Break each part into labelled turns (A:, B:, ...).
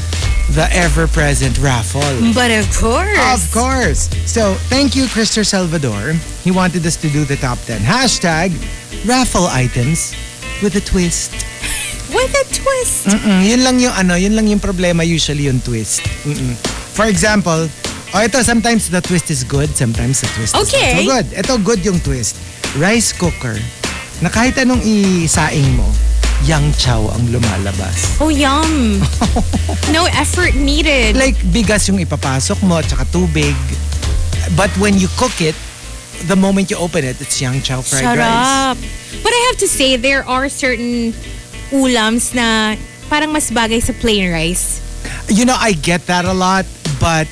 A: the ever-present raffle.
B: But of course.
A: Mm, Of course. So, thank you, Christopher Salvador. He wanted us to do the top 10. Hashtag raffle items with a twist.
B: With a twist.
A: Mm, yun lang yung ano, yun lang yung problema usually yung twist. Mm-mm. For example, oh ito, sometimes the twist is good, sometimes the twist
B: Okay.
A: is not so good. Ito, good yung twist. Rice cooker na kahit anong isaing mo, yang chow ang lumalabas.
B: Oh, yum. no effort needed.
A: Like bigas yung ipapasok mo at saka tubig. But when you cook it, the moment you open it, it's yang chow fried
B: Shut
A: rice.
B: up. But I have to say, there are certain ulams na parang mas bagay sa plain rice.
A: You know, I get that a lot, but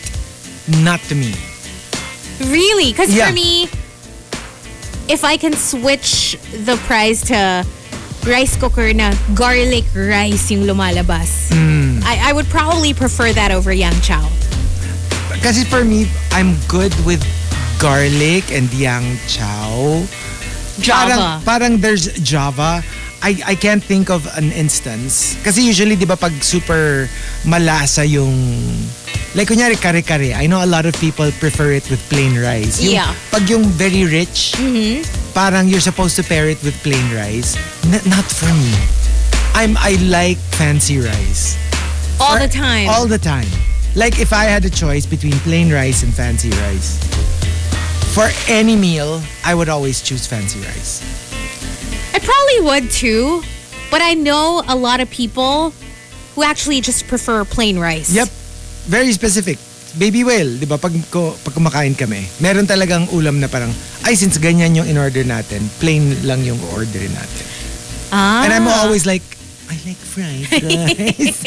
A: not to me.
B: Really? Because
A: Yeah.
B: for me, if I can switch the prize to rice cooker na garlic rice yung lumalabas,
A: Mm.
B: I, I would probably prefer that over yang chow.
A: Kasi for me, I'm good with garlic and yang chow.
B: Java.
A: Parang, parang there's Java. I, I can't think of an instance. Kasi usually, di ba, pag super malasa yung... Like, kunyari, kare-kare. I know a lot of people prefer it with plain rice. Yung-
B: Yeah. Mm-hmm.
A: Pag yung very rich, parang you're supposed to pair it with plain rice. N- not for me. I'm, I like fancy rice.
B: all
A: Or-
B: the time.
A: All the time. Like if I had a choice between plain rice and fancy rice, for any meal, I would always choose fancy rice.
B: I probably would too, but I know a lot of people who actually just prefer plain rice.
A: Yep. Very specific. Baby whale, di ba? Pag, ko, pag kumakain kami, meron talagang ulam na parang, ay, since ganyan yung in-order natin, plain lang yung order natin.
B: Ah.
A: And I'm always like, I like fried rice.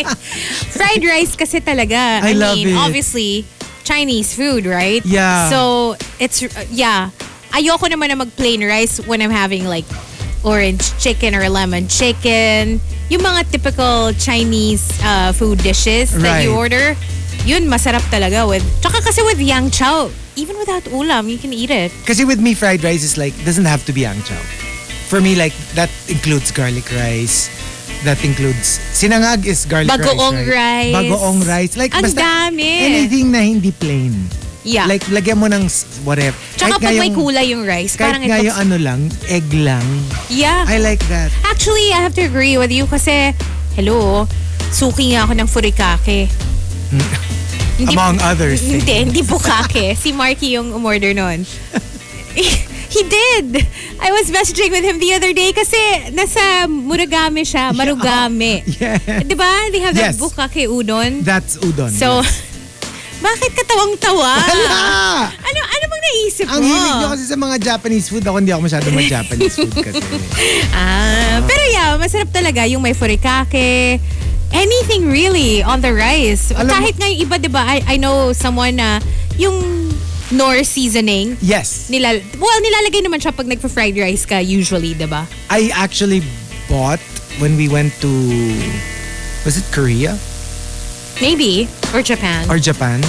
B: fried rice kasi talaga.
A: I love
B: mean,
A: it.
B: obviously, Chinese food, right?
A: Yeah.
B: So, it's, uh, yeah. Ayoko naman na mag plain rice when I'm having like orange chicken or lemon chicken. Yung mga typical Chinese uh, food dishes that
A: Right.
B: you order, yun masarap talaga with, tsaka kasi with yang chow, even without ulam, you can eat it.
A: Kasi with me, fried rice is like, doesn't have to be ang chow. For me, like, that includes garlic rice. That includes, sinangag is garlic
B: Bagoong
A: rice, right?
B: rice.
A: Bagoong rice. Like,
B: Ang
A: basta
B: dami.
A: anything na hindi plain.
B: Yeah.
A: Like, lagyan mo ng s- whatever. Kahit
B: Tsaka
A: nga
B: pag may
A: yung-
B: kulay yung rice,
A: Kahit
B: parang
A: nga
B: it
A: yung
B: looks,
A: ano lang, egg lang.
B: yeah.
A: I like that.
B: Actually, I have to agree with you kasi, hello, suki nga ako ng furikake. Hindi-
A: Hmm. Among other things.
B: Hindi, hindi bukake. si Marky yung umorder nun. He did. I was messaging with him the other day kasi nasa Murugame siya, Marugame.
A: Yeah.
B: Di ba? They have that
A: Yes.
B: bukake udon.
A: That's udon.
B: So, bakit katawang-tawa?
A: Wala!
B: Ano, ano bang naisip
A: Ang
B: mo?
A: hilig nyo kasi sa mga Japanese food. Ako hindi ako masyado mag-Japanese food kasi.
B: Ah, pero yeah, masarap talaga yung may furikake. Anything really on the rice.
A: Alam mo-
B: Kahit nga yung iba, di ba, I, I know someone na yung nor seasoning,
A: Yes.
B: nila, well, nilalagay naman siya pag nagpa-fried rice ka usually, di ba?
A: I actually bought when we went to was it Korea
B: Maybe. Or Japan.
A: or Japan?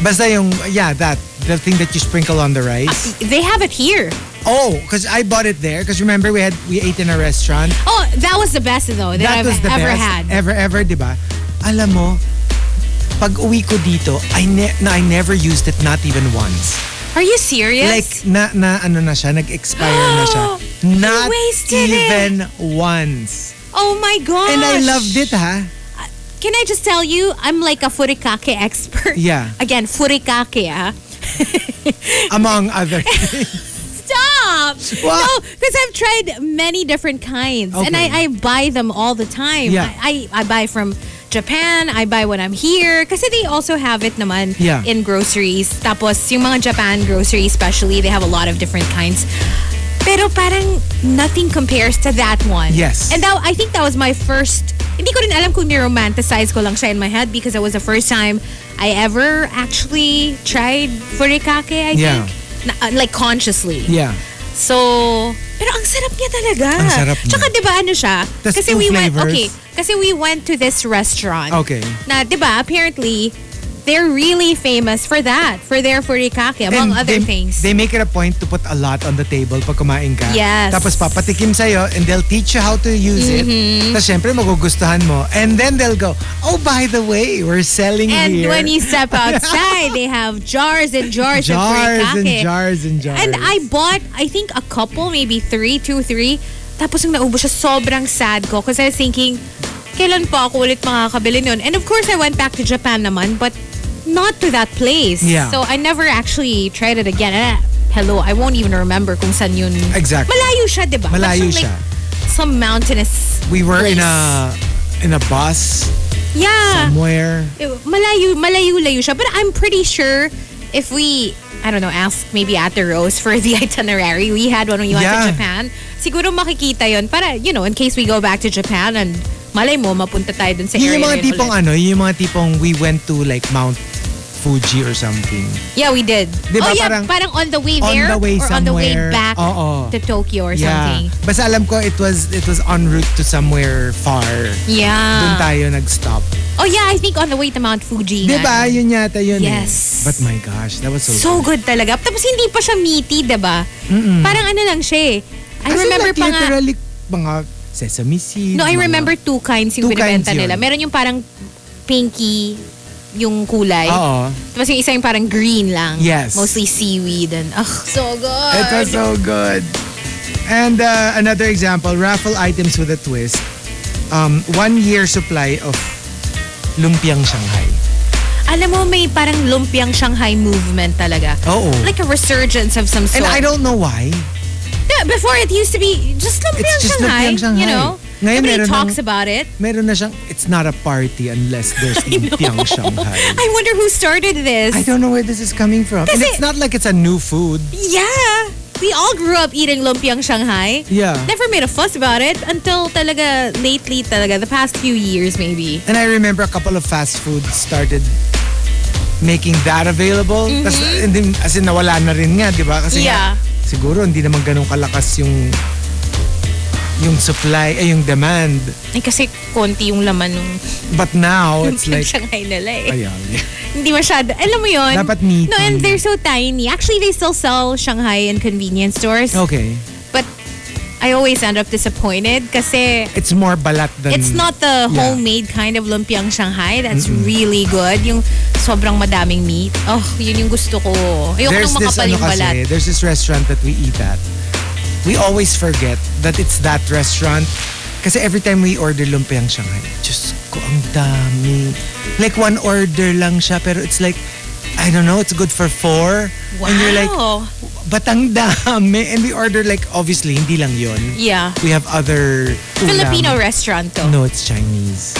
A: Basta yung yeah that the thing that you sprinkle on the rice.
B: They have it here.
A: Oh, because I bought it there. Because remember we had we ate in a restaurant.
B: Oh, that was the best though that,
A: that
B: I've
A: was the
B: ever
A: best
B: had.
A: ever ever, di ba? Alam mo, pag uwi ko dito, I ne na I never used it not even once.
B: Are you serious?
A: Like na na ano na siya, nag-expire na siya. Not
B: wasted it.
A: even once.
B: oh my gosh.
A: And I loved it ha.
B: can I just tell you, I'm like a furikake expert.
A: Yeah.
B: Again, furikake, ah.
A: Among other.
B: Stop!
A: What?
B: No, because I've tried many different kinds and
A: Okay.
B: I, I buy them all the time.
A: Yeah.
B: I, I, I buy from Japan, I buy when I'm here. Kasi they also have it naman
A: Yeah.
B: in groceries. Tapos yung mga Japan groceries especially, they have a lot of different kinds. Pero parang nothing compares to that one.
A: Yes.
B: And that, I think that was my first, hindi ko rin alam kung ni-romanticize ko lang siya in my head because it was the first time I ever actually tried furikake, I
A: Yeah.
B: think. Na, uh, like consciously.
A: yeah.
B: So, pero ang sarap niya talaga.
A: Ang sarap niya.
B: Tsaka 'di ba ano siya?
A: Tas
B: kasi
A: two
B: we went
A: flavors.
B: okay, kasi we went to this restaurant.
A: Okay.
B: Na 'di ba, apparently they're really famous for that, for their furikake among
A: And they,
B: other things.
A: They make it a point to put a lot on the table pag kumain ka.
B: Yes.
A: Tapos papatikim sa'yo and they'll teach you how to use it.
B: Mm-hmm.
A: Tapos syempre magugustuhan mo. And then they'll go, oh, by the way, we're selling
B: and
A: here.
B: when you step outside, they have jars and jars,
A: jars
B: of
A: and
B: furikake.
A: jars and jars.
B: And I bought, I think, a couple, maybe three, two, three. Tapos nung naubos siya, sobrang sad ko. Kasi I was thinking, kailan pa ako ulit makakabili nun? And of course, I went back to Japan naman, but not to that place.
A: Yeah.
B: So I never actually tried it again. And, I- hello, I won't even remember kung saan yun.
A: Exactly.
B: Malayo siya, di ba?
A: Malayo
B: Parang
A: siya.
B: Like, some mountainous
A: we were in
B: place.
A: a in a bus
B: Yeah.
A: somewhere.
B: It- malayo, malayo-layo siya. But I'm pretty sure if we, I don't know, ask maybe Ate Rose for the itinerary we had when we went
A: Yeah.
B: to Japan, siguro makikita yon para, you know, in case we go back to Japan and malay mo, mapunta tayo dun sa
A: Yun
B: area
A: yung mga
B: na yun
A: tipong
B: ulit.
A: ano, yun yung mga tipong we went to like Mount Fuji or something.
B: Yeah, we did.
A: Di ba,
B: oh, yeah,
A: Diba, parang-
B: parang, on the way
A: On
B: there
A: the way
B: or on the way
A: somewhere.
B: back
A: Oo.
B: to Tokyo or something.
A: Basta alam ko it was it was en route to somewhere far. Doon
B: Yeah.
A: tayo nag-stop.
B: Oh, yeah, I think on the way to Mount Fuji.
A: Di ba?
B: nga.
A: Diba, Yun yata yun eh.
B: Yes.
A: But my gosh, that was so,
B: So good talaga. Tapos hindi pa siya meaty, di ba? Parang ano lang siya eh. I
A: As in,
B: remember
A: like,
B: pa nga.
A: literally, mga sesame seeds.
B: No, I
A: mga-
B: remember two kinds
A: Two
B: yung
A: kinds
B: binibenta
A: yun.
B: nila. Meron yung parang pinky yung kulay.
A: Oo.
B: Tapos yung isa yung parang green lang.
A: Yes.
B: Mostly seaweed and, ugh, so good.
A: It was so good. And uh, another example, raffle items with a twist. Um, one year supply of lumpiang Shanghai.
B: Alam mo, may parang lumpiang Shanghai movement talaga.
A: Oo.
B: Like a resurgence of some
A: Oh.
B: sort.
A: And I don't know why.
B: Yeah, before it used to be just lumpiang,
A: It's just
B: Shanghai,
A: lumpiang Shanghai.
B: You know?
A: Ngayon meron
B: Nobody talks
A: ng-
B: about it.
A: Meron na siyang, it's not a party unless there's lumpiang Shanghai.
B: I wonder who started this.
A: I don't know where this is coming from. And
B: Kasi-
A: it's not like it's a new food.
B: Yeah. We all grew up eating lumpiang Shanghai.
A: Yeah.
B: Never made a fuss about it until talaga lately talaga, the past few years maybe.
A: And I remember a couple of fast food started making that available. Tas, and then, as in, nawala na rin nga, di ba? Kasi nga,
B: Mm-hmm. Yeah.
A: siguro hindi naman ganun kalakas yung yung supply, ay yung demand.
B: Eh, kasi konti yung laman ng
A: But now, Oh, it's
B: lumpiang
A: like,
B: Shanghai nila eh.
A: ayan.
B: Hindi masyado. Alam mo yun?
A: Dapat meaty.
B: No, and they're so tiny. Actually, they still sell Shanghai in convenience stores.
A: Okay.
B: But I always end up disappointed kasi
A: It's more balat than...
B: It's not the
A: Yeah.
B: homemade kind of lumpiang Shanghai. That's really good. Yung sobrang madaming meat. Oh, yun yung gusto ko. Ayoko
A: There's
B: nung
A: this,
B: makapal
A: ano
B: yung balat.
A: kasi, there's this restaurant that we eat at. We always forget that it's that restaurant. Kasi every time we order lumpiang Shanghai, Diyos ko, ang dami. Like one order lang siya, pero it's like, I don't know, it's good for four.
B: Wow.
A: And you're like, ba't ang dami? And we order like, obviously, hindi lang yon.
B: yeah.
A: We have other ulam.
B: Filipino restaurant Ah. to.
A: No, it's Chinese.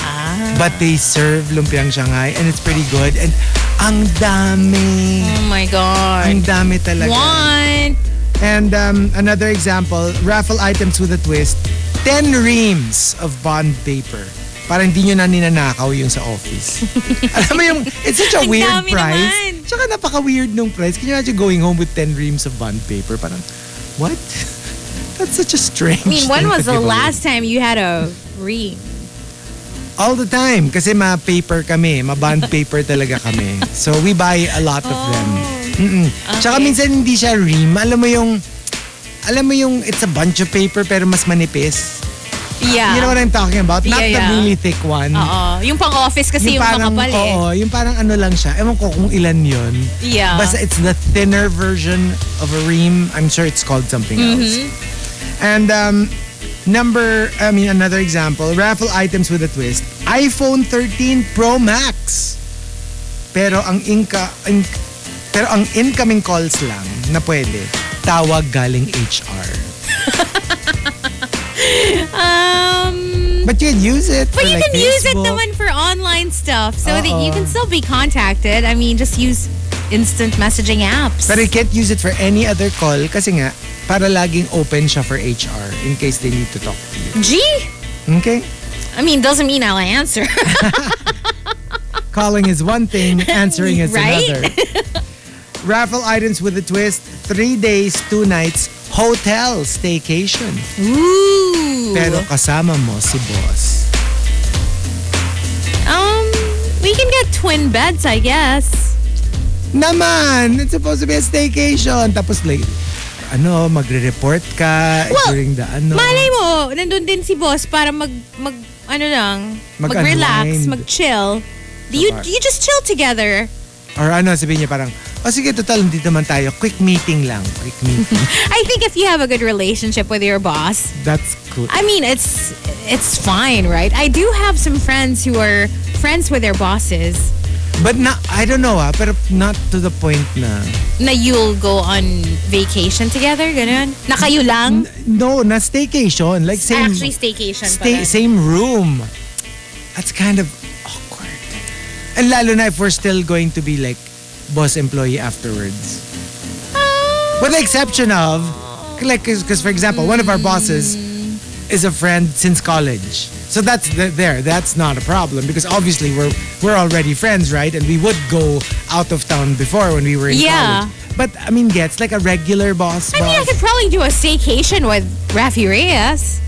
A: But they serve lumpiang Shanghai and it's pretty good. And ang dami.
B: Oh my God.
A: Ang dami talaga.
B: One.
A: And um, another example, raffle items with a twist, 10 reams of bond paper. Para hindi nyo na ninanakaw yung sa office. Alam mo yung, it's such a
B: Ang
A: weird
B: dami
A: price.
B: naman.
A: Tsaka napaka-weird nung price. Can you imagine going home with 10 reams of bond paper? Parang, what? That's such a strange
B: I mean, when
A: thing
B: was
A: to
B: the
A: give away.
B: last time you had a ring?
A: All the time. Kasi ma-paper kami. Ma-bond paper talaga kami. So, we buy a lot
B: Oh.
A: of them. Mm-mm. Tsaka minsan hindi siya ream. Alam mo yung, alam mo yung it's a bunch of paper pero mas manipis.
B: Yeah.
A: You know what I'm talking about? Not
B: Yeah,
A: the
B: yeah.
A: really thick one.
B: Oo. Yung pang-office kasi yung,
A: parang,
B: makapal eh.
A: oo, yung parang ano lang siya. Ewan ko kung ilan yun.
B: Yeah.
A: Basta it's the thinner
B: Mm-hmm.
A: version of a ream. I'm sure it's called something else. And um, Number, I mean, another example, raffle items with a twist. iPhone 13 Pro Max. Pero ang inka, in, pero ang incoming calls lang na pwede, tawag galing HR.
B: Um,
A: But you'd use it
B: but
A: for,
B: you
A: like,
B: can use it
A: Facebook.
B: naman for online stuff so that you
A: Oo.
B: can still be contacted. I mean, just use instant messaging apps.
A: But you can't use it for any other call kasi nga, para laging open siya for HR in case they need to talk to you.
B: Gee,
A: Okay?
B: I mean, doesn't mean I'll answer.
A: Calling is one thing, answering is
B: Right?
A: another. Raffle items with a twist, three days, two nights, hotel staycation.
B: Ooh.
A: Pero kasama mo si boss.
B: um, we can get twin beds, I guess.
A: Naman! It's supposed to be a staycation. Tapos like, ano, magre-report ka
B: Well,
A: during the ano.
B: Malay mo, nandun din si boss para mag, mag ano lang,
A: Mag-unwind.
B: mag-relax, mag-chill. You, you just chill together.
A: Or ano, sabihin niya parang, o sige, total, nandito naman tayo. Quick meeting lang. Quick meeting.
B: I think if you have a good relationship with your boss,
A: That's cool.
B: I mean, it's it's fine, right? I do have some friends who are friends with their bosses.
A: But na, I don't know ah, pero not to the point na,
B: Na you'll go on vacation together, ganun. Na kayo lang.
A: no, na staycation. Like same,
B: Actually, staycation
A: stay,
B: pa rin.
A: same room. That's kind of awkward. And lalo na if we're still going to be like boss employee afterwards.
B: Ah.
A: With the exception of, like, because for example, one of our bosses is a friend since college. So that's the, there. That's not a problem because obviously we're we're already friends, right? And we would go out of town before when we were in
B: Yeah.
A: college. But I mean, gets like a regular boss.
B: I mean, I
A: boss.
B: could probably do a staycation with Rafi Reyes.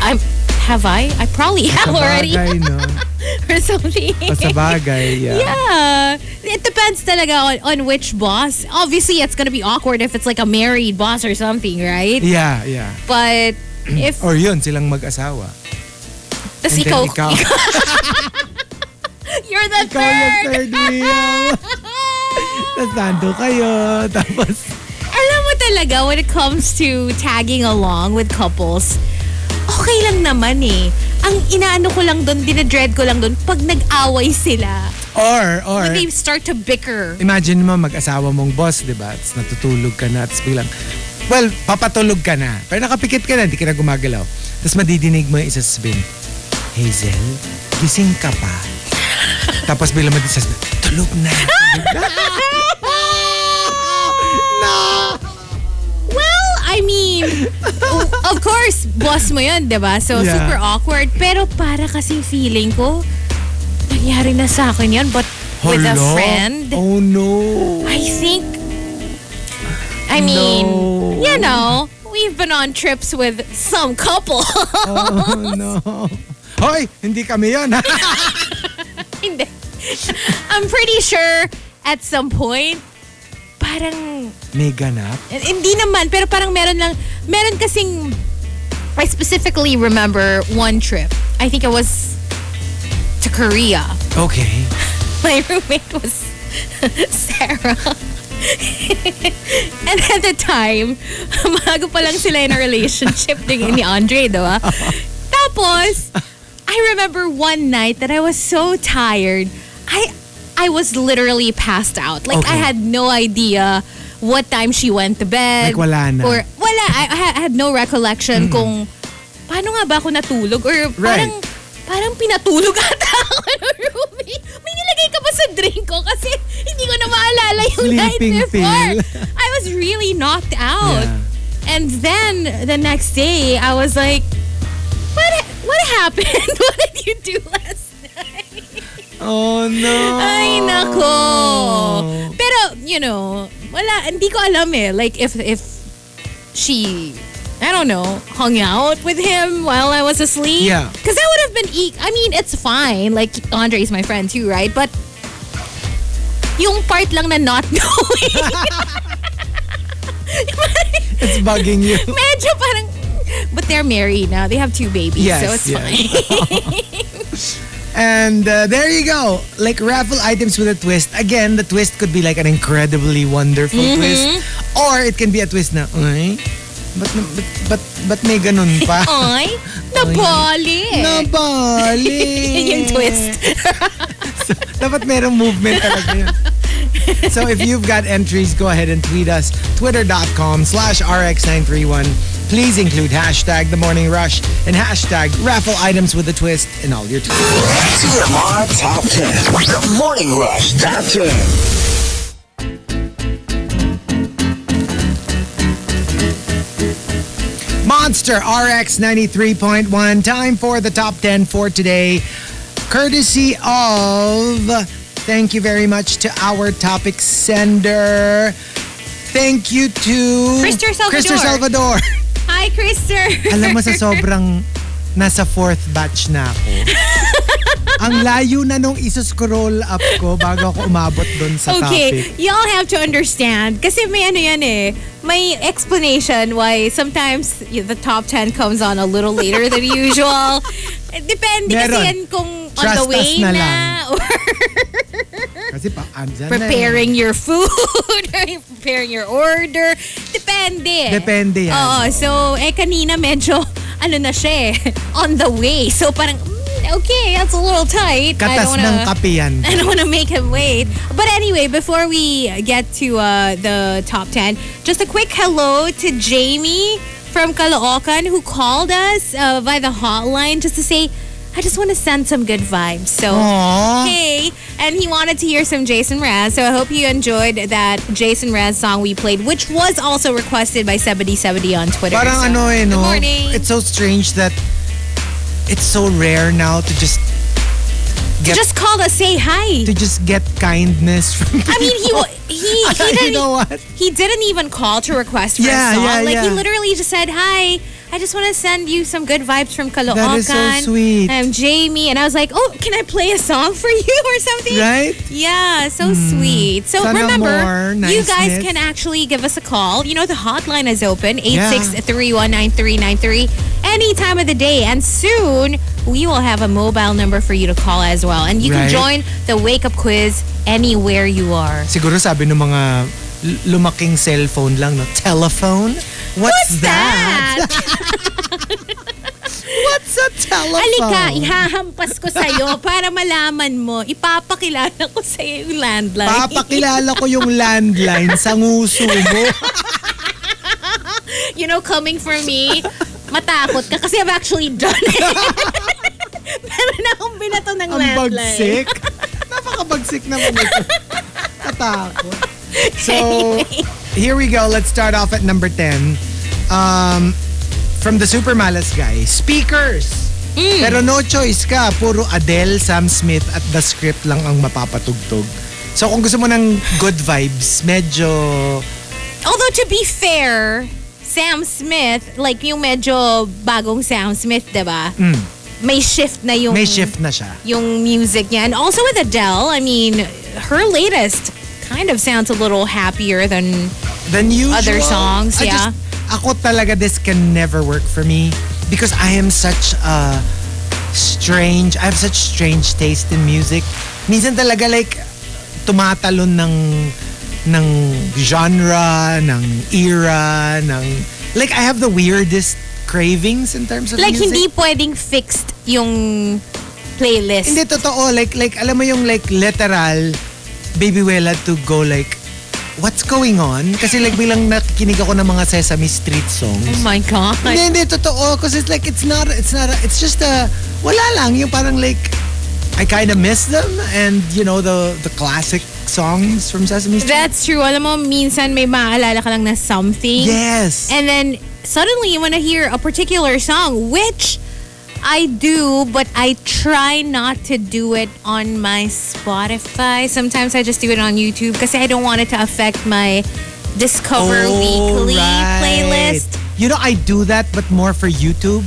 B: I'm. Have I? I probably have already
A: Sabagay, no?
B: or something.
A: Pasabagay, yeah.
B: Yeah. It depends talaga on, on which boss. Obviously, it's going to be awkward if it's like a married boss or something, right?
A: Yeah, yeah.
B: But if
A: Or yun, silang mag-asawa.
B: tas
A: And then
B: ikaw,
A: ikaw,
B: you're the
A: ikaw yung
B: third.
A: third wheel. Tapos nando kayo. Tapos,
B: Alam mo talaga, when it comes to tagging along with couples, okay lang naman eh. Ang inaano ko lang doon, dinadread ko lang doon, pag nag-away sila,
A: or, or,
B: when they start to bicker.
A: imagine mo mag-asawa mong boss, di ba? Tapos natutulog ka na. Tapos biglang, well, papatulog ka na. Pero nakapikit ka na, hindi ka na gumagalaw. Tapos madidinig mo yung isa sabihin, Hazel, gising ka pa. Tapos biglang madisasabihin, tulog na.
B: Well, I mean, o- of course, boss mo yun, di ba? So,
A: Yeah.
B: super awkward. Pero para kasing feeling ko, nangyari na sa akin yun, but with a
A: Hello?
B: friend.
A: Oh no.
B: I think. I mean,
A: No.
B: you know, we've been on trips with some couple.
A: Oh no. Hoy, hindi kami yun. ha?
B: Hindi. I'm pretty sure at some point, parang,
A: May ganap.
B: hindi naman, pero parang meron lang, meron kasing, I specifically remember one trip. I think it was to Korea.
A: Okay.
B: my roommate was Sarah. And at the time, bago pa lang sila in a relationship din ni Andre, di ba? Tapos, I remember one night that I was so tired. I I was literally passed out. Like, I
A: Okay.
B: had no idea what time she went to bed.
A: Like, wala na.
B: Or, wala. I, I had- I had no recollection kung paano nga ba ako natulog? Or
A: Right.
B: parang, parang pinatulog ata ako ng roommate. May nilagay ka ba sa drink ko? Kasi hindi ko na maalala yung
A: Sleeping
B: night before.
A: pill.
B: I was really knocked out.
A: Yeah.
B: And then, the next day, I was like, what, what happened? what did you do last night?
A: Oh no.
B: Ay,
A: Oh.
B: nako. Pero, you know, wala, hindi ko alam eh. Like, if, if she, I don't know, hung out with him while I was asleep.
A: Yeah.
B: Because that would have been, e- I mean, it's fine. Like, Andre's my friend too, right? But, yung part lang na not knowing,
A: It's bugging you.
B: medyo parang, but they're married now. They have two babies,
A: Yes,
B: so it's
A: yes.
B: fine.
A: And uh, there you go. Like raffle items with a twist. Again, the
B: Mm-hmm.
A: twist could be like an incredibly wonderful twist. Or it can be a twist na, "Ay, Ba't, ba't, ba't, ba't may ganun pa?
B: Ay, nabalik.
A: Nabali!
B: Yun yung twist.
A: Dapat merong movement talaga yun. So if you've got entries, go ahead and tweet us. Twitter.com slash RX931. Please include hashtag The Morning Rush and hashtag raffle items with a twist in all your tweets.
C: TMR Top 10. The Morning Rush Top 10.
A: Monster RX 93.1. Time for the top 10 for today. Courtesy of, thank you very much to our topic sender. Thank you to
B: Christer Salvador.
A: Christer Salvador.
B: Hi, Krister.
A: Alam mo sa sobrang nasa fourth batch na ako. Ang layo na nung isa-scroll up ko bago ako umabot doon sa
B: Okay,
A: topic.
B: y'all have to understand. Kasi may ano yan eh. May explanation why sometimes y- the top 10 comes on a little later than usual. Depende kasi
A: Meron.
B: yan kung on
A: Trust
B: the way
A: us na
B: na,
A: lang.
B: or
A: Kasi pa, andyan eh.
B: preparing your food or you're preparing your order. Depende.
A: Depende yan.
B: Oo, so eh kanina medyo ano na siya eh. On the way. So parang mm, okay, that's a little tight.
A: na yan.
B: I
A: Katas
B: don't
A: ng
B: wanna-
A: kape yan.
B: I don't want to make him wait. But anyway, before we get to uh, the top 10, just a quick hello to Jamie from Caloocan who called us uh, by the hotline just to say, I just want to send some good vibes. So,
A: Aww.
B: hey. And he wanted to hear some Jason Raz. So, I hope you enjoyed that Jason Raz song we played, which was also requested by 7070 on Twitter.
A: Parang
B: So,
A: ano eh, no?
B: Good morning.
A: It's so strange that it's so rare now to just
B: You just call us, say hi.
A: to just get kindness from people.
B: I mean, he wa- he he didn't.
A: you know what?
B: He didn't even call to request for
A: Yeah,
B: a song.
A: yeah,
B: like
A: yeah.
B: he literally just said, "Hi, I just want to send you some good vibes from Caloocan."
A: That is so sweet.
B: I'm Jamie, and I was like, "Oh, can I play a song for you or something?"
A: Right? Hmm.
B: Yeah, so sweet. So
A: Sana
B: remember,
A: more
B: you guys
A: niceness.
B: can actually give us a call. You know, the hotline is open 863-19393 any time of the day. And soon we will have a mobile number for you to call as well. And you
A: Right.
B: can join the wake up quiz anywhere you are.
A: Siguro sabi ng mga l- lumaking cellphone lang, no? Telephone? What's, that? What's a telephone?
B: Alika, ihahampas ko sa'yo para malaman mo. Ipapakilala ko sa'yo yung landline.
A: Papakilala ko yung landline sa nguso mo.
B: you know, coming for me, matakot ka kasi I've actually done it. Meron akong binato ng
A: Ang
B: landline.
A: bagsik. Napakabagsik naman ito. Katakot. So, here we go. Let's start off at number 10. Um, from the Super Malas guy, speakers.
B: Hmm.
A: Pero no choice ka. Puro Adele, Sam Smith at the script lang ang mapapatugtog. So kung gusto mo ng good vibes, medyo...
B: Although to be fair, Sam Smith, like yung medyo bagong Sam Smith, di ba? May shift na yung...
A: Hmm. May shift na siya.
B: yung music niya. And also with Adele, I mean, her latest kind of sounds a little happier than
A: than usual.
B: Other songs,
A: I
B: yeah.
A: Just, ako talaga, this can never work for me because I am such a strange, I have such strange taste in music. Minsan talaga like, tumatalon ng ng genre, ng era, ng... Like, I have the weirdest cravings in terms of
B: like hindi
A: music.
B: pwedeng fixed yung playlist.
A: Hindi, totoo. Like, like, alam mo yung like literal, Baby Wella to go like, what's going on? Kasi like bilang nakikinig ako ng mga Sesame Street songs.
B: oh my god.
A: Hindi, hindi, totoo. Because it's like, it's not, it's not, a- it's just a, wala lang. Yung parang like, I kind of miss them. And, you know, the the classic songs from Sesame Street.
B: That's true. Alam mo, minsan may maaalala ka lang na something.
A: yes.
B: And then suddenly you want to hear a particular song, which I do, but I try not to do it on my Spotify. Sometimes I just do it on YouTube because I don't want it to affect my Discover
A: Oh,
B: Weekly
A: right.
B: playlist.
A: You know, I do that, but more for YouTube.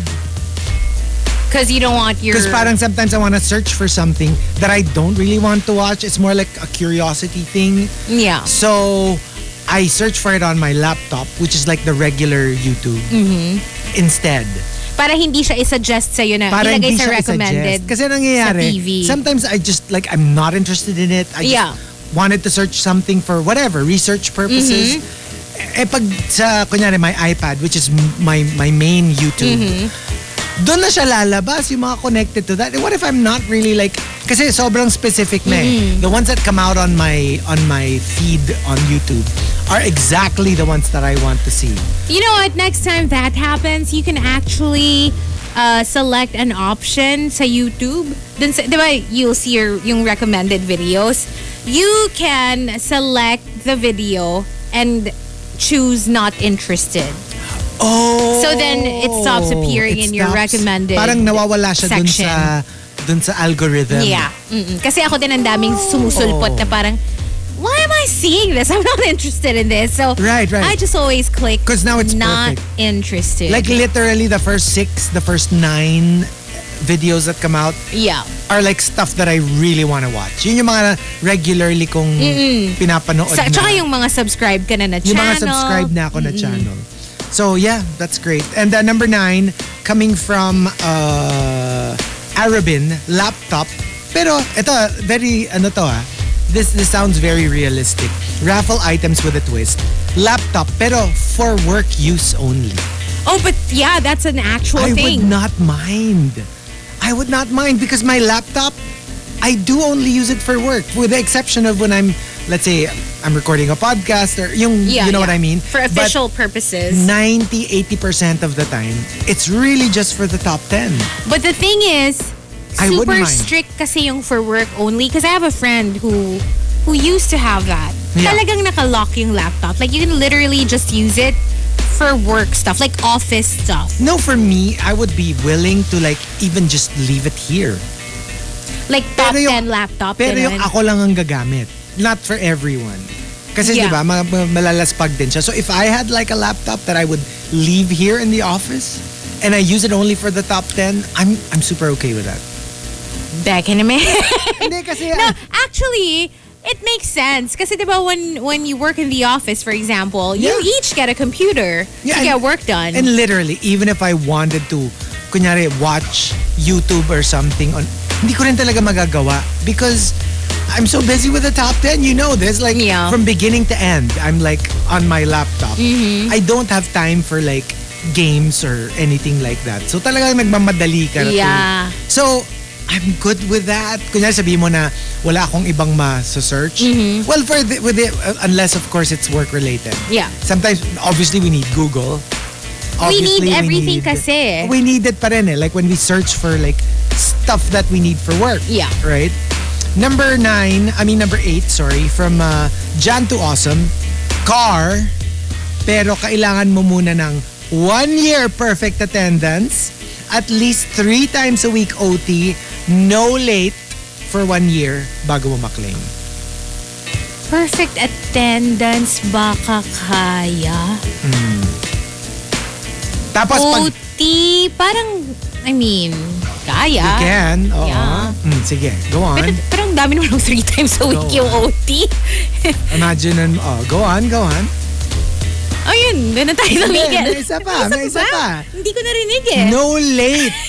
B: Because you don't want your.
A: Because parang sometimes I want to search for something that I don't really want to watch. It's more like a curiosity thing.
B: Yeah.
A: So I search for it on my laptop, which is like the regular YouTube instead.
B: Para hindi siya i-suggest sa'yo na
A: para
B: ilagay
A: hindi
B: sa
A: siya
B: recommended.
A: i-suggest. Kasi nangyayari,
B: sa TV.
A: sometimes I just, like, I'm not interested in it. I just
B: Yeah.
A: wanted to search something for whatever, research purposes.
B: Mm-hmm.
A: eh pag sa, kunyari, my iPad, which is m- my, my main YouTube,
B: Mm-hmm.
A: doon na siya lalabas, yung mga connected to that. And what if I'm not really like, kasi sobrang specific na eh.
B: Mm-hmm.
A: The ones that come out on my, on my feed on YouTube are exactly the ones that I want to see.
B: You know what? Next time that happens, you can actually uh, select an option sa YouTube. Dun sa, di ba, you'll see your, yung recommended videos. You can select the video and choose not interested.
A: Oh!
B: So then it stops appearing in your recommended
A: Parang nawawala siya dun
B: section.
A: sa, dun sa algorithm.
B: Yeah. Mm-mm. Kasi ako din ang daming sumusulpot
A: Oh.
B: na parang, why am I seeing this? I'm not interested in this. So
A: Right, right.
B: I just always click
A: 'Cause now it's
B: not
A: perfect.
B: interested.
A: Like literally the first six, the first nine videos that come out
B: yeah.
A: are like stuff that I really want to watch. Yun yung mga regularly kong pinapanood
B: Sa,
A: na.
B: tsaka yung mga subscribe ka na na
A: Yung
B: channel.
A: mga subscribe na ako na channel. So yeah, that's great. And uh, number nine, coming from uh, Arabin Laptop. Pero ito, very ano to ah. This, this sounds very realistic. Raffle items with a twist. Laptop, pero for work use only.
B: Oh, but yeah, that's an actual
A: I
B: thing.
A: would not mind. I would not mind because my laptop, I do only use it for work, with the exception of when I'm, let's say, I'm recording a podcast or yung,
B: yeah,
A: you know what
B: yeah.
A: I mean.
B: For
A: But
B: official purposes.
A: 90, 80% of the time, it's really just for the top 10.
B: But the thing is,
A: I wouldn't
B: super
A: mind.
B: strict kasi yung for work only. Because I have a friend who who used to have that.
A: Yeah.
B: Talagang nakalock yung laptop. Like, you can literally just use it for work stuff. Like, office stuff.
A: No, for me, I would be willing to like even just leave it here.
B: Like, top
A: Pero yung-
B: 10 laptop.
A: Pero yung
B: ganun.
A: ako lang ang gagamit. Not for everyone. Kasi di
B: Yeah.
A: ba, ma- ma- malalaspag din siya. So if I had like a laptop that I would leave here in the office and I use it only for the top 10, I'm I'm super okay with that.
B: Back in a minute.
A: Hindi kasi
B: no, actually, it makes sense. Kasi di ba when, when you work in the office, for example, you
A: Yeah.
B: each get a computer
A: Yeah,
B: to
A: and-
B: get work done.
A: and literally even if I wanted to kunyari watch YouTube or something on hindi ko rin talaga magagawa because I'm so busy with the top 10, you know this. Like,
B: Yeah.
A: from beginning to end, I'm like on my laptop.
B: Mm-hmm.
A: I don't have time for like games or anything like that. So talaga nagmamadali ka na to.
B: Yeah.
A: So, I'm good with that. Kunyari sabihin mo na wala akong ibang ma-search. Well, for the, with the, uh, unless of course it's work related.
B: Mm-hmm. Yeah.
A: Sometimes, obviously we need Google. Obviously,
B: need everything kasi.
A: We need it pa rin eh. Like when we search for like stuff that we need for work.
B: Yeah.
A: Right? Number nine, I mean number eight, sorry, from uh, Jan to Awesome, car, pero kailangan mo muna ng one year perfect attendance, at least three times a week OT, no late for one year bago mo maklaim.
B: Perfect attendance baka kaya.
A: Tapos pag
B: OT, parang, I mean, kaya.
A: you can, oo.
B: ah. Yeah.
A: Mm, sige, go on.
B: Pero, pero ang dami naman ng three times a week
A: Go
B: yung OT.
A: Imagine, and, oh, go on, go on.
B: Ayun, doon na tayo sa
A: Hindi,
B: Miguel.
A: may isa pa, may isa pa.
B: Hindi ko narinig eh.
A: No late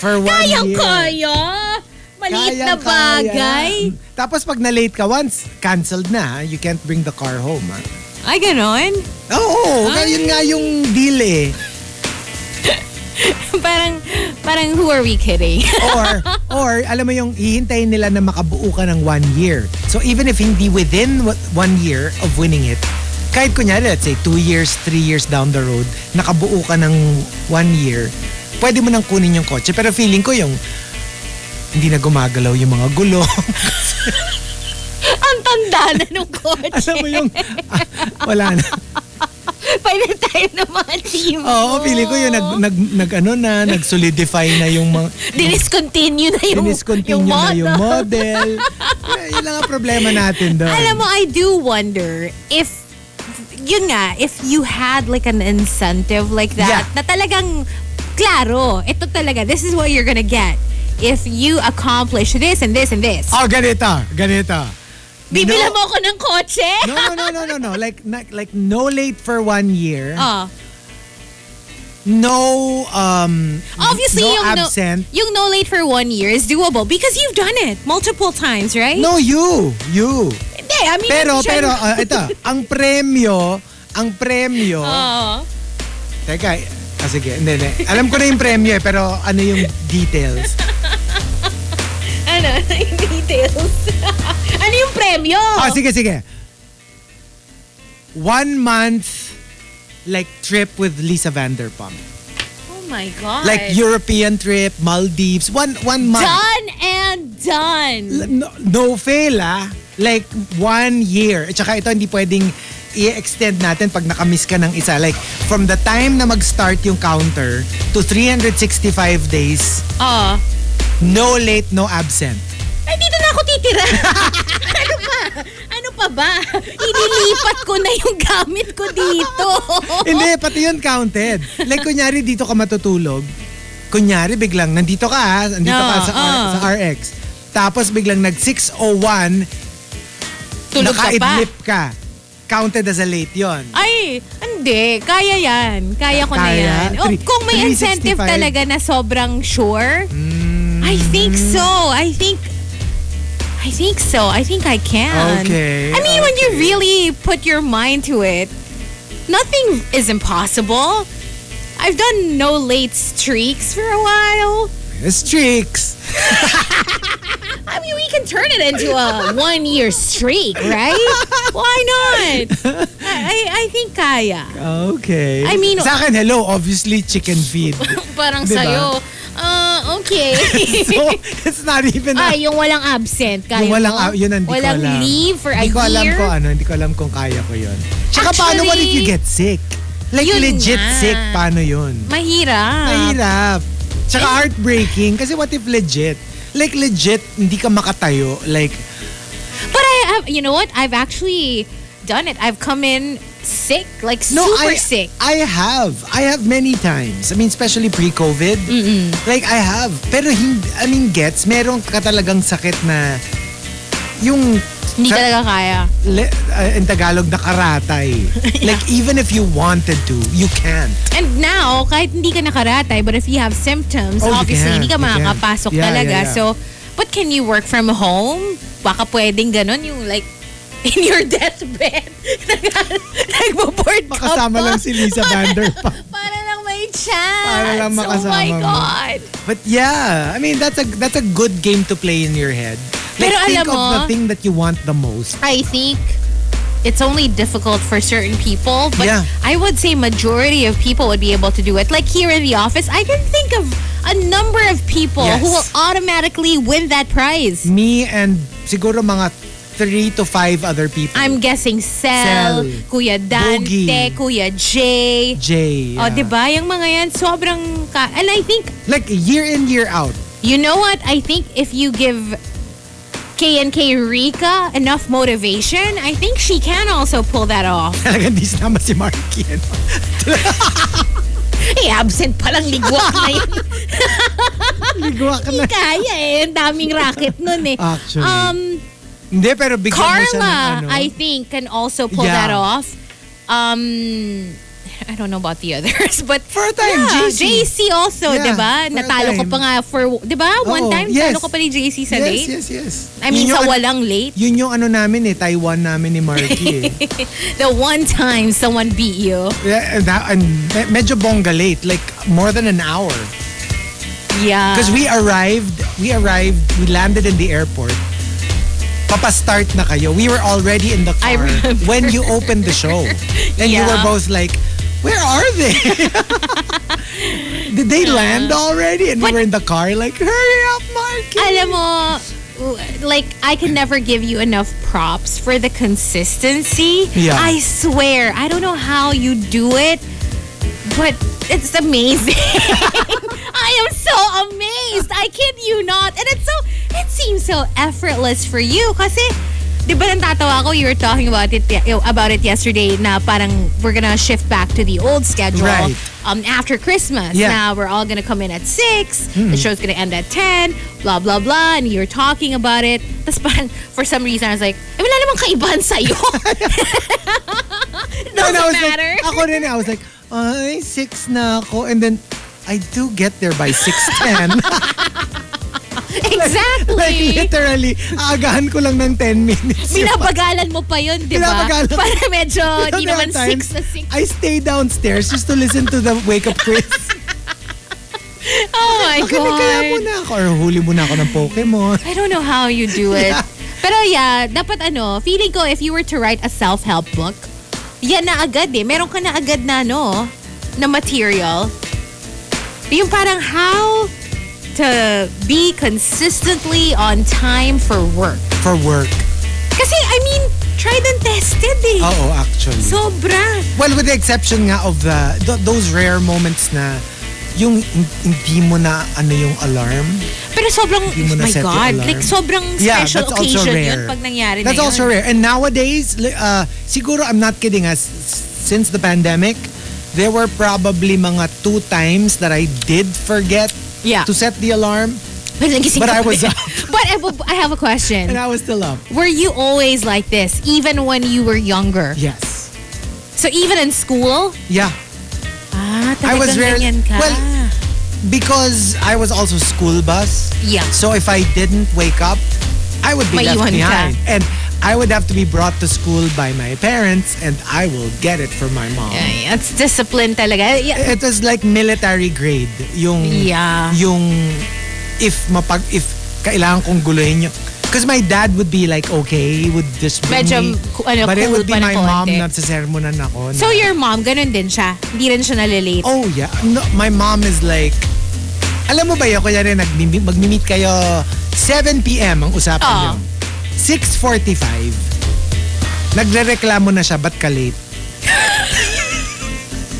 A: for one
B: Kaya,
A: year.
B: kaya. Maliit
A: Kaya,
B: na
A: kaya.
B: bagay.
A: Tapos pag na-late ka once, cancelled na. ha? You can't bring the car home. Ha?
B: Ay, ganon.
A: Oo, oh, yun nga yung deal eh.
B: parang, parang who are we kidding?
A: Or, or alam mo yung hihintayin nila na makabuo ka ng one year. So even if hindi within wa- one year of winning it, kahit kunyari, let's say two years, three years down the road, nakabuo ka ng one year, pwede mo nang kunin yung kotse. Pero feeling ko yung hindi na gumagalaw yung mga gulo.
B: ang tanda na nung
A: Alam mo
B: kotse.
A: yung, ah, wala na.
B: Pwede tayo na mga team.
A: Oo, pili ko yun, nag, nag, nag, ano na, nag-solidify na yung mga,
B: Diniscontinue na yung,
A: diniscontinue
B: yung
A: na yung
B: model.
A: model. Eh, yun lang ang problema natin doon.
B: Alam mo, I do wonder if yun nga, if you had like an incentive like that,
A: Yeah.
B: na talagang, klaro, ito talaga, this is what you're gonna get if you accomplish this and this and this.
A: Oh, ganito, ganito.
B: Bibila
A: No-
B: mo ako ng kotse?
A: No, no, no, no, no, no. Like, na- like no late for one year.
B: Oh.
A: No, um,
B: Obviously,
A: no
B: yung,
A: absent.
B: No, yung no late for one year is doable because you've done it multiple times, right?
A: No, you, you.
B: Eh? Hindi, I mean,
A: Pero,
B: siya-
A: pero, ah, ito, ang premyo, ang premyo,
B: Oo.
A: teka, ah, sige, hindi, hindi. Alam ko na yung premyo eh, pero ano yung details?
B: ano, yung details. ano yung premyo?
A: Ah, sige, sige. One month, like, trip with Lisa Vanderpump.
B: Oh my God.
A: Like, European trip, Maldives, one one month.
B: Done and done.
A: L- No, no fail, ah. Like, one year. At saka ito, hindi pwedeng i-extend natin pag nakamiss ka ng isa. Like, from the time na mag-start yung counter to 365 days,
B: Oo.
A: no late, no absent.
B: Ay, dito na ako titira. ano ba? Ano pa ba? Inilipat ko na yung gamit ko dito.
A: Hindi, pati yun counted. Like, kunyari dito ka matutulog. Kunyari, biglang nandito ka, ah. Nandito ka
B: Oo,
A: sa, R-
B: oo.
A: sa RX. Tapos biglang nag-601,
B: Tulog ka pa.
A: nakaidlip ka. Counted as a late yon.
B: Ay, hindi. Kaya yan. Kaya ko na
A: Kaya?
B: yan. Oh,
A: Three-
B: kung may incentive
A: 365.
B: talaga na sobrang sure,
A: Hmm.
B: I think so. I think I think so. I think I can.
A: Okay,
B: I mean, when you really put your mind to it, nothing is impossible. I've done no late streaks for a while.
A: Streaks.
B: I mean, we can turn it into a one-year streak, right? Why not? I, I, I think kaya.
A: Okay.
B: I mean-
A: sa akin, hello, obviously chicken feed.
B: Parang
A: Diba?
B: sa'yo, ah, okay.
A: so, it's not even a,
B: Ay, yung walang absent. Kaya
A: yung walang, ah,
B: mo?
A: yun ang hindi
B: walang
A: ko alam.
B: leave for a
A: hindi ko
B: year.
A: alam ko ano, hindi ko alam kung kaya ko yun. Tsaka paano what if you
B: Actually,
A: get sick? Like
B: yun
A: legit
B: nga.
A: sick, paano yun?
B: Mahirap.
A: Mahirap. Tsaka
B: Eh.
A: heartbreaking kasi what if legit? Like legit, hindi ka makatayo. Like,
B: But I have, you know what? I've actually done it. I've come in sick, like
A: no, I,
B: super sick.
A: I have. I have many times. I mean, especially pre-COVID. Like, I have. Pero, hindi, I mean, gets, meron ka talagang sakit na yung
B: Hindi
A: sa-
B: talaga kaya.
A: le- uh, in Tagalog na karatay. Like, even if you wanted to, you can't.
B: And now, kahit hindi ka nakaratay, but if you have symptoms,
A: Oh, you
B: obviously,
A: can,
B: hindi ka
A: you can.
B: makakapasok
A: Yeah,
B: talaga.
A: yeah, yeah.
B: So, but can you work from home? Baka pwedeng ganun yung like, in your deathbed, nag- nagbo-board ka
A: Makasama
B: pa.
A: lang si Lisa Vanderpump.
B: Para lang may chance.
A: Para lang
B: Oh my
A: makasama mo.
B: God.
A: But yeah, I mean, that's a that's a good game to play in your head. Like,
B: Pero
A: think
B: alam
A: of
B: mo-
A: the thing that you want the most.
B: I think it's only difficult for certain people, but
A: Yeah.
B: I would say majority of people would be able to do it. Like here in the office, I can think of a number of people
A: Yes.
B: who will automatically win that prize.
A: Me and siguro mga three to five other people.
B: I'm guessing
A: Sel,
B: Sel, Kuya Dante,
A: Boogie.
B: Kuya Jay.
A: Jay.
B: Oh,
A: yeah.
B: diba? Yung mga yan, sobrang ka... And I think,
A: Like, year in, year out.
B: you know what? I think if you give K&K Rika enough motivation, I think she can also pull that off.
A: Talaga hindi sinama si Marky. ano?
B: Eh, absent palang ligwak na yun.
A: Ligwa ka na.
B: Kaya eh. Ang daming racket nun eh.
A: Actually.
B: Um,
A: Hindi, pero bigyan mo siya ng
B: Carla,
A: ano.
B: I think, can also pull
A: Yeah.
B: that off. Um, I don't know about the others, but
A: For a time,
B: yeah,
A: JC.
B: JC also,
A: Yeah,
B: di
A: for a
B: ba? Natalo ko
A: time.
B: pa nga for, di ba?
A: Oo,
B: One time,
A: yes.
B: natalo ko pa ni JC sa
A: yes,
B: late.
A: yes, yes.
B: I mean,
A: Yun yung
B: sa
A: ano-
B: walang late.
A: Yun yung ano namin eh, Taiwan namin ni Marky eh.
B: The one time someone beat you.
A: Yeah, and that, and me- medyo bongga late, like more than an hour.
B: Yeah.
A: Because we arrived, we arrived, we landed in the airport. Papa-start na kayo. We were already in the
B: I
A: car
B: remember.
A: when you opened the show. And you
B: Yeah.
A: were both like, where are they? Did they land already? And we
B: But-
A: were in the car like, hurry up, Marky.
B: alam mo, like, I can never give you enough props for the consistency.
A: Yeah.
B: I swear, I don't know how you do it, but it's amazing. I am so amazed. I kid you not. And it's so, it seems so effortless for you kasi, di ba natatawa ko, you were talking about it, about it yesterday na parang we're gonna shift back to the old schedule
A: Right.
B: um, after Christmas.
A: Yeah. Hmm.
B: Now we're all gonna come in at six. The show's gonna end at ten. Blah blah blah. And you're talking about it. Tapos parang for some reason I was like, eh, wala namang kaibahan sa'yo.
A: And I was
B: Doesn't matter.
A: Like, ako rin, I was like, ay, six na ako. And then, I do get there by 6.10.
B: Exactly.
A: Like literally, aagahan ko lang ng 10 minutes.
B: Binabagalan mo pa yun, di ba?
A: Binabagalan.
B: Para medyo,
A: Alam
B: di
A: mo,
B: naman
A: at times,
B: six na six.
A: I stay downstairs just to listen to the wake up quiz.
B: Oh my
A: Kaya kaya
B: God.
A: muna ako or huli muna ako ng Pokemon.
B: I don't know how you do it. Pero yeah, dapat ano, feeling ko if you were to write a self-help book, yan na agad eh. Meron ka na agad na ano, na material. Yung parang how to be consistently on time for work.
A: For work.
B: Kasi I mean, tried and tested eh.
A: Oo, actually.
B: Sobra.
A: Well, with the exception nga of the, th- those rare moments na yung hin- hindi mo na ano yung alarm.
B: Pero sobrang,
A: mo na
B: my
A: set yung
B: God,
A: alarm.
B: like sobrang
A: Yeah,
B: special
A: that's also
B: occasion
A: rare.
B: yun pag nangyari
A: That's
B: na yun.
A: also rare. And nowadays, li- uh, siguro, I'm not kidding, as since the pandemic, there were probably mga two times that I did forget
B: Yeah.
A: to set the alarm
B: But, nagising
A: But
B: ka
A: I
B: pa
A: was
B: rin.
A: up.
B: eh. But I, will- I have a question.
A: and I was still up.
B: Were you always like this, even when you were younger?
A: Yes.
B: So even in school?
A: Yeah.
B: Ah,
A: I was
B: talagang
A: rare-
B: ganyan ka.
A: well, Because I was also school bus.
B: Yeah.
A: So if I didn't wake up, I would be left
B: Maiwan ka.
A: behind. And I would have to be brought to school by my parents and I will get it from my mom.
B: Ay, that's discipline talaga. Yeah.
A: It was like military grade. Yung,
B: Yeah.
A: yung if mapag, if kailangan kong guluhin yung, Because my dad would be like, okay, he would just bring
B: Medyo,
A: me.
B: ku- ano,
A: but it
B: cool
A: would be
B: pa na
A: my mom
B: konti.
A: na sermonan ako.
B: So
A: na-
B: your mom, ganun din siya. Hindi rin siya nalilate.
A: Oh yeah. No, my mom is like, alam mo ba yun, kunyari nagmi- magmi-meet kayo 7pm ang usapan
B: Oo.
A: niyo. 6.45. Nagre-reklamo na siya, ba't ka late?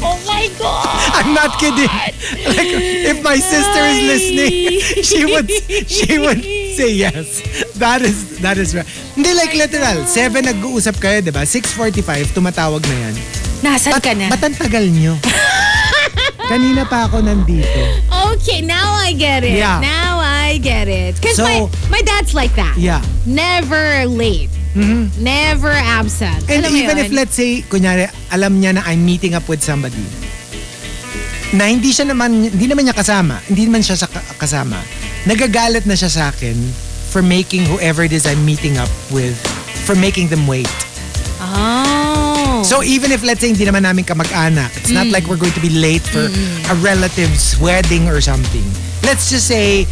B: Oh my God!
A: I'm not kidding. Like, if my sister is
B: Ay.
A: listening, she would she would say yes. That is that is right. Hindi like literal, 7 nag-uusap kayo, 'di ba? 6:45 tumatawag na 'yan.
B: Nasaan
A: Ba't,
B: ka na?
A: ba't ang tagal nyo? Kanina pa ako nandito.
B: okay, now I get it.
A: Yeah.
B: Now I get it. Because
A: So-
B: my, my dad's like that.
A: Yeah. Mm-hmm.
B: Never late. Never absent.
A: And
B: Alam mo
A: even
B: yun?
A: if let's say, kunyari, alam niya na I'm meeting up with somebody, na hindi siya naman, hindi naman niya kasama, hindi naman siya sa kasama, nagagalit na siya sa akin for making whoever it is I'm meeting up with, for making them wait.
B: Oh. Mm.
A: So even if let's say hindi naman namin kamag-anak, it's not like we're going to be late for a relative's wedding or something. Let's just say,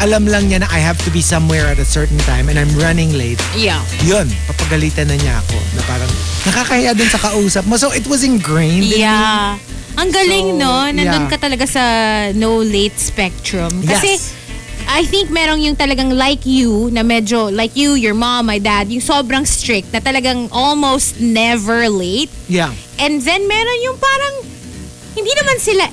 A: alam lang niya na I have to be somewhere at a certain time and I'm running late
B: yeah.
A: yun, papagalitan na niya ako na parang nakakahiya dun sa kausap mo. So it was ingrained. in
B: Yeah. Ang galing,
A: So,
B: no? Nandun
A: yeah.
B: ka talaga sa no late spectrum. Kasi,
A: Yes.
B: I think merong yung talagang like you, na medyo like you, your mom, my dad, yung sobrang strict, na talagang almost never late.
A: Yeah.
B: And then meron yung parang, hindi naman sila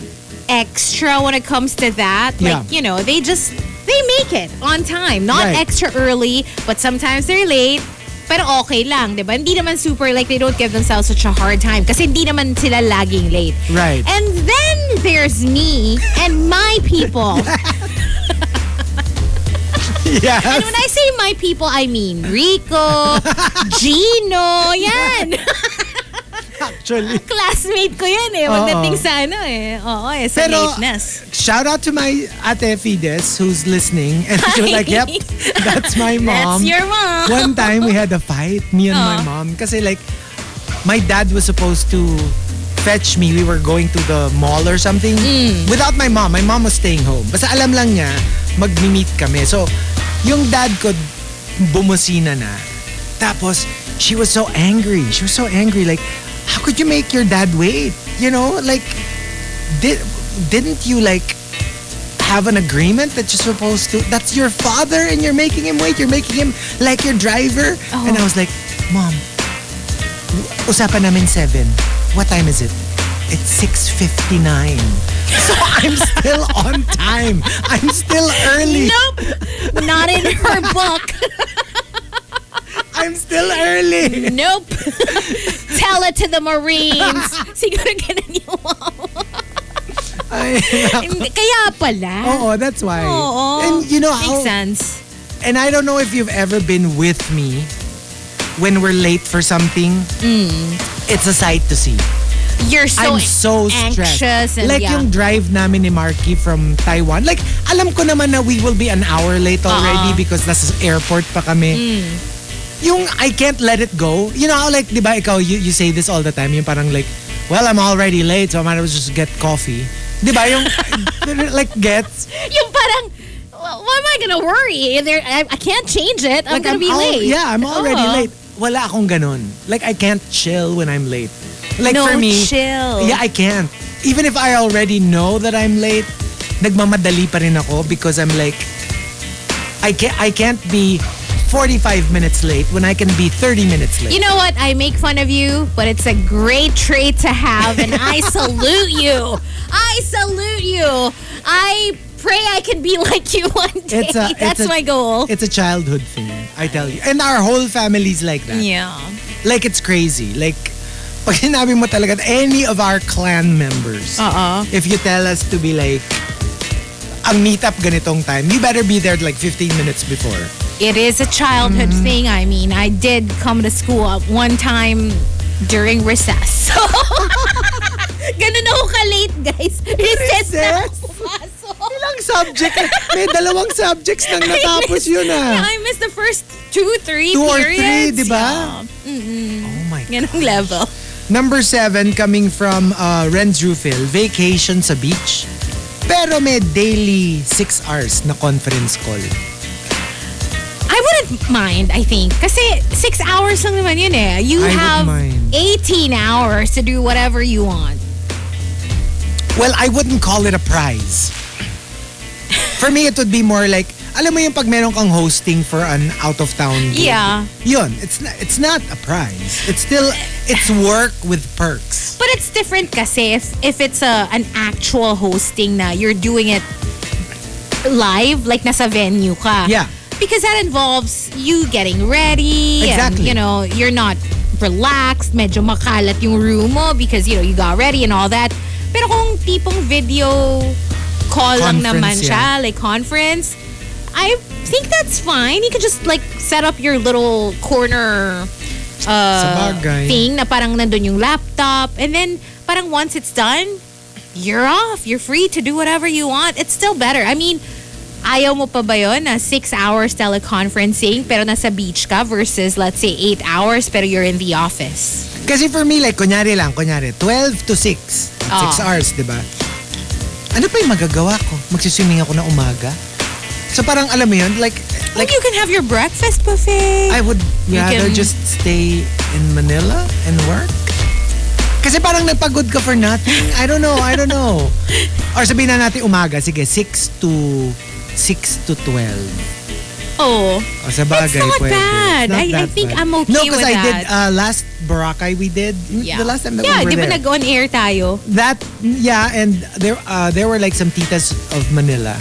B: extra when it comes to that. Like,
A: Yeah.
B: you know, they just, they make it on time. Not
A: Right.
B: extra early, but sometimes they're late. Pero okay lang, di ba? Hindi naman super, like, they don't give themselves such a hard time. Kasi hindi naman sila laging late.
A: Right.
B: And then there's me and my people.
A: Yes.
B: And when I say my people, I mean Rico, Gino, yan.
A: Actually.
B: Classmate ko yan eh.
A: Oo.
B: Pagdating sa ano eh. Oo eh, sa
A: Pero-
B: lateness.
A: Shout out to my ate Fides who's listening and she was like, yep, that's my mom.
B: That's your mom.
A: One time we had a fight, me and my
B: Oh.
A: mom. Kasi like, my dad was supposed to fetch me. We were going to the mall or something. Without my mom. My mom was staying home. Basta alam lang niya, mag-meet kami. So, yung dad ko, bumusina na. Tapos, she was so angry. She was so angry. Like, how could you make your dad wait? You know, like, did, didn't you like have an agreement that you're supposed to that's your father and you're making him wait you're making him like your driver and i was like mom usapan namin 7 what time is it it's 6.59 so i'm still on time i'm still early
B: Nope. Not in her book.
A: i'm still early
B: Nope. Tell it to the Marines. Siguro ganun yung mom.
A: Ay,
B: Hindi- Kaya pala.
A: oo that's why
B: Oo.
A: and you know
B: Makes
A: how
B: sense.
A: and I don't know if you've ever been with me when we're late for something. It's a sight to see.
B: You're
A: I'm
B: Mm. so,
A: so
B: anxious
A: stressed.
B: and
A: like
B: yeah.
A: yung drive namin ni Marky from Taiwan. Like, alam ko naman na we will be an hour
B: Uh-uh.
A: late already because nasa airport pa kami.
B: Mm.
A: Yung I can't let it go. You know, how, like, di ba ikaw, you, you say this all the time. Yung parang like, well, I'm already late so I might as well just get coffee. Di ba? Yung, like, gets.
B: yung parang, well, why am I gonna worry? There, I, I can't change it. I'm
A: Like,
B: gonna be
A: al-
B: late. Oh.
A: Yeah, I'm already
B: Oo.
A: late. Wala akong ganun. Like, I can't chill when I'm late. Like,
B: no,
A: for me,
B: chill.
A: Yeah, I can't. Even if I already know that I'm late, nagmamadali pa rin ako because I'm like, I can't, I can't be 45 minutes late when I can be 30 minutes late.
B: You know what? I make fun of you, but it's a great trait to have, and I salute you. I salute you. I pray I can be like you one day.
A: It's a- it's
B: That's
A: a-
B: my goal.
A: it's a childhood thing, I tell you. And our whole family's like that.
B: yeah.
A: Like, it's crazy. Like, pag sinabi mo talaga, any of our clan members,
B: Uh-uh.
A: if you tell us to be like, ang meetup ganitong time, you better be there like 15 minutes before.
B: It is a childhood
A: Mm.
B: thing. I mean, I did come to school at one time during recess. So, ganun ako ka-late, guys. Recess, na
A: Recess?
B: ako pumasok.
A: Ang subject, may dalawang subjects nang natapos yun ah.
B: Yeah, I missed the first two, three
A: Two or
B: periods.
A: three, di ba?
B: Yeah.
A: Oh my God.
B: Ganung level.
A: Number seven, coming from uh, Renz Rufil, vacation sa beach. Pero may daily six hours na conference call.
B: I wouldn't mind, I think. Kasi six hours lang naman yun eh.
A: I
B: You
A: would
B: have
A: mind.
B: 18 hours to do whatever you want.
A: Well, I wouldn't call it a prize. For me, it would be more like, alam mo yung pag meron kang hosting for an out-of-town gig.
B: Yeah.
A: Yun, it's not, it's not a prize. It's still, it's work with perks.
B: But it's different kasi if, if it's a, an actual hosting na you're doing it live, like nasa venue ka.
A: Yeah.
B: Because that involves you getting ready.
A: Exactly.
B: And, you know, you're not relaxed. Medyo makalat yung room mo because, you know, you got ready and all that. Pero kung tipong video call lang
A: Conference,
B: naman
A: yeah.
B: siya, like conference, I think that's fine. You can just like set up your little corner uh,
A: Sabagay.
B: thing na parang nandun yung laptop. And then, parang once it's done, you're off. You're free to do whatever you want. It's still better. I mean, ayaw mo pa ba yun na six hours teleconferencing pero nasa beach ka versus let's say eight hours pero you're in the office.
A: Kasi for me, like, kunyari lang, kunyari, 12 to 6. 6
B: Ah.
A: hours, di ba? Ano pa yung magagawa ko? Magsiswimming ako na umaga? So parang, alam mo yun, like,
B: Like,
A: like
B: you can have your breakfast buffet.
A: I would
B: You
A: rather
B: can-
A: just stay in Manila and work. Kasi parang nagpagod ka for nothing. I don't know, I don't know. Or sabihin na natin umaga, sige, 6 to 6 to 12.
B: oh,
A: O sa bagay,
B: That's not
A: pwede.
B: bad.
A: It's not
B: I- I
A: that
B: think
A: bad.
B: I'm okay
A: No, because
B: with
A: I did,
B: that.
A: uh, last Boracay we did,
B: yeah.
A: the last time that
B: yeah,
A: we were
B: di ba
A: there.
B: nag-on air tayo?
A: that yeah and there uh, there were like some titas of manila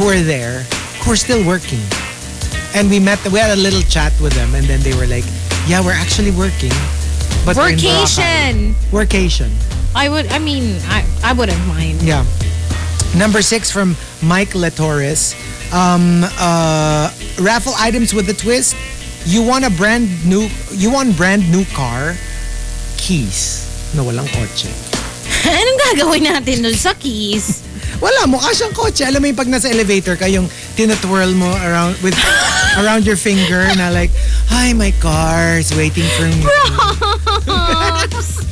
A: who were there who were still working and we met we had a little chat with them and then they were like yeah we're actually working but we're in Boracay."
B: Workation.
A: workation
B: I would, I mean, I, I wouldn't mind.
A: yeah number six from mike latores um uh raffle items with a twist you want a brand new you want brand new car keys na walang kotse
B: Anong gagawin natin dun sa keys?
A: Wala, mukha siyang kotse. Alam mo yung pag nasa elevator ka, yung tinatwirl mo around with around your finger na like, Hi, my car is waiting for me.
B: props.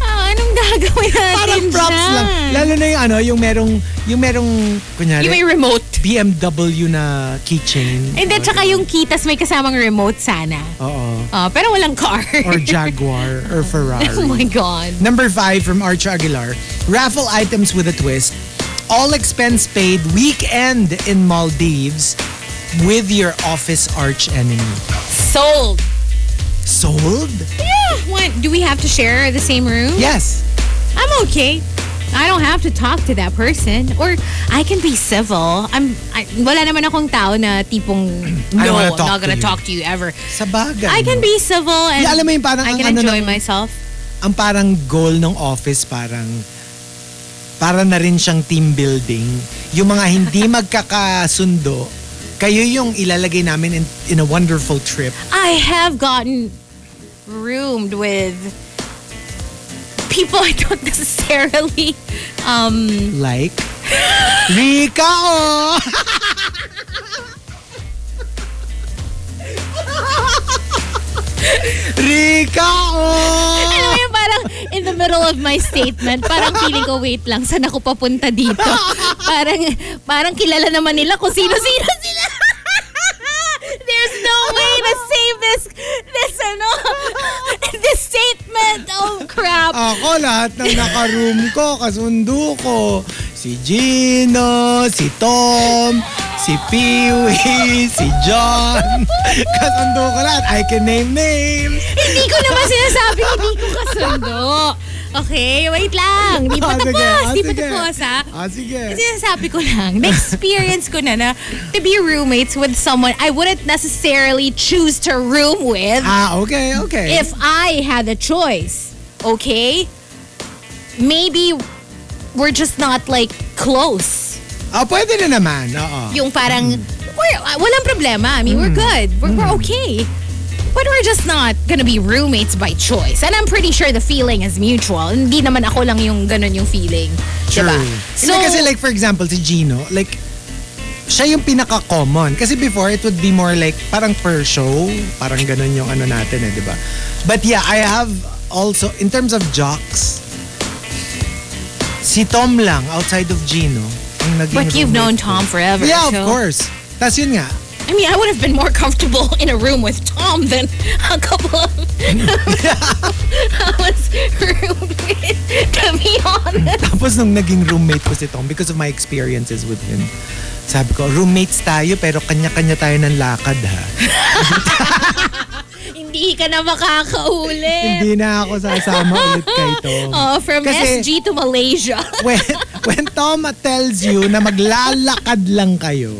B: Ah, anong gagawin natin
A: Parang props
B: dyan?
A: lang. Lalo na yung ano, yung merong, yung merong, kunyari,
B: Yung may remote.
A: BMW na keychain.
B: And then, tsaka yung kitas may kasamang remote sana.
A: Oo.
B: Ah, pero walang car.
A: Oh. Or Jaguar or Ferrari.
B: oh my God.
A: Number five from Arch Aguilar. Raffle items with a twist. All expense paid weekend in Maldives with your office arch enemy.
B: Sold.
A: Sold?
B: Yeah. What, do we have to share the same room?
A: Yes.
B: I'm okay. I don't have to talk to that person. Or I can be civil. I'm, I, wala naman akong tao na tipong,
A: I
B: no,
A: don't wanna
B: I'm
A: talk
B: not
A: to
B: gonna
A: you."
B: talk to you ever.
A: Sa bagay.
B: I can
A: no?
B: be civil and
A: Yeah, alam mo yung parang
B: I
A: ang
B: can
A: ano
B: enjoy
A: ng-
B: myself.
A: Ang parang goal ng office, parang para na rin siyang team building. Yung mga hindi magkakasundo, kayo yung ilalagay namin in, in a wonderful trip.
B: I have gotten roomed with people I don't necessarily um
A: Like? Rika, oh! Rika, oh!
B: alam mo yung parang in the middle of my statement parang feeling ko wait lang saan ako papunta dito parang parang kilala naman nila kung sino sino sila there's no way to save this this ano this statement oh crap
A: Ako, lahat ng naka-room ko, kasundo ko. Si Gino, si Tom, si Peewee, si John. Kasundo ko lahat. I can name names.
B: Hindi ko naman sinasabi, hindi ko kasundo. Okay, wait lang. Di pa
A: Ah, sige,
B: tapos,
A: ah,
B: di pa
A: sige.
B: tapos ha.
A: Ah, sige.
B: Sinasabi ko lang, na-experience ko na na to be roommates with someone I wouldn't necessarily choose to room with
A: Ah, okay, okay.
B: if I had a choice. Okay? Maybe we're just not like close.
A: ah, pwede na naman. Oo.
B: Yung parang, we're, ah, walang problema. I mean, we're
A: Mm.
B: good. We're, we're okay. But we're just not gonna be roommates by choice. And I'm pretty sure the feeling is mutual. Hindi naman ako lang yung ganun yung feeling.
A: True.
B: Diba?
A: So, kasi like for example, si Gino, like, siya yung pinaka-common. Kasi before, it would be more like, parang per show, parang ganun yung ano natin eh, di ba? But yeah, I have also, in terms of jocks, si Tom lang, outside of Gino, ang naging
B: but you've known
A: roommate ko.
B: Tom forever.
A: Yeah, of
B: so-
A: course. Tapos yun nga,
B: I mean, I would have been more comfortable in a room with Tom than a couple of I was roommates, to be honest.
A: Tapos nung naging roommate ko si Tom, because of my experiences with him, sabi ko, roommates tayo pero kanya-kanya tayo ng lakad ha.
B: Hindi ka na makakaulit.
A: Hindi na ako sasama ulit kay Tom.
B: Oh, from
A: Kasi-
B: SG to Malaysia.
A: when, when Tom tells you na maglalakad lang kayo,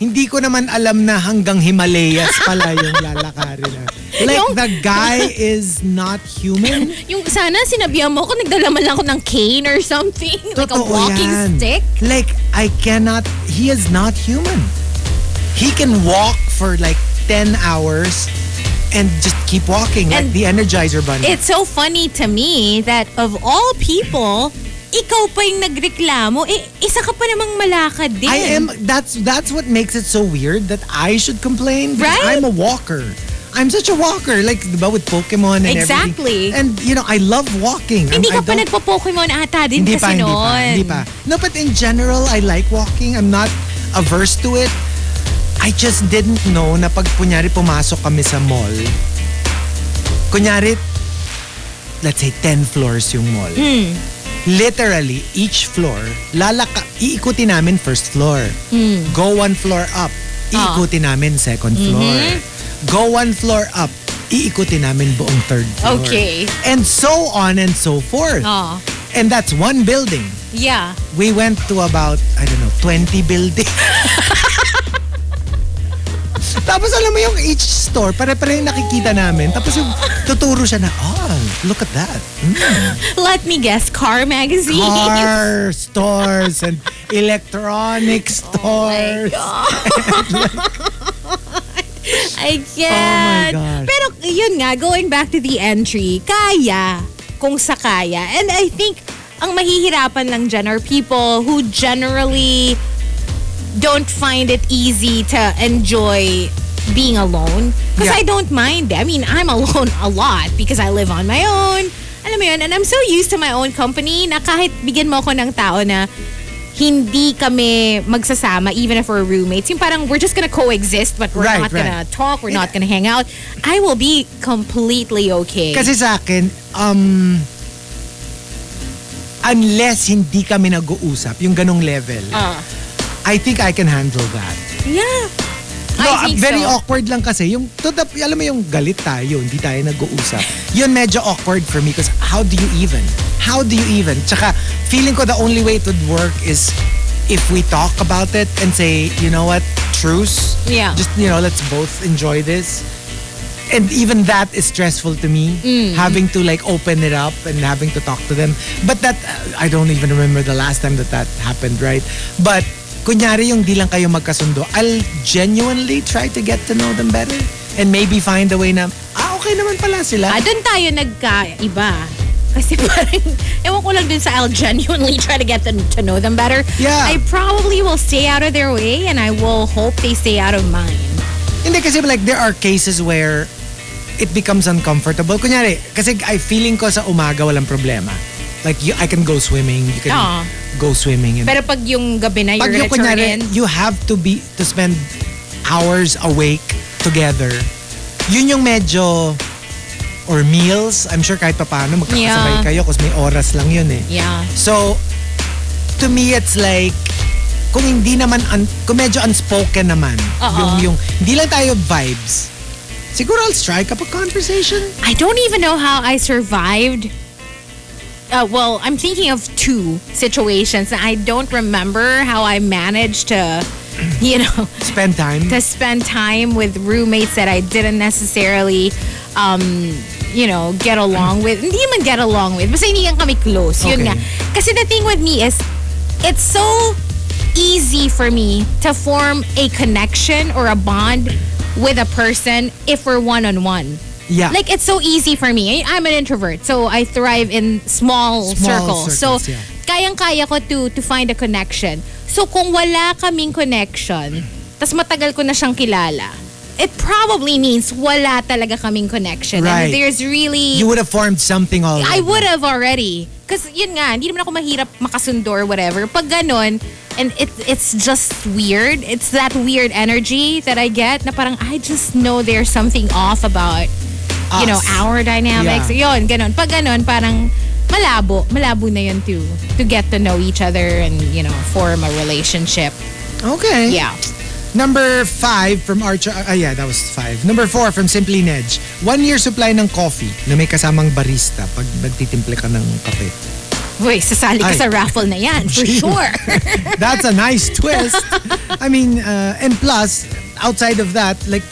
A: hindi ko naman alam na hanggang Himalayas pala yung lalakarin na. Like,
B: Yung-
A: the guy is not human.
B: Yung sana sinabihan mo ako, nagdala man lang ako ng cane or something. like a
A: Totoo
B: walking
A: yan.
B: stick.
A: Like, I cannot, he is not human. He can walk for like 10 hours and just keep walking like
B: And
A: the Energizer Bunny.
B: It's so funny to me that of all people, ikaw pa yung nagreklamo. Eh, isa ka pa namang malakad din.
A: I am that's that's what makes it so weird that I should complain because
B: Right?
A: I'm a walker. I'm such a walker, like diba, with Pokemon and
B: Exactly.
A: everything. And you know, I love walking.
B: Hindi
A: I'm- I
B: ka pa
A: don't-
B: nagpo-Pokemon ata din
A: hindi pa,
B: kasi
A: hindi
B: noon.
A: pa, hindi pa. No, but in general, I like walking. I'm not averse to it. I just didn't know na pag kunyari pumasok kami sa mall, kunyari, let's say 10 floors yung mall.
B: Hmm.
A: Literally, each floor, lalaka, iikutin namin first floor.
B: Hmm.
A: Go one floor up,
B: Ah.
A: iikutin namin second floor.
B: Mm-hmm.
A: Go one floor up, iikutin namin buong third floor.
B: Okay.
A: And so on and so forth.
B: Oh,
A: And that's one building.
B: yeah.
A: We went to about, I don't know, 20 buildings. Tapos alam mo yung each store, pare-pare yung nakikita namin. Tapos yung tuturo siya na, oh, look at that.
B: Let me guess, car magazine.
A: Car stores and electronic stores. Oh
B: I get.
A: God.
B: Pero yun nga, going back to the entry, kaya kung sa kaya. And I think ang mahihirapan lang dyan are people who generally don't find it easy to enjoy being alone. Because
A: Yeah.
B: I don't mind. I mean, I'm alone a lot because I live on my own. Alam mo yun, and I'm so used to my own company na kahit bigyan mo ako ng tao na hindi kami magsasama even if we're roommates. Yung parang we're just gonna coexist but we're
A: Right,
B: not gonna
A: right.
B: talk, we're not gonna hang out. I will be completely okay.
A: Kasi sa akin, um, unless hindi kami nag-uusap, yung ganong level,
B: Ah.
A: I think I can handle that.
B: yeah.
A: No, ah,
B: I think
A: very
B: so.
A: awkward lang kasi. Yung, to the, alam mo yung galit tayo, hindi tayo nag-uusap. Yun medyo awkward for me because how do you even? How do you even? Tsaka, feeling ko the only way it would work is if we talk about it and say, you know what, truce.
B: Yeah.
A: Just, you know, let's both enjoy this. And even that is stressful to me, having to like open it up and having to talk to them. But that, uh, I don't even remember the last time that that happened, right? But kunyari yung di lang kayo magkasundo, I'll genuinely try to get to know them better and maybe find a way na, ah, okay naman pala sila.
B: Ah, doon tayo nagkaiba. Kasi parang, ewan ko lang dun sa, I'll genuinely try to get them to know them better.
A: Yeah.
B: I probably will stay out of their way and I will hope they stay out of mine.
A: Hindi kasi like there are cases where it becomes uncomfortable. Kunyari, kasi I feeling ko sa umaga walang problema. Like you, I can go swimming, you can
B: Oo.
A: go swimming. And
B: Pero pag yung gabi na,
A: pag
B: you're
A: yung
B: gonna turn
A: kunyari,
B: in.
A: you have to be to spend hours awake together. Yun yung medyo or meals, I'm sure kahit papaano magkakasabay
B: Yeah.
A: kayo kasi may oras lang yun eh.
B: Yeah.
A: So, to me, it's like, kung hindi naman, un, kung medyo unspoken naman,
B: Oo.
A: yung, yung, hindi lang tayo vibes, siguro I'll strike up a conversation.
B: I don't even know how I survived. Uh, well, I'm thinking of two situations. and I don't remember how I managed to, you know,
A: Spend time.
B: to spend time with roommates that I didn't necessarily, um, you know, get along with. Hindi man get along with. Basta hindi lang kami close. Yun
A: Okay.
B: nga. Kasi the thing with me is, it's so easy for me to form a connection or a bond with a person if we're one-on-one.
A: Yeah.
B: Like it's so easy for me. I'm an introvert, so I thrive in
A: Small
B: small, circles.
A: circles,
B: so
A: yeah.
B: kayang-kaya ko to to find a connection. So kung wala kaming connection, tas matagal ko na siyang kilala, it probably means wala talaga kaming connection.
A: Right.
B: And there's really
A: you would have formed something already.
B: I would have already. Cause yun nga, hindi naman ako mahirap makasundo or whatever. Pag ganun, and it, it's just weird. It's that weird energy that I get na parang I just know there's something off about, you know,
A: Us.
B: our dynamics. Yun, ganun. Pag ganun, parang malabo. Malabo na yun too. To get to know each other and, you know, form a relationship.
A: Okay.
B: Yeah.
A: Number five from Archer. Ah, yeah, that was five. Number four from Simply Nedge. One year supply ng coffee na may kasamang barista pag nagtitimpla ka ng kape.
B: Uy, sasali ka
A: Ay.
B: sa raffle na yan. For sure.
A: That's a nice twist. I mean, uh, and plus, outside of that, like,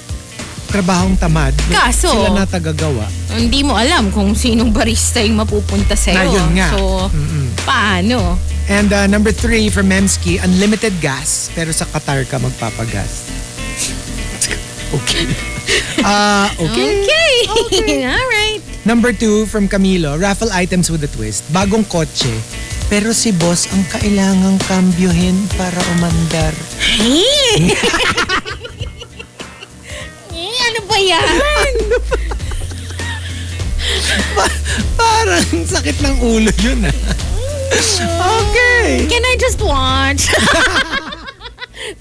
A: trabahong tamad.
B: Kaso-
A: Sila na tagagawa.
B: Hindi mo alam kung sinong barista yung mapupunta sa'yo.
A: Na, yun nga.
B: So, paano?
A: And uh, number three from Memski, unlimited gas, pero sa Qatar ka magpapagas. Okay. Ah, okay.
B: Okay. All right.
A: Number two from Camilo, raffle items with a twist. Bagong kotse, pero si boss ang kailangang kambyohin para umandar.
B: Hey! Eh, ano ba yan?
A: Parang sakit ng ulo yun ah. Okay.
B: Can I just watch?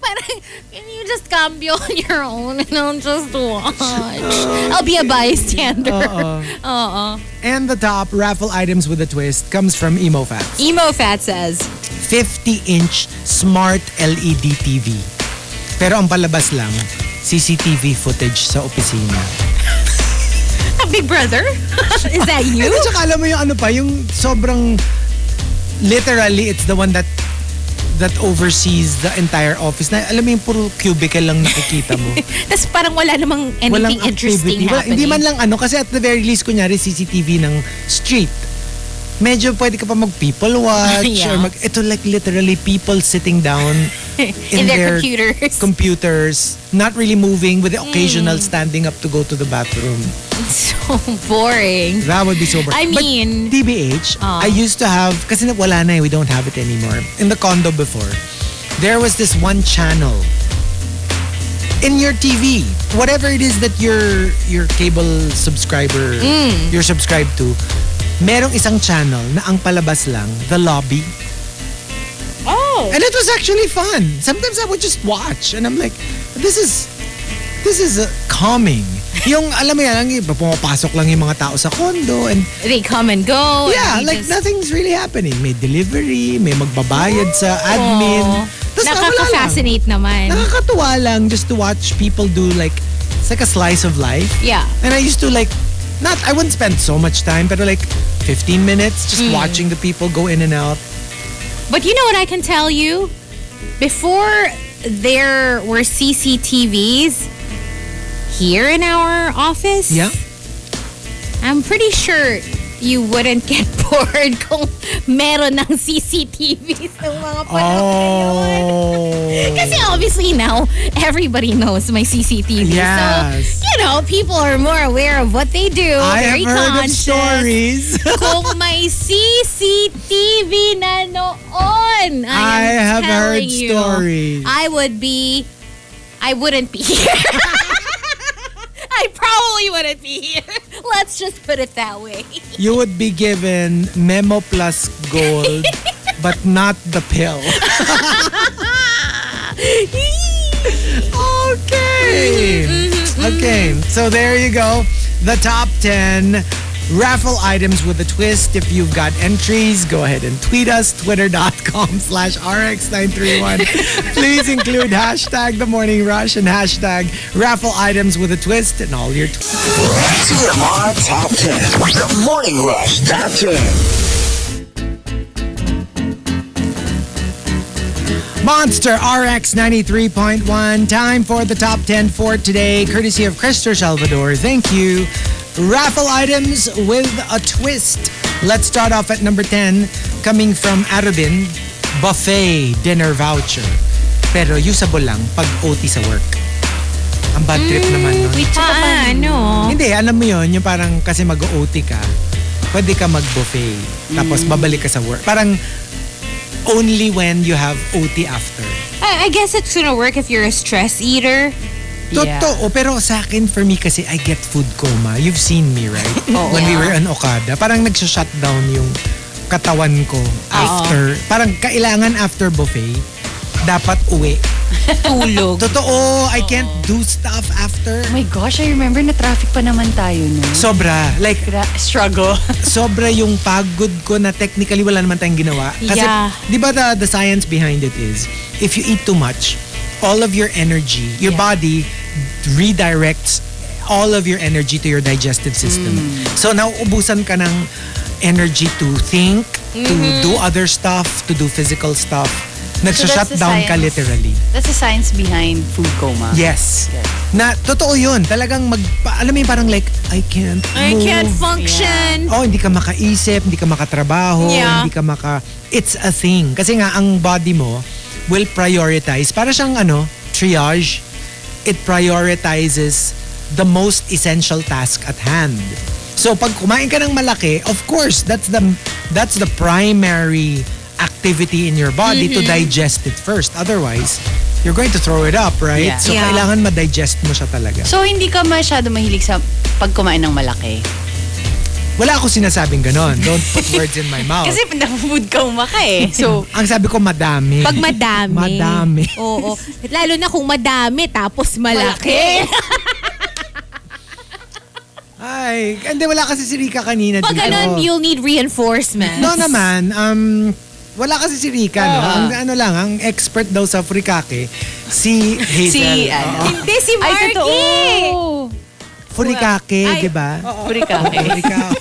B: Parang, can you just cambio on your own and I'll just watch?
A: Uh,
B: I'll be a bystander.
A: Oo.
B: Oo.
A: And the top raffle items with a twist comes from EmoFat.
B: Emo Fat says,
A: 50-inch smart E LED TV. Pero ang palabas lang, CCTV footage sa opisina.
B: a big brother? Is that you?
A: Pero tsaka alam mo yung ano pa, yung sobrang literally it's the one that that oversees the entire office na alam mo yung puro cubicle lang nakikita mo.
B: Tapos parang wala namang anything
A: Walang
B: interesting
A: activity. Wala-
B: happening.
A: hindi man lang ano kasi at the very least kunyari CCTV ng street. Medyo pwede ka pa mag people watch
B: Yeah.
A: or mag ito like literally people sitting down in,
B: In their computers.
A: computers, not really moving with the occasional
B: Mm.
A: standing up to go to the bathroom.
B: so boring.
A: That would be sober.
B: I mean-
A: but TBH,
B: Ah.
A: I used to have, kasi na- wala na eh, we don't have it anymore. In the condo before, there was this one channel in your TV, whatever it is that your your cable subscriber,
B: Mm.
A: you're subscribed to, merong isang channel na ang palabas lang, The Lobby.
B: Oh.
A: And it was actually fun. Sometimes I would just watch and I'm like, this is this is uh, calming. Yung alam mo yan, yung pumapasok lang yung mga tao sa condo and
B: They come and go. and
A: Yeah,
B: we
A: like
B: just-
A: nothing's really happening. May delivery, may magbabayad sa admin. Tapos wala lang.
B: Nakaka-fascinate naman.
A: Nakakatuwa lang just to watch people do like, it's like a slice of life.
B: Yeah.
A: And I used to like, not, I wouldn't spend so much time, but like 15 minutes
B: Hmm.
A: just watching the people go in and out.
B: But you know what I can tell you? Before there were CCTVs here in our office,
A: Yeah.
B: I'm pretty sure you wouldn't get bored kung meron ng CCTVs ng mga panahon
A: Oh.
B: na yun. Kasi obviously now, everybody knows my CCTV.
A: Oh. Yes.
B: So, you know, know, people are more aware of what they do.
A: I
B: very
A: have heard of
B: conscious.
A: stories.
B: Kung may CCTV na noon, I,
A: I
B: am
A: have heard
B: telling you,
A: stories.
B: I would be, I wouldn't be here. I probably wouldn't be here. Let's just put it that way.
A: you would be given Memo Plus Gold, but not the pill. okay. Okay, so there you go. The top 10 raffle items with a twist. If you've got entries, go ahead and tweet us, twitter.com slash rx931. Please include hashtag the morning rush and hashtag raffle items with a twist in all your tweets.
C: TMR Top 10. The Morning Rush Top 10.
A: Monster RX 93.1. Time for the top 10 for today, courtesy of Christopher Salvador. Thank you. Raffle items with a twist. Let's start off at number 10, coming from Arubin. Buffet dinner voucher. Pero usable lang pag OT sa work. Ang bad trip naman nun.
B: Ah, Paano?
A: Hindi, alam mo yun, yung parang kasi mag-OT ka, pwede ka mag-buffet. Tapos babalik ka sa work. Parang only when you have OT after.
B: I, I guess it's gonna work if you're a stress eater.
D: Yeah.
A: Totoo, pero sa akin, for me kasi, I get food coma. You've seen me, right? When we were on Okada, parang nagsha-shutdown yung katawan ko after. Parang kailangan after buffet, dapat uwi.
D: Tulog.
A: Totoo, I can't do stuff after.
D: Oh my gosh, I remember na traffic pa naman tayo, no?
A: Sobra. Like,
D: Gra- struggle.
A: sobra yung pagod ko na technically wala naman tayong ginawa. Kasi,
B: Yeah.
A: di ba the, the science behind it is, if you eat too much, all of your energy, your
D: Yeah.
A: body redirects all of your energy to your digestive system.
D: Mm.
A: So, nauubusan ka ng energy to think, to
D: Mm-hmm.
A: do other stuff, to do physical stuff.
D: that's the
A: Nagsha-shutdown ka
D: science. Ah,
A: literally.
D: That's the science behind food coma.
A: Yes. Na, totoo yun. Talagang mag... pa- alam mo yung parang like, I can't
B: I
A: move.
B: can't function.
A: Oh, hindi ka makaisip, hindi ka makatrabaho,
B: Yeah.
A: hindi ka maka... It's a thing. Kasi nga, ang body mo will prioritize. Para siyang ano, triage. It prioritizes the most essential task at hand. So pag kumain ka ng malaki, of course, that's the that's the primary activity in your body to digest it first. Otherwise, you're going to throw it up, right?
D: Yeah.
A: So
B: Yeah.
A: kailangan ma-digest mo siya talaga.
D: So, hindi ka masyado mahilig sa pag kumain ng malaki.
A: Wala ako sinasabing ganon. Don't put words in my mouth.
D: Kasi na-food coma ka eh. So,
A: Ang sabi ko madami.
B: Pag madami.
A: Madami.
B: Oo. Lalo na kung madami tapos malaki.
A: Ay, hindi wala kasi si Rika kanina
B: Pag
A: dito.
B: ganun, you'll need reinforcements.
A: Diba? No naman, um, wala kasi si Rika, no?
B: Ah.
A: Ang, ano lang, ang expert daw sa furikake, si Hazel.
D: si, ano,
B: Hindi si
D: Ay,
B: Marky.
D: totoo!
A: Furikake,
B: Ay.
A: di ba?
D: Puri ka eh.
A: Furika-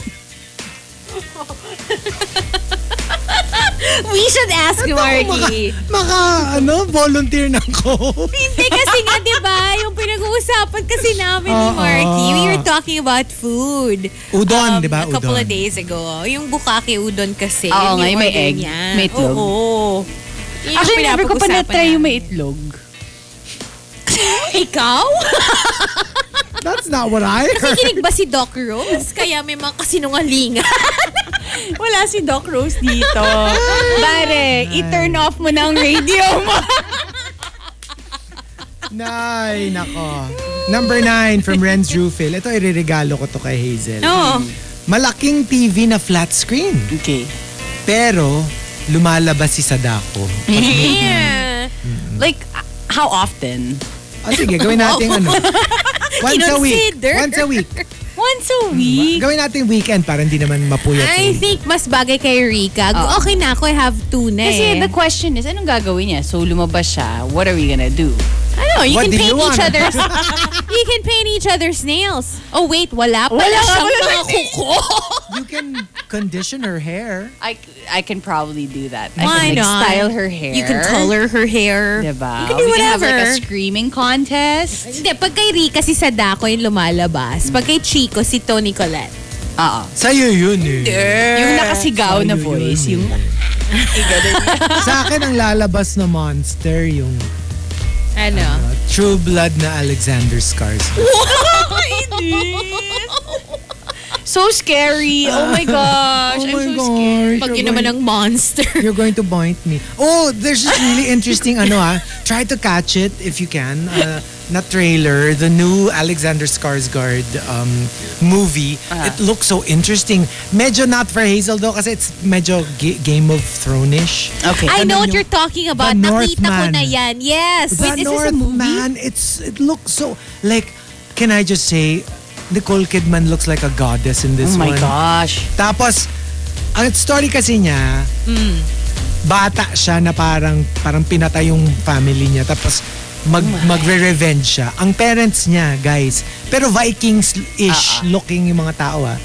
B: We should ask Marky.
A: Maka, ano, volunteer ng ko.
B: Hindi kasi nga, di ba? Yung pinag-uusapan kasi namin ni
A: Oo.
B: Marky. We were talking about food. Um,
A: Udon, di ba?
B: A couple
A: Udon.
B: of days ago. Yung bukake udon kasi.
D: Oo
B: yun
D: nga,
B: yung
D: may
B: order
D: egg,
B: niya.
D: may itlog.
B: Oo. Yun yung
D: Actually, never ko pa
B: pinapag-usapan
D: na-try yung
B: namin.
D: may itlog.
B: Ikaw?
A: That's not what I heard.
B: Kinig ba si Doc Rose? Kaya may mga kasinungalingan.
D: Wala si Doc Rose dito. Pare, i-turn off mo na ang radio mo.
A: Nay, nako. Number nine from Renz Rufil. Ito, iririgalo ko to kay Hazel.
B: Oo.
A: Malaking TV na flat screen.
D: Okay.
A: Pero, lumalabas si Sadako.
B: Yeah.
D: Like, how often?
A: O Ah, sige, gawin natin ano. Once a week.
B: Kinonsider.
A: Once a week.
D: Once a week.
A: Gawin natin weekend para hindi naman mapuyat. sa
B: I
A: weekend.
B: think mas bagay kay Rika.
D: Oo.
B: Okay na ako, I have two na
D: Kasi
B: eh.
D: the question is, anong gagawin niya? So, lumabas siya. What are we gonna do?
B: I don't know, Ano, you
A: What
B: can
A: do you
B: paint each
A: want?
B: other's you can paint each other's nails. Oh wait, wala pala
D: Wala nga
B: siyang
D: pala
B: mga kuko.
A: You can condition her hair.
D: I, I can probably do that. I
B: Why
D: can like,
B: not?
D: style her hair.
B: You can color her hair.
D: Diba?
B: You can do
D: We have like a
B: whatever.
D: screaming contest.
B: Hindi, pag kay Rika si Sadako yung lumalabas. Pag kay Chico si Tony Colette.
D: Oo.
A: Sa'yo yun eh.
D: Uh-uh. Yung nakasigaw na
A: Sa'yo yun
D: voice.
A: eh.
D: Yung,
A: Sa akin, ang lalabas na monster, yung
B: Ano?
A: uh, true blood na Alexander Skarsgård.
B: Why?
D: So scary. Oh my gosh.
A: Oh
D: I'm
A: my
D: so
A: gosh.
D: scared.
B: Pag yun naman ang monster.
A: You're going to bite me. Oh, there's this really interesting ano ah. Try to catch it if you can. Uh, na trailer, the new Alexander Skarsgård um, movie.
E: Uh-huh.
A: It looks so interesting. Medyo not for Hazel though kasi it's medyo Ga- Game of Throne-ish.
E: Okay.
B: I know what
A: yung-
B: you're talking about.
A: The
B: Nakita ko
A: Northman.
B: na yan. Yes.
A: The Northman, it's it looks so like can I just say Nicole Kidman looks like a goddess in this
E: oh my
A: one.
E: gosh.
A: Tapos, ang story kasi niya,
B: Mm.
A: bata siya na parang, parang pinatay yung family niya. Tapos, mag, magre-revenge siya. Ang parents niya, guys, pero
B: Ah,
A: Vikings-ish looking yung mga tao ah.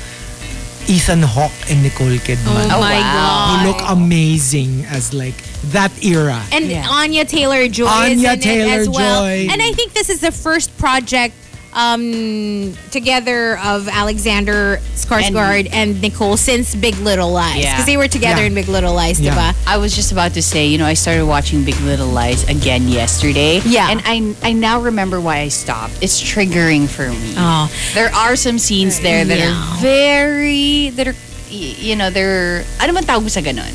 A: Ethan Hawke and Nicole Kidman.
B: Oh, my
A: who
B: God.
A: look amazing as like that era.
B: And
E: Yeah.
B: Anya Taylor Joy is in
A: Anya
B: it as well.
A: Taylor-Joy.
B: And I think this is the first project um, together of Alexander Skarsgård and, Nicole since Big Little Lies.
E: Yeah.
B: Because they were together
A: Yeah.
B: in Big Little Lies,
A: Yeah.
B: diba?
E: I was just about to say, you know, I started watching Big Little Lies again yesterday.
B: Yeah.
E: And I I now remember why I stopped. It's triggering for me.
B: Oh.
E: There are some scenes there that
B: Yeah.
E: are very that are y- you know, they're ano man tawag sa ganun?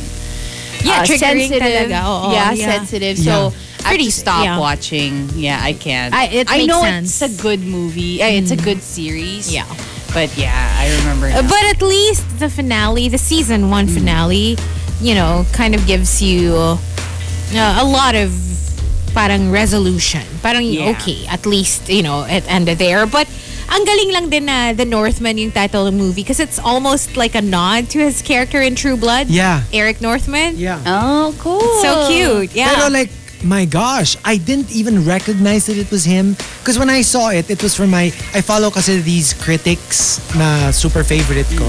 B: Yeah,
E: Uh,
B: triggering
E: sensitive.
B: talaga. Oo,
E: yeah,
B: yeah.
E: sensitive. So I have
B: Pretty-
E: to stop
B: yeah.
E: watching. Yeah, I can't.
B: I- it makes
E: I know
B: sense. Mm.
E: it's a good movie. eh, It's a good series.
B: Yeah. Uh,
E: But yeah, I remember. now.
B: But at least the finale, the season
A: Mm.
B: one finale, you know, kind of gives you uh, a lot of parang resolution. Parang
E: Yeah.
B: okay, at least, you know, it ended there. But ang galing lang din na The Northman yung title of the movie because it's almost like a nod to his character in True Blood.
A: Yeah.
B: Eric Northman.
A: Yeah.
E: oh, cool.
B: So cute. Yeah.
A: Pero like, my gosh, I didn't even recognize that it was him. Because when I saw it, it was from my, I follow kasi these critics na super favorite ko.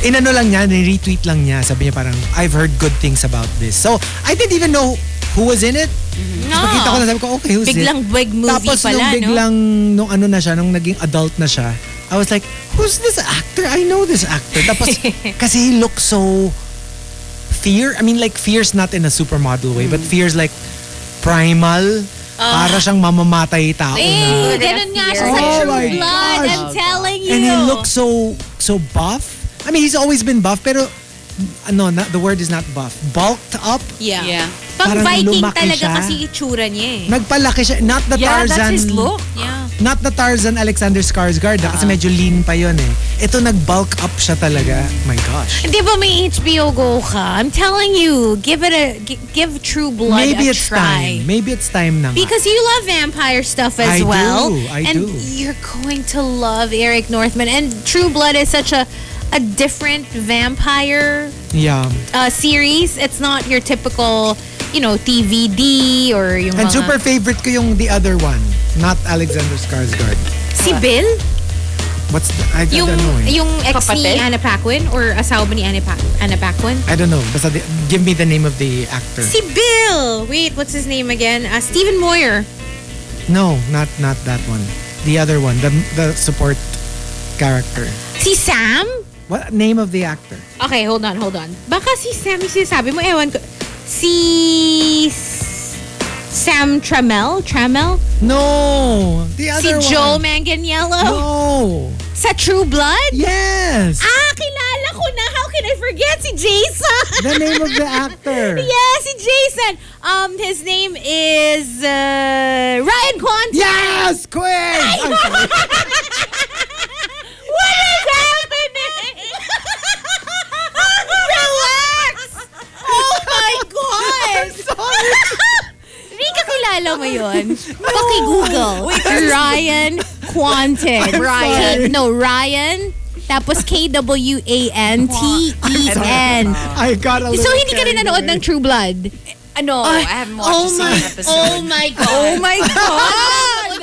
A: Inano lang niya, ni-retweet lang niya. Sabi niya parang, I've heard good things about this. So, I didn't even know who was in it.
B: no.
A: Tapos Nakita ko na sabi ko, okay, who's it?
B: Biglang big movie
A: Tapos
B: pala,
A: nung
B: no?
A: biglang, nung ano na siya, nung naging adult na siya, I was like, who's this actor? I know this actor. Tapos, kasi he looks so fear. I mean, like, fear's not in a supermodel way,
E: Mm.
A: but fear's like primal.
E: Ah.
A: para siyang mamamatay tao na.
B: Eh, ganun nga siya sa
A: Oh
B: True
A: my
B: Blood.
A: gosh.
B: I'm telling you.
A: And he looks so, so buff. I mean, he's always been buff, pero, ano, not, the word is not buff. Bulked up.
B: Yeah.
E: Yeah.
B: Pang
A: Parang
B: Viking
A: lumaki
B: talaga
A: siya.
B: kasi itsura niya eh.
A: Nagpalaki siya. Not the
E: yeah,
A: Tarzan.
E: that's his look.
B: Oh, Yeah.
A: Not the Tarzan Alexander Skarsgård ah, kasi medyo lean pa yun eh. Ito nag-bulk up siya talaga. My gosh.
B: Di ba may HBO Go ka? I'm telling you, give it a gi- give True Blood
A: Maybe
B: a
A: it's
B: try.
A: time. Maybe it's time na nga.
B: Because you love vampire stuff
A: I
B: as
A: do,
B: well.
A: I
B: and
A: do.
B: you're going to love Eric Northman. And True Blood is such a a different vampire
A: yeah.
B: uh, series. It's not your typical, you know, TVD or yung
A: And
B: mga...
A: super favorite ko yung the other one. Not Alexander Skarsgård.
B: Si Bill?
A: What's the, I, I
B: Yung,
A: don't know eh.
B: yung ex ni
E: Kapatid?
B: Anna Paquin or asawa ba ni Anna, pa- Anna Paquin?
A: I don't know. Basta the- give me the name of the actor.
B: Si Bill! Wait, what's his name again? Uh, Stephen Moyer.
A: No, not not that one. The other one. The the support character.
B: Si Sam?
A: What name of the actor?
B: Okay, hold on, hold on. Baka si Sam yung sinasabi mo, ewan ko. Si S- Sam Tramel? Tramel?
A: No. The
B: Si
A: other one.
B: Joe Manganiello?
A: No.
B: Sa True Blood?
A: Yes.
B: Ah, kilala ko na. How can I forget? Si Jason!
A: The name of the actor.
B: yeah, si Jason! Um, his name is uh, Ryan Quantas.
A: Yes, quiz. I'm sorry.
B: what is happening? Relax! Oh my God! Rika, kilala mo yun? Paki-google. Ryan Quanten. Ryan. No, Ryan. Tapos K-W-A-N-T-E-N.
A: I got a
B: E So,
A: little
B: hindi ka rin nanood ng True Blood?
E: No, I haven't watched a single episode.
B: Oh Uh, my God. Oh my God.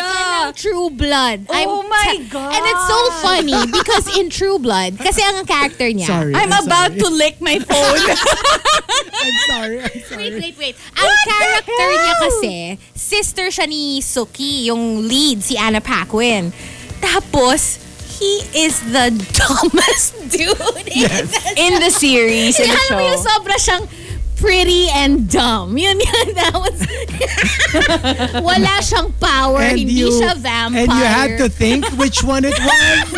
B: Oh, True Blood.
E: Oh my
B: God. And it's so
A: Ah.
B: funny because in True Blood, kasi ang character niya.
A: Sorry.
D: I'm about to lick my phone.
A: I'm sorry. I'm
B: Wait,
A: sorry.
B: wait, wait. Ang character niya kasi, sister siya ni Suki, yung lead, si Anna Paquin. Tapos, he is the dumbest dude in the
D: In the series, in
B: Kasi
D: the
B: alam mo
D: show.
B: yung sobra siyang pretty and dumb. Yun yun. That was... Wala siyang power. hindi siya vampire.
A: And you had to think which one it was.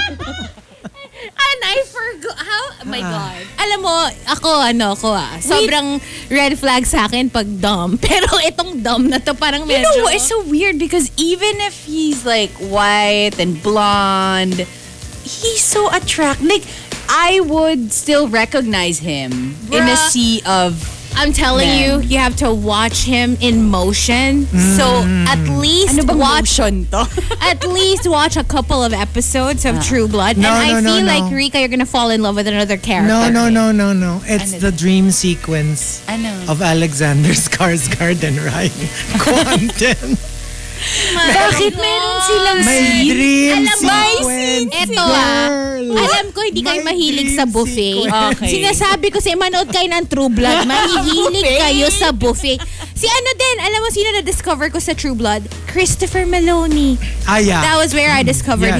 B: And I forgot. How? Oh my God. Alam mo, ako ano ko ah. Sobrang red flag sa akin pag dumb. Pero itong dumb na to parang
E: You
B: medyo...
E: know what? It's so weird because even if he's like white and blonde, he's so attractive. Like, I would still recognize him in a
B: Bruh.
E: sea of.
B: I'm telling
E: Man.
B: you, you have to watch him in motion. So at least
E: Ano bang
B: watch
E: motion to?
B: at least watch a couple of episodes of True Blood.
A: No,
B: and I
A: no, no,
B: feel
A: no.
B: like Rika, you're gonna fall in love with another character.
A: No, no, no, no, no. It's
E: Ano
A: the dream sequence
E: Ano?
A: of Alexander Skarsgård and Ryan Quanten.
B: Bakit meron silang
A: May dream
B: Alam mo,
A: sequence.
B: Eto ah.
A: girl.
B: Alam ko hindi kayo
A: My dream
B: mahilig sa buffet.
A: sequence.
E: Okay.
B: Sinasabi ko sa manood kayo ng True Blood, mahihilig kayo sa buffet. Si ano din, alam mo sino na-discover ko sa True Blood? Christopher Maloney.
A: Ah, yeah.
B: That was where I discovered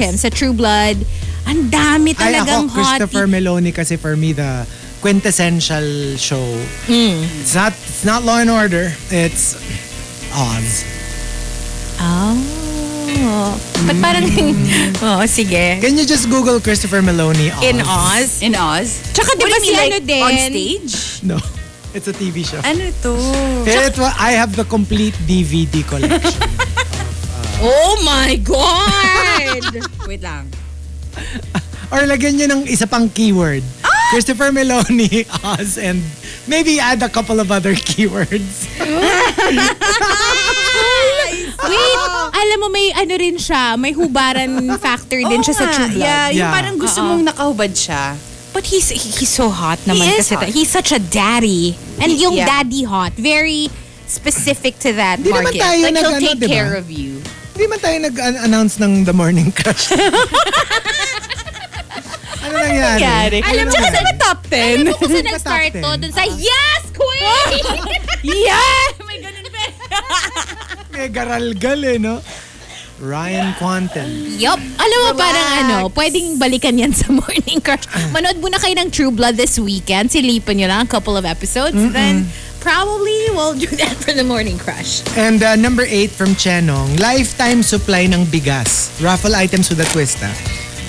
A: Yes.
B: him sa True Blood. Ang dami
A: Ay,
B: talagang
A: ako, Christopher
B: hot.
A: Meloni kasi for me the quintessential show.
B: Mm.
A: It's not it's not Law and Order. It's Oz.
B: Oh. But parang,
A: Hmm.
B: oh, sige.
A: Can you just Google Christopher Meloni Oz?
B: In Oz.
E: In Oz?
B: Tsaka di ba
E: What do
B: si
E: you mean,
B: ano
E: like,
B: din?
E: On stage?
A: No. It's a TV show.
E: Ano to?
A: It wa- I have the complete DVD collection.
B: Oh my God!
E: Wait lang.
A: Or lagyan nyo ng isa pang keyword.
B: Ah!
A: Christopher Meloni, Oz, and maybe add a couple of other keywords.
B: Wait, alam mo may ano rin siya, may hubaran factor din siya sa
E: Ah,
B: True Blood.
E: Yeah, yung
A: Yeah.
E: parang gusto mong nakahubad siya.
B: But he's he- he's so hot naman
E: He is
B: kasi
E: hot.
B: ta- he's such a daddy. And yung
E: yeah.
B: daddy hot, very specific to that
A: Hindi naman
B: market.
A: tayo
E: Like,
A: nag,
E: he'll
A: ano,
E: take
A: diba?
E: care of you.
A: Hindi man tayo nag-announce ng The Morning Crush. ano nangyari?
E: nangyari?
B: Alam mo
A: Ano
B: kasi
A: nangyari?
B: top 10. Alam
E: Ano?
B: mo kung saan
A: Sa top
B: nag-start to?
A: 10.
B: Dun sa, yes, queen!
E: Yeah!
B: May ganun pa.
A: May garalgal eh, no? Ryan Quanten.
B: Yup. Alam mo, parang ano, pwedeng balikan yan sa Morning Crush.
A: Ah.
B: Manood muna kayo ng True Blood this weekend. Silipan nyo lang a couple of episodes. Then, probably we'll do that for the Morning Crush.
A: And uh, number 8 from Chenong, lifetime supply ng bigas. Raffle items with a twist, ah.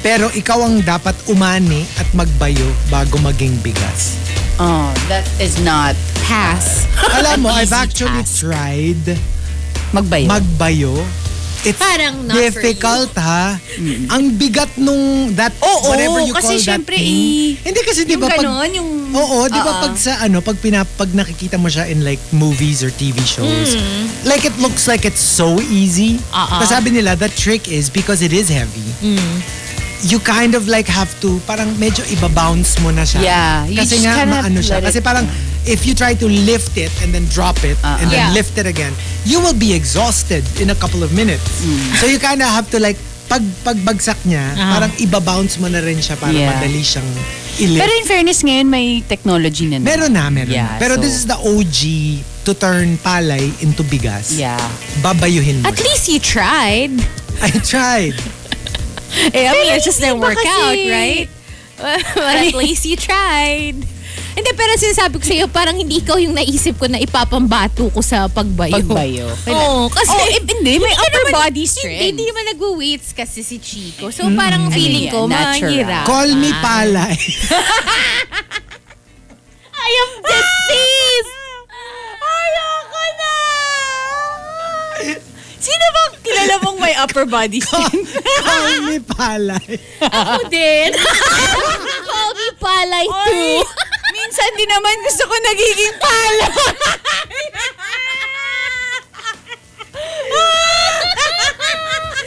A: Pero ikaw ang dapat umani at magbayo bago maging bigas.
E: Oh, that is not
B: Pass.
A: Alam mo,
B: An
A: I've
B: easy
A: actually
B: task.
A: tried
E: magbayo.
A: magbayo. It's
B: Parang not for you.
A: difficult, ha? Ang bigat nung that,
E: Oo,
A: whatever you call
E: kasi
A: that
E: syempre,
A: thing.
E: eh,
A: Hindi kasi, di
E: yung
A: ba, pag,
E: ganon, yung...
A: Oo, di ba pag sa ano, pag, pina, pag nakikita mo siya in like movies or TV shows,
E: Hmm.
A: like it looks like it's so easy.
B: Oo.
A: Tapos sabi nila, the trick is because it is heavy,
E: Hmm.
A: you kind of like have to, parang medyo ibabounce mo na siya.
E: Yeah, you
A: Kasi
E: just
A: nga,
E: kinda
A: maano siya.
E: let it- Uh-uh.
A: Kasi parang, if you try to lift it and then drop it and then
B: Yeah.
A: lift it again, you will be exhausted in a couple of minutes.
E: Hmm.
A: So you kind of have to like, pag pagbagsak niya, parang ibabounce mo na rin siya para
E: Uh-huh. Yeah.
A: madali siyang ilift.
E: Pero in fairness, ngayon may technology na. naman.
A: Meron na, meron na.
E: Yeah,
A: Pero
E: so-
A: this is the OG to turn palay into bigas.
E: Yeah.
A: Babayuhin mo.
B: At least you tried.
A: I tried.
B: Eh, I mean, it's just
E: hindi
B: didn't
E: ba
B: work out,
E: kasi-
B: right? But at least you tried. Hindi, pero sinasabi ko sa'yo, parang hindi ikaw yung naisip ko na ipapambato ko sa pagbayo.
E: Pagbayo.
B: Oo, kasi...
E: Oh, eh, hindi. May upper body
B: Hindi, hindi
E: strength.
B: naman nagwe-weights kasi si Chico. So parang feeling
E: yan,
B: ko,
E: natural.
B: mahirap.
A: Call me palay.
B: I am deceased! Ayoko na!
E: Sino bang kilala mong may upper body strength?
A: Call me palay.
B: Ako din. Call me palay too.
E: Minsan din naman gusto ko nagiging pala.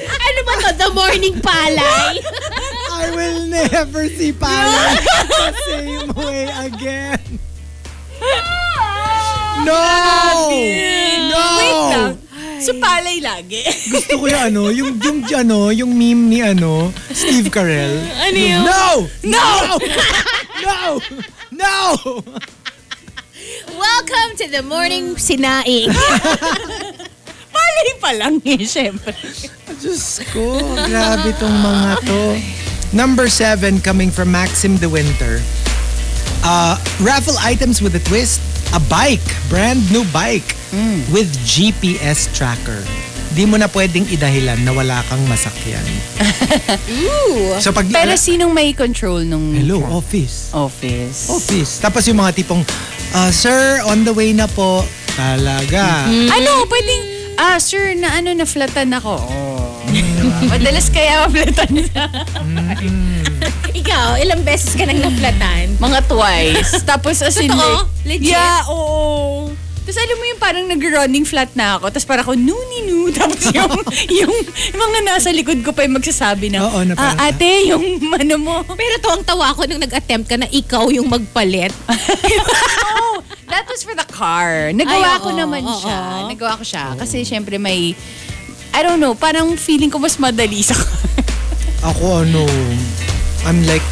B: ano ba to? The morning palay?
A: I will never see palay the same way again. No! No!
E: So palay lagi.
A: Gusto ko yung ano, yung, yung, ano, yung meme ni ano, Steve Carell. Ano yung, No! No! No! No!
B: Welcome to the morning sinaing.
E: Palay pa lang eh, syempre.
A: Diyos ko, grabe tong mga to. Number seven coming from Maxim De Winter. Uh, raffle items with a twist, a bike, brand new bike with GPS tracker. Di mo na pwedeng idahilan na wala kang masakyan. Ooh. So pag
E: Pero sinong may control nung
A: Hello, Oh, office.
E: office?
A: Office. Tapos yung mga tipong, ah, sir, on the way na po. Talaga.
E: Ano, pwedeng, ah, sir, na ano, naflatan ako. Oh. Madalas kaya maflatan sa
B: Ikaw, ilang beses ka nang naplatan?
E: mga twice. Tapos as in,
B: Totoo?
E: like,
B: Legit?
E: yeah, oo. Tapos alam mo yung parang nag-running flat na ako. Tapos parang ako, nuni nu. Tapos yung, yung mga nasa likod ko pa yung magsasabi na,
A: Oo, na parang-
E: "Ah, ate, yung ano mo.
B: Pero tuwang tawa ko nung nag-attempt ka na ikaw yung magpalit.
E: oh, that was for the car. Nagawa
B: Ay,
E: ko
B: oo,
E: naman
B: oo.
E: siya. Nagawa ko siya. Kasi syempre may, I don't know, parang feeling ko mas madali sa car.
A: Ako ano, I'm like,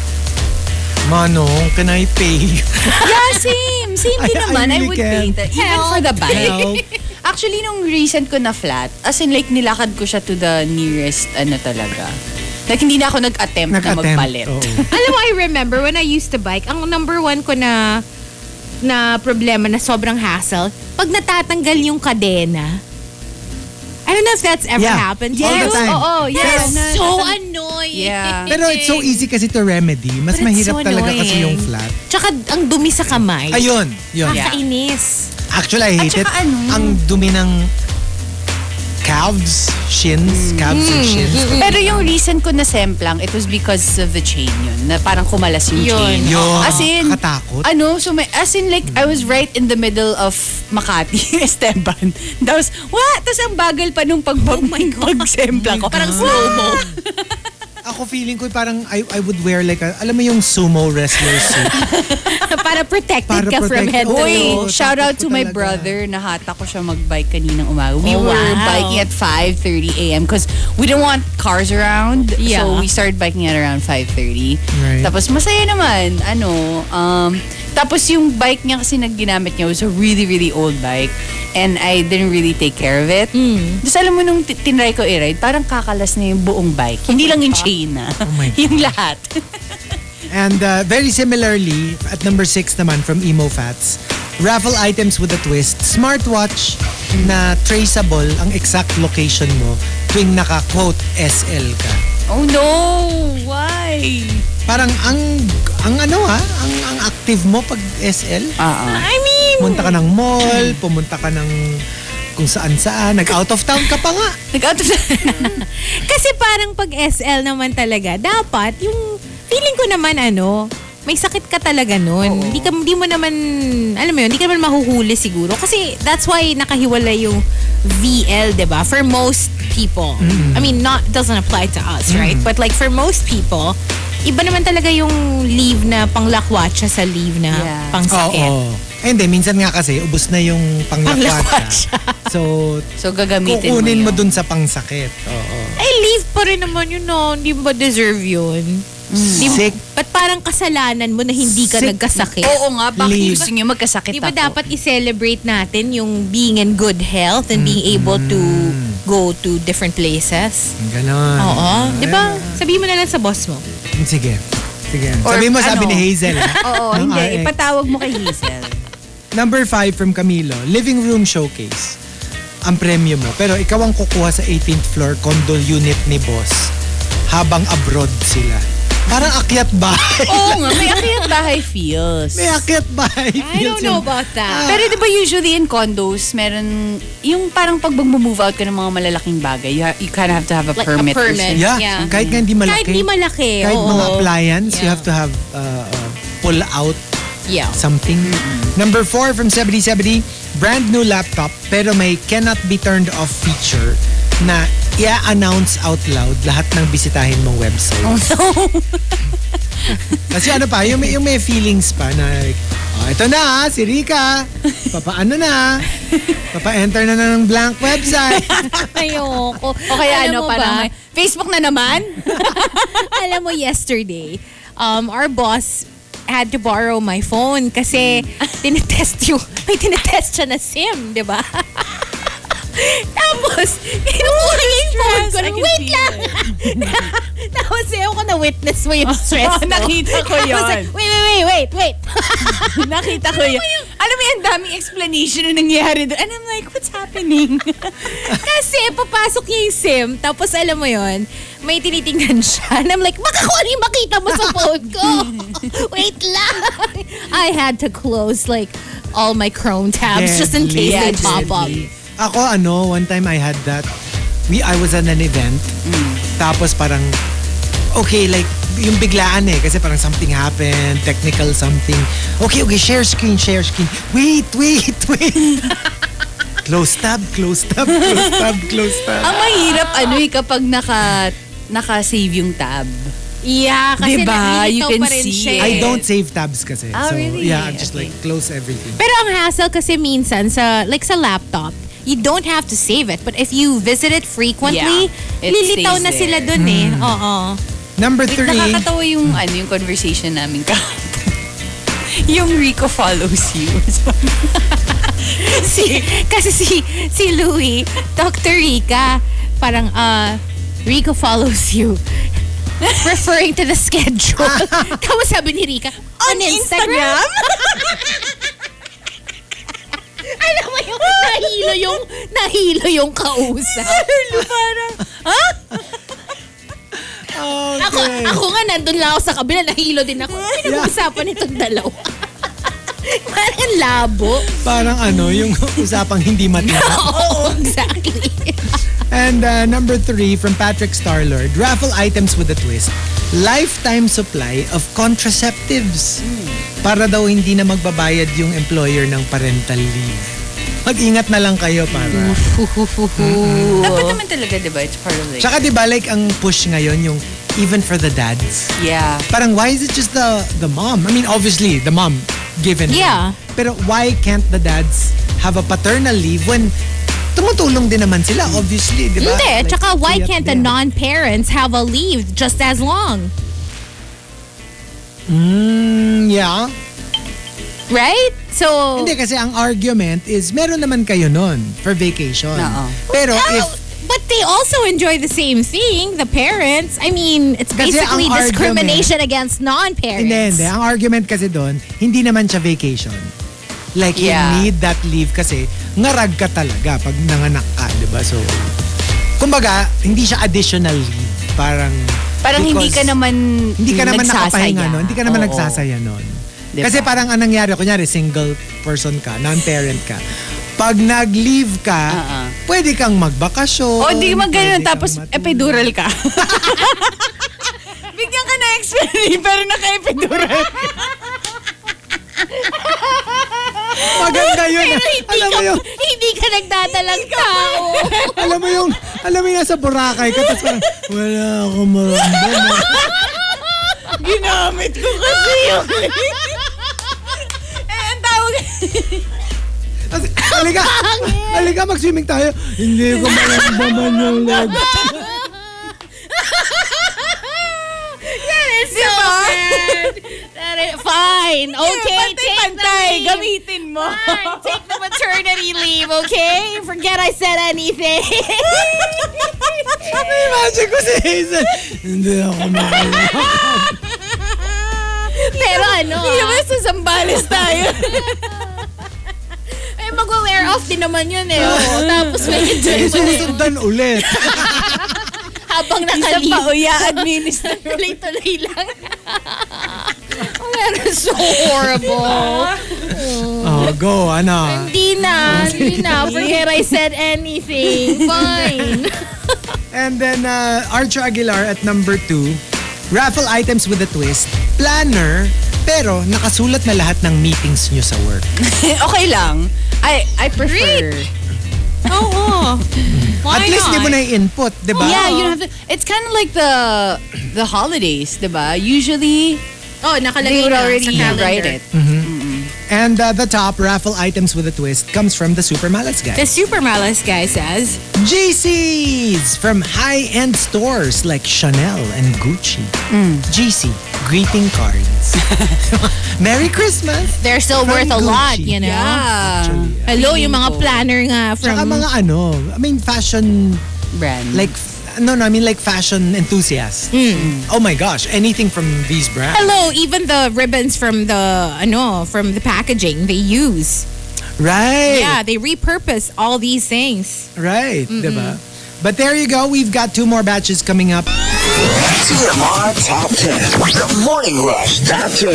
A: Manong, can I pay you?
E: yeah, same. Same din
A: I- I
E: naman. I,
A: really
E: would
A: can.
E: pay that. Even for the bike.
A: Help.
E: Actually, nung recent ko na flat, as in like nilakad ko siya to the nearest ano talaga. Like hindi na ako nag-attempt, na
A: Nag-attempt.
E: magpalit.
A: Oo.
B: Alam mo, I remember when I used to bike, ang number one ko na na problema na sobrang hassle, pag natatanggal yung kadena. I don't know if that's ever
A: Yeah.
B: happened to
A: All
B: you.
A: the time.
E: Oo,
B: That
E: yeah.
B: is
E: Na-
B: so
E: nasa-
B: annoying.
E: Yeah.
A: Pero it's so e- easy kasi to remedy. Mas
B: But it's
A: mahirap
B: so
A: talaga kasi
B: annoying.
A: yung flat.
B: Tsaka ang dumi sa kamay.
A: Ayun, yun.
E: Yeah.
B: Nakainis.
A: Actually, I hate
E: Ah. At
A: it.
E: saka ano?
A: Ang dumi ng calves,
E: Mm.
A: shins, calves and shins.
E: Pero yung recent ko na semplang, it was because of the chain yun. Na parang kumalas yung
B: Yun.
E: chain.
A: Yun.
E: As in,
A: Katakot.
E: ano, so may, as in like, I was right in the middle of Makati, Esteban. Tapos, what? Tapos ang bagal pa nung pag, oh semplang ko. Parang slow-mo.
A: Ako feeling ko parang I, I would wear like a, alam mo yung sumo wrestler suit.
B: Para protected
A: Para
B: ka from
A: protect-
B: head to
A: Uy,
B: toe.
E: Uy, shout out
A: takot
E: to
A: ko
E: my
A: talaga.
E: brother. Nahata ko siya mag-bike kaninang umaga. We
B: Oh,
E: were
B: wow.
E: biking at 5.30 a.m. because we didn't want cars around.
B: Yeah.
E: So we started biking at around 5.30.
A: Right.
E: Tapos masaya naman. Ano, um, tapos yung bike niya kasi nagginamit niya was a really, really old bike. And I didn't really take care of it. Tapos alam mo nung ti- tinry ko i-ride, parang kakalas na yung buong bike. Hindi lang yung chain na.
A: Oh my
E: yung lahat.
A: And uh, very similarly, at number six naman from Emo Fats, raffle items with a twist, smartwatch na traceable ang exact location mo tuwing naka-quote SL ka.
E: oh no! Why?
A: Parang ang, ang ano ha, ang, ang active mo pag SL.
E: Oo.
B: I mean,
A: Pumunta ka ng mall, pumunta ka ng kung saan-saan, nag-out of town ka pa nga.
E: Nag-out of
B: kasi parang pag SL naman talaga, dapat yung feeling ko naman ano, may sakit ka talaga nun. Hindi ka hindi mo naman alam mo yun, hindi ka naman mahuhuli siguro kasi that's why nakahiwalay yung VL, 'di ba? For most people.
A: Mm.
B: I mean, not doesn't apply to us, right? But like for most people, iba naman talaga yung leave na panglakwatsa sa leave na
E: Yeah.
B: pangsakit.
A: Oo. Eh, Hindi, minsan nga kasi, ubus na yung panglakwatsa. so,
E: So, gagamitin
A: kukunin mo,
E: yun.
A: dun sa pangsakit. Oo.
B: Ay, Eh, leave pa rin naman yun, no? Hindi mo ba deserve yun? Di,
A: Sick.
B: Ba't parang kasalanan mo na hindi ka
A: Sick.
B: nagkasakit?
E: Oo nga, bakit
A: Leave.
E: gusto niyo magkasakit
B: Di ba
E: ako?
B: dapat i-celebrate natin yung being in good health and being able to go to different places?
A: Hmm. Ganon.
B: Oo. Di ba? Sabihin mo na lang sa boss mo.
A: Sige. Sige.
E: Or
A: sabi mo, sabi
E: ano?
A: ni Hazel. ha?
E: Oo,
A: Ng
E: hindi.
A: RX.
E: Ipatawag mo kay Hazel.
A: Number five from Camilo. Living room showcase. Ang premyo mo. Pero ikaw ang kukuha sa 18th floor condo unit ni boss. Habang abroad sila. Parang akyat bahay.
E: Oo nga, may akyat bahay feels.
A: May akyat bahay.
B: I don't know about that.
A: Ah,
E: Pero di ba usually in condos, meron, yung parang pag mag-move out ka ng mga malalaking bagay, you, ha- you kind of have to have a
B: Like a
E: permit. or
B: permit.
E: something.
A: Yeah.
B: Yeah.
A: Kahit nga hindi malaki.
B: Kahit di malaki.
A: Kahit
B: oo.
A: mga appliance, you
B: Yeah.
A: have to have uh, uh, pull-out
B: Yeah.
A: something. Number four from 7070, brand new laptop pero may cannot be turned off feature na i-announce out loud lahat ng bisitahin mong website. Oh no! Kasi ano pa, yung, may- yung may feelings pa na like, oh, ito na, ah, si Rika, papaano na, papa-enter na na ng blank website.
B: Ayoko.
E: O kaya
B: Alam
E: ano,
B: mo
E: parang
B: ba?
E: may, Facebook na naman?
B: Alam mo, yesterday, um, our boss had to borrow my phone kasi
D: Hmm.
B: tinetest yung, may tinetest siya na SIM, di ba? Tapos, kinukuha niya yung phone ko.
D: stress. I can
B: Wait
D: feel
B: lang! Tapos, ewan ko, na-witness mo yung stress ko.
D: Oh, Nakita ko
B: I was like,
D: yun.
B: wait, wait, wait, wait, wait.
D: Nakita ko yun. Alam mo, ang daming explanation na nangyari doon. And I'm like, what's happening?
B: Kasi papasok niya yung SIM, tapos alam mo yon may tinitingnan siya. And I'm like, baka kung ano yung makita mo sa phone ko. Wait lang. I had to close like all my Chrome tabs just in case they pop up.
A: Ako ano, one time I had that. We I was at an event. Tapos parang okay like yung biglaan eh kasi parang something happened, technical something. Okay, okay, share screen, share screen. Wait, wait, wait. close tab, close tab, close tab, close tab.
E: Ang mahirap ano eh kapag naka naka-save yung tab.
B: Yeah, kasi
E: Diba?
B: nalilitaw
E: You can
B: pa rin
E: see
B: siya.
E: it.
A: I don't save tabs kasi.
E: Ah,
A: so,
E: really?
A: yeah, I'm just
E: Okay.
A: like close everything.
B: Pero ang hassle kasi minsan sa like sa laptop, you don't have to save it. But if you visit it frequently,
E: Yeah, it
B: lilitaw
E: stays
B: na
E: there.
B: sila dun eh. Oo.
A: Number three.
E: Nakakatawa yung ano yung conversation namin kahapon. yung Rico follows you.
B: si, kasi si, si Louie, Dr. Rica, parang, uh, Rico follows you. Referring to the schedule. Tapos sabi ni Rica, on, Instagram? Alam mo yung nahilo yung, nahilo yung kausap. Ako,
A: Okay.
B: ako nga, nandun lang ako sa kabila, nahilo din ako. Ano pinag-uusapan itong dalawa? parang labo.
A: Parang ano, yung usapang hindi matindi.
B: Oo, exactly.
A: And uh, number three from Patrick Starlord, raffle items with a twist. Lifetime supply of contraceptives. Para daw hindi na magbabayad yung employer ng parental leave. Mag-ingat na lang kayo
B: Mm,
A: para.
B: Uhuh.
E: Dapat naman talaga, diba? It's part of like,
A: Tsaka di ba like ang push ngayon yung even for the dads.
E: yeah.
A: Parang why is it just the the mom? I mean obviously the mom given. one.
B: Yeah.
A: Pero why can't the dads have a paternal leave when tumutulong din naman sila obviously, di ba?
B: Hindi,
A: Like,
B: tsaka why
A: kaya
B: can't the
A: din.
B: non-parents have a leave just as long?
A: Mm, yeah.
B: Right? So,
A: Hindi kasi ang argument is meron naman kayo nun for vacation.
E: Oo.
A: Pero if
B: Oh, but they also enjoy the same thing, the parents. I mean, it's
A: Kasi ang
B: basically
A: argument-
B: discrimination against non-parents.
A: hindi, hindi. Ang argument kasi doon, hindi naman siya vacation. Like,
E: Yeah.
A: you need that leave kasi ngarag ka talaga pag nanganak ka, di ba? So, kumbaga, hindi siya additional leave. Parang,
E: Parang hindi
A: because
E: ka naman
A: hindi ka naman
E: nagsasaya.
A: nakapahinga nun. Hindi ka naman
E: Oo.
A: nagsasaya nun.
E: Diba?
A: Kasi parang anong nangyari, kunyari, single person ka, non-parent ka. Pag nag-leave ka,
E: Ah, ah.
A: pwede kang magbakasyon.
E: O, Oh, di mag
A: pwede
E: ganun,
A: kang
E: tapos
A: matulog.
E: epidural ka. Bigyan ka na explanation, pero naka-epidural.
A: Maganda yun.
B: Pero hindi
A: alam
B: ka,
A: mo yung,
B: hindi ka nagdadalang tao.
A: alam mo yung, alam mo yung nasa Boracay ka, tapos parang, wala akong maramdam.
E: Ginamit ko kasi yun. eh, ang tawag,
A: Tapos, halika, halika, mag-swimming tayo. Hindi ko maramdaman yung leg.
B: That is so bad. That is, fine. Okay, take
E: pantay-pantay,
B: the leave.
E: gamitin mo.
B: Fine, take the maternity leave, okay? Forget I said anything.
A: Imagine ko si Hazel. Hindi ako maramdaman.
B: Pero ano? Hindi naman sa Zambales tayo. Ay, eh, mag-wear off din naman yun eh. Oo. Tapos may enjoy mo na yun.
A: Susundan Eh, ulit.
B: habang
E: isa pa, oh,
B: nakalive.
E: uya, administer.
B: Tuloy-tuloy lang. Oh, That is so horrible.
A: Oh, go, ano.
B: Hindi na. Hindi na. Forget I said anything. Fine.
A: And then uh, Archer Aguilar at number two. Raffle items with a twist. Planner, pero nakasulat na lahat ng meetings nyo sa work.
E: okay lang. I I prefer.
B: Oo.
A: At least di mo na input, di ba?
E: Yeah, you don't have to. It's kind of like the the holidays, diba? Usually,
B: Oh,
E: they
B: nakalagay
E: would
B: na
E: already
B: sa calendar.
E: write it.
A: And uh, the top raffle items with a twist comes from the Super Malas guy.
B: The super malice guy says,
A: GCs from high-end stores like Chanel and Gucci. GC, greeting cards. Merry Christmas!
B: they're still
A: From
B: worth a lot,
A: Gucci.
B: you know?
E: Yeah.
B: Hello, yung mga planner nga from...
A: Tsaka mga ano, I mean fashion
E: Brand.
A: like no, no, I mean like fashion enthusiasts. Oh my gosh, anything from these brands.
B: Hmm. Hello, even the ribbons from the ano, from the packaging they use.
A: Right.
B: Yeah, they repurpose all these things.
A: Right. Diba? But there you go. We've got two more batches coming up.
C: TMR Top 10. The Morning Rush Top 10.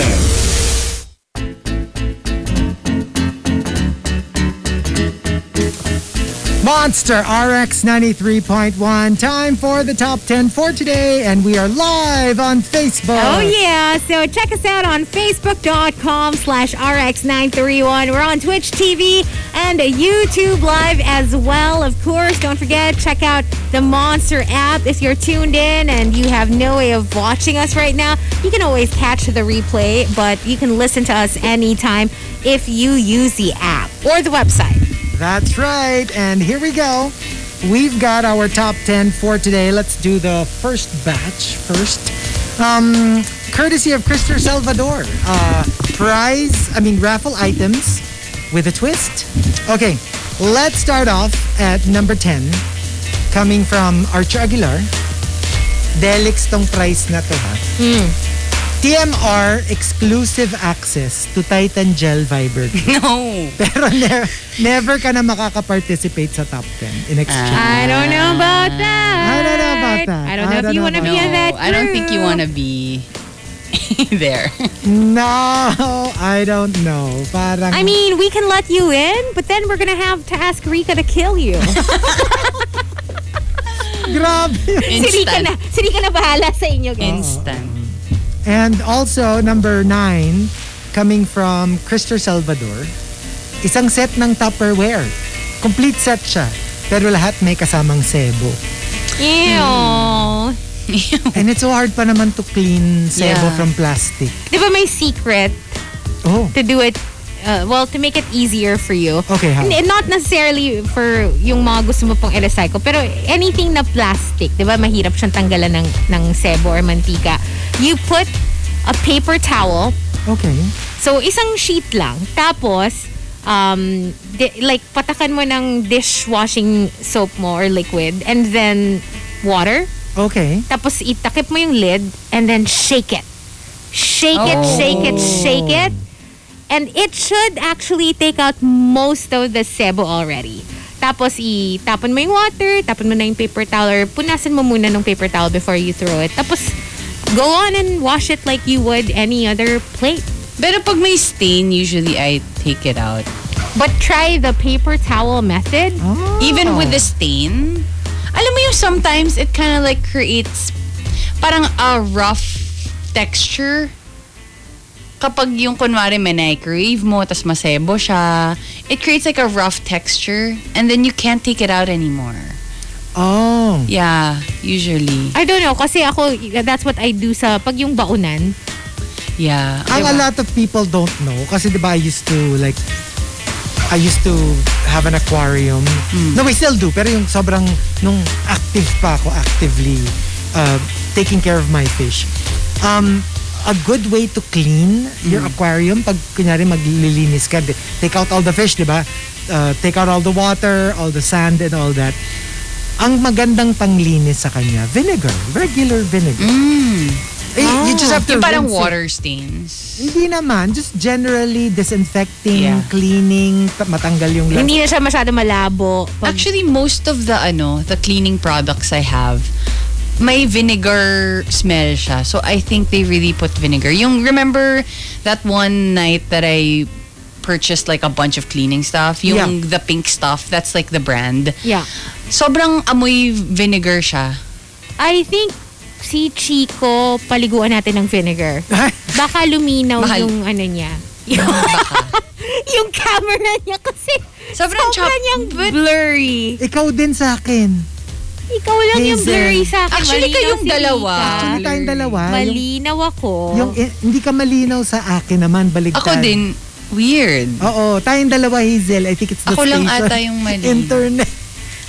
A: Monster RX 93.1. Time for the top 10 for today. And we are live on Facebook.
B: Oh yeah, so check us out on facebook.com slash rx931. We're on Twitch TV and YouTube Live as well. Of course, don't forget, check out the Monster app if you're tuned in and you have no way of watching us right now. You can always catch the replay, but you can listen to us anytime if you use the app or the website.
A: That's right. And here we go. We've got our top 10 for today. Let's do the first batch first. Um, courtesy of Christopher Salvador. Uh, prize, I mean, raffle items with a twist. Okay, let's start off at number 10. Coming from Archer Aguilar. Delix tong prize na to ha. TMR exclusive access to Titan Gel Viber Cream.
E: No.
A: Pero never, never ka na makakaparticipate sa top 10 in
E: Ah.
A: exchange.
B: I don't know about that.
A: I don't know about that.
B: I don't know
A: I
B: if
A: don't
B: you
A: know
B: want to
A: about
B: be in that.
E: I don't think you
B: group.
E: want to be there.
A: no, I don't know. Parang,
B: I mean, we can let you in, but then we're gonna have to ask Rika to kill you.
A: grabe.
B: si Rika na,
E: Instant.
B: si Rika na bahala sa inyo, guys.
E: Instant.
A: And also, number 9, coming from Christopher Salvador, isang set ng Tupperware. Complete set siya. Pero lahat may kasamang sebo.
B: Ew.
A: And it's so hard pa naman to clean sebo
E: Yeah.
A: from plastic.
B: Di ba may secret
A: Oh,
B: to do it, uh, well, to make it easier for you?
A: okay ha.
B: N- Not necessarily for yung mga gusto mo pong i-recycle, pero anything na plastic, di ba, mahirap siyang tanggalan ng, ng sebo or mantika. You put a paper towel
A: Okay.
B: So, isang sheet lang. Tapos, um, di- like, patakan mo ng dishwashing soap mo or liquid. And then, water.
A: Okay.
B: Tapos, itakip mo yung lid. And then, shake it. Shake it,
E: Oh.
B: shake it, shake it. And it should actually take out most of the sebo already. Tapos, itapon mo yung water, tapon mo na yung paper towel, or punasan mo muna ng paper towel before you throw it. Tapos, go on and wash it like you would any other plate.
E: Pero pag may stain, usually I take it out.
B: But try the paper towel method.
E: Even
A: Oh.
E: with the stain, alam mo yung sometimes it kind of like creates parang a rough texture. Kapag yung kunwari may na-crave mo, tas masebo siya, it creates like a rough texture and then you can't take it out anymore.
A: Oh.
E: Yeah, usually.
B: I don't know, kasi ako, that's what I do sa pag yung baunan.
E: Yeah.
A: Ang a
E: Diba?
A: lot of people don't know kasi 'di ba I used to like I used to have an aquarium.
E: Hmm.
A: No, we still do. Pero yung sobrang nung active pa ako actively uh, taking care of my fish. Um, a good way to clean your
E: Hmm.
A: aquarium pag kunyari maglilinis ka, di- take out all the fish, 'di ba? Uh, take out all the water, all the sand and all that. Ang magandang panglinis sa kanya, vinegar, regular vinegar. Eh, You just have to
E: Hmm. Ah. Yung parang
A: rinse it.
E: water stains.
A: Hindi naman. Just generally disinfecting,
E: Yeah.
A: cleaning, ta- matanggal yung lasa.
B: Hindi na siya masyado malabo. Pag,
E: Actually, most of the ano, the cleaning products I have, may vinegar smell siya. So I think they really put vinegar. Yung remember that one night that I purchased like a bunch of cleaning stuff, yung
A: Yeah.
E: the pink stuff, that's like the brand.
B: yeah.
E: Sobrang amoy vinegar siya.
B: I think si Chico, paliguan natin ng vinegar. Baka luminaw
E: Mahal.
B: yung ano niya. Yung, yung camera niya kasi
E: Sobrang
B: sobrang
E: chop-
B: niyang blurry.
A: Ikaw din sa akin.
B: Ikaw lang yung
A: Hazel.
B: blurry sa akin.
E: Actually,
B: Malinaw
E: kayong
B: si
E: dalawa.
B: Rika.
A: Actually, tayong dalawa. Yung,
B: Malinaw ako.
A: yung, eh, hindi ka malinaw sa akin naman, baligtad.
E: Ako din, weird.
A: Oo, tayong dalawa, Hazel. I think it's the
E: Ako lang
A: station.
E: ata yung mali.
A: Internet.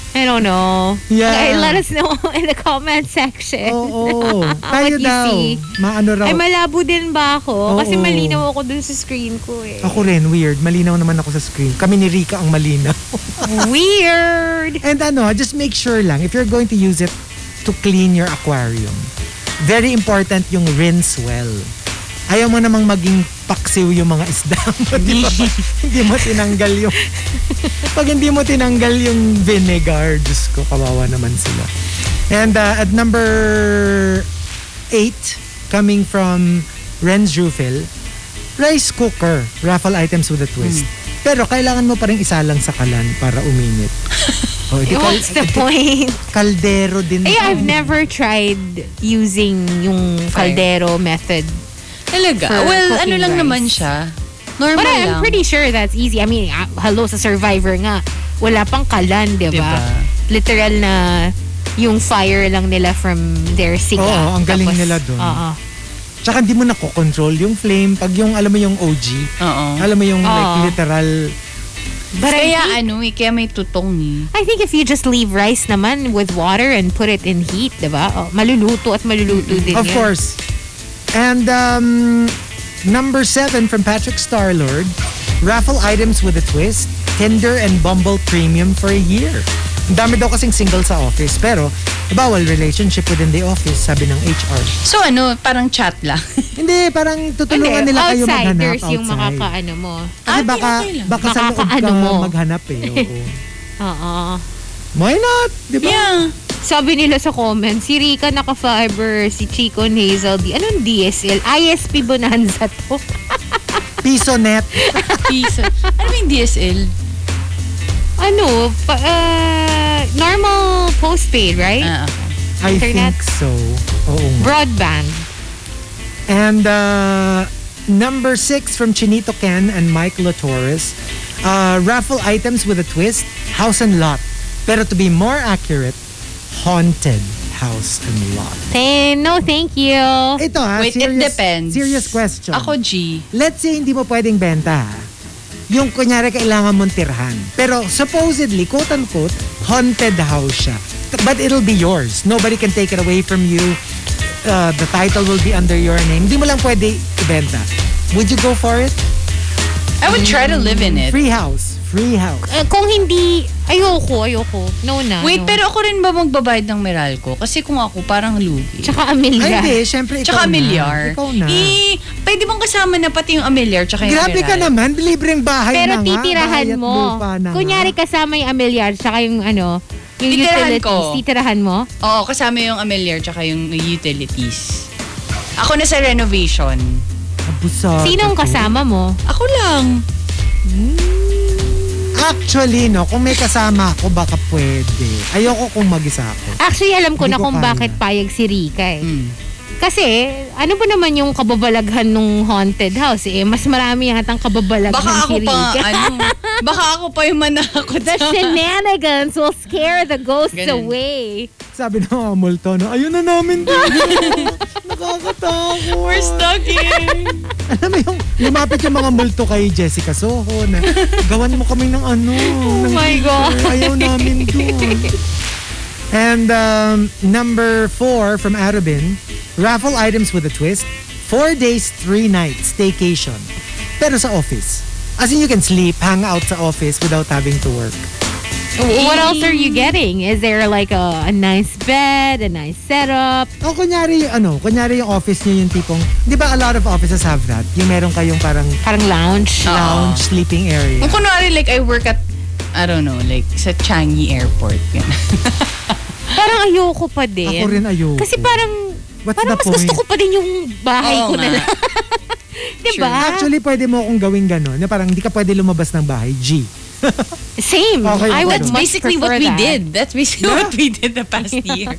B: I don't know.
A: Yeah.
B: Okay, let us know in the comment section.
A: Oo. Tayo
B: What you
A: daw.
B: see.
A: Maano raw.
B: Ay, malabo din ba ako?
A: Oo. Oh.
B: Kasi malinaw ako dun sa screen ko eh.
A: ako rin, weird. Malinaw naman ako sa screen. Kami ni Rika ang malinaw.
B: Weird!
A: And ano, just make sure lang, if you're going to use it, to clean your aquarium. Very important yung rinse well. Ayaw mo namang maging paksiw yung mga isda mo, di ba? hindi mo tinanggal yung... Pag hindi mo tinanggal yung vinegar, Diyos ko, kawawa naman sila. And uh, at number eight, coming from Renz Rufil, rice cooker, raffle items with a twist.
B: Hmm.
A: Pero kailangan mo pa rin isalang sa kalan para uminit. Oh, di kal-
B: What's the point?
A: kaldero din.
B: Eh, I've never tried using yung
E: Fire.
B: caldero method.
E: Talaga?
B: For
E: well,
B: cooking
E: ano lang
B: rice.
E: naman siya. Normal
B: But
E: lang.
B: I'm pretty sure that's easy. I mean, ah, hello sa survivor nga. Wala pang kalan, di ba?
E: Diba?
B: Literal na yung fire lang nila from their siga.
A: Oo, ang galing nila dun.
B: Oo.
A: Tsaka hindi mo nakokontrol yung flame. Pag yung, alam mo yung OG,
E: Oo.
A: alam mo yung like,
B: Oo.
A: literal
B: But I
E: kaya
B: think,
E: ano eh, kaya may tutong eh.
B: I think if you just leave rice naman with water and put it in heat, di ba? Oh, maluluto at maluluto din
A: Of
B: yan.
A: course. And um, number seven from Patrick Starlord, raffle items with a twist, Tinder and Bumble premium for a year. Ang dami daw kasing single sa office, pero bawal relationship within the office, sabi ng HR.
E: So ano, parang chat lang.
A: Hindi, parang tutulungan
B: Hindi,
A: nila kayo maghanap
B: outsiders
A: outside.
B: yung makakaano mo.
A: Kasi
E: Ah,
A: baka,
E: okay lang.
A: baka sa loob ka
B: Makakaano mo.
A: maghanap eh. Oo.
B: Oo.
A: Why not? Di ba?
E: yeah.
B: Sabi nila sa comments, si Rika naka-fiber, si Chico and Hazel, di, anong DSL? ISP Bonanza to.
A: Piso net.
E: Piso. ano ba yung DSL?
B: Ano, pa, uh, normal postpaid,
A: Eh,
B: right?
E: Ah, okay.
A: I
B: Internet.
A: think so. Oo nga.
B: Broadband.
A: And uh, number six from Chinito Ken and Mike Latores. Uh, raffle items with a twist, house and lot. Pero to be more accurate, haunted house and lot.
B: Say, no, thank you.
A: Ito ha,
E: Wait,
A: ah, serious,
E: it depends.
A: serious question.
E: Ako G.
A: Let's say hindi mo pwedeng benta ha. Yung kunyari kailangan mong tirhan. Pero supposedly, quote-unquote, haunted house siya. But it'll be yours. Nobody can take it away from you. Uh, the title will be under your name. Hindi mo lang pwede ibenta. Would you go for it?
E: I would try to live in it.
A: Free house. Free house.
B: Eh, kung hindi, ayoko, ayoko. No na. no.
E: Wait, pero ako rin ba magbabayad ng Meralco? Kasi kung ako, parang lugi.
B: Tsaka
A: Ay,
B: Amelia.
A: hindi. Siyempre, ikaw na.
E: Tsaka Amilyar.
A: Ikaw na.
E: Eh, pwede bang kasama na pati yung Amilyar tsaka yung
A: Grabe ka
E: Meralco?
A: naman. Libreng bahay
B: Pero
A: na nga.
B: titirahan
A: bahay at
B: mo.
A: lupa na nga.
B: Kunyari kasama yung Amilyar, tsaka yung ano, yung
E: Titirahan
B: utilities.
E: ko.
B: Titirahan mo?
E: Oo, kasama yung Amilyar tsaka yung utilities. Ako na sa renovation.
A: Abusado
B: Sinong
A: ko.
B: kasama mo?
E: Ako lang.
A: Actually, no, kung may kasama ako, baka pwede. Ayoko kung mag-isa ako.
B: Actually, alam ko
A: Hindi
B: na
A: ko
B: kung
A: kaya. Hmm.
B: bakit payag si Rika eh.
E: Mm.
B: Kasi, ano ba naman yung kababalaghan ng haunted house eh? Mas marami yata ang kababalaghan
E: Baka ako
B: si
E: pa,
B: Rika.
E: ano, baka ako pa yung manakot.
B: The shenanigans will scare the ghosts
E: Ganun.
B: away.
A: Sabi ng mga multo, no, ayun na namin din. Nakakatakot.
E: We're stuck in.
A: Alam mo yung, lumapit yung mga multo kay Jessica Soho na, gawan mo kami ng ano. Oh
B: my God.
A: Ayaw namin doon. And um, number four from Arabin, raffle items with a twist, four days, three nights, staycation. Pero sa office. As in, you can sleep, hang out sa office without having to work.
B: What else are you getting? Is there like a, a nice bed, a nice setup?
A: O kunyari yung ano, kunyari yung office niyo yung tipong, di ba a lot of offices have that? Yung meron kayong parang
B: Parang lounge?
E: Ah.
A: lounge sleeping area.
E: Kung kunwari, like, I work at, I don't know, like, sa Changi Airport. Ganun.
B: Parang ayoko pa din.
A: Ako rin ayoko.
B: Kasi parang,
A: What's the
B: parang mas gusto ko
A: point?
B: pa din yung bahay ko
E: Oo
B: na
E: nga.
B: lang. diba?
A: Actually, pwede mo akong gawin gano'n na parang hindi ka pwede lumabas ng bahay. G.
B: Same.
A: Okay,
B: I would
A: that's
B: much
E: Basically, what
B: prefer
E: we
B: that.
E: did. That's basically what we did the past year.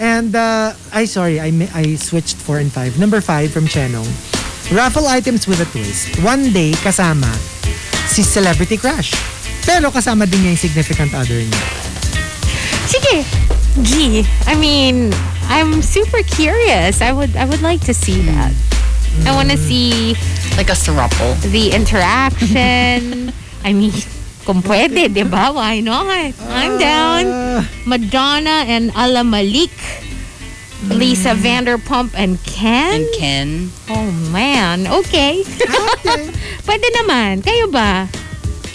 A: And, uh, I sorry, I, mi- I switched 4 and 5. Number 5 from Chenong. Raffle items with a twist. One day, kasama si Celebrity Crush. Pero kasama din niya yung significant other niya.
B: Sige. Gee, I mean, I'm super curious. I would I would like to see that. I want to
A: Mm.
B: see
E: like a thruple.
B: the interaction. I mean, kung pwede, di ba? Why not? I'm down.
A: Uh,
B: Madonna and Ala Malik.
A: Mm.
B: Lisa Vanderpump and Ken?
E: And Ken.
B: Oh, man. Okay.
A: Ah,
B: pwede naman. Kayo ba?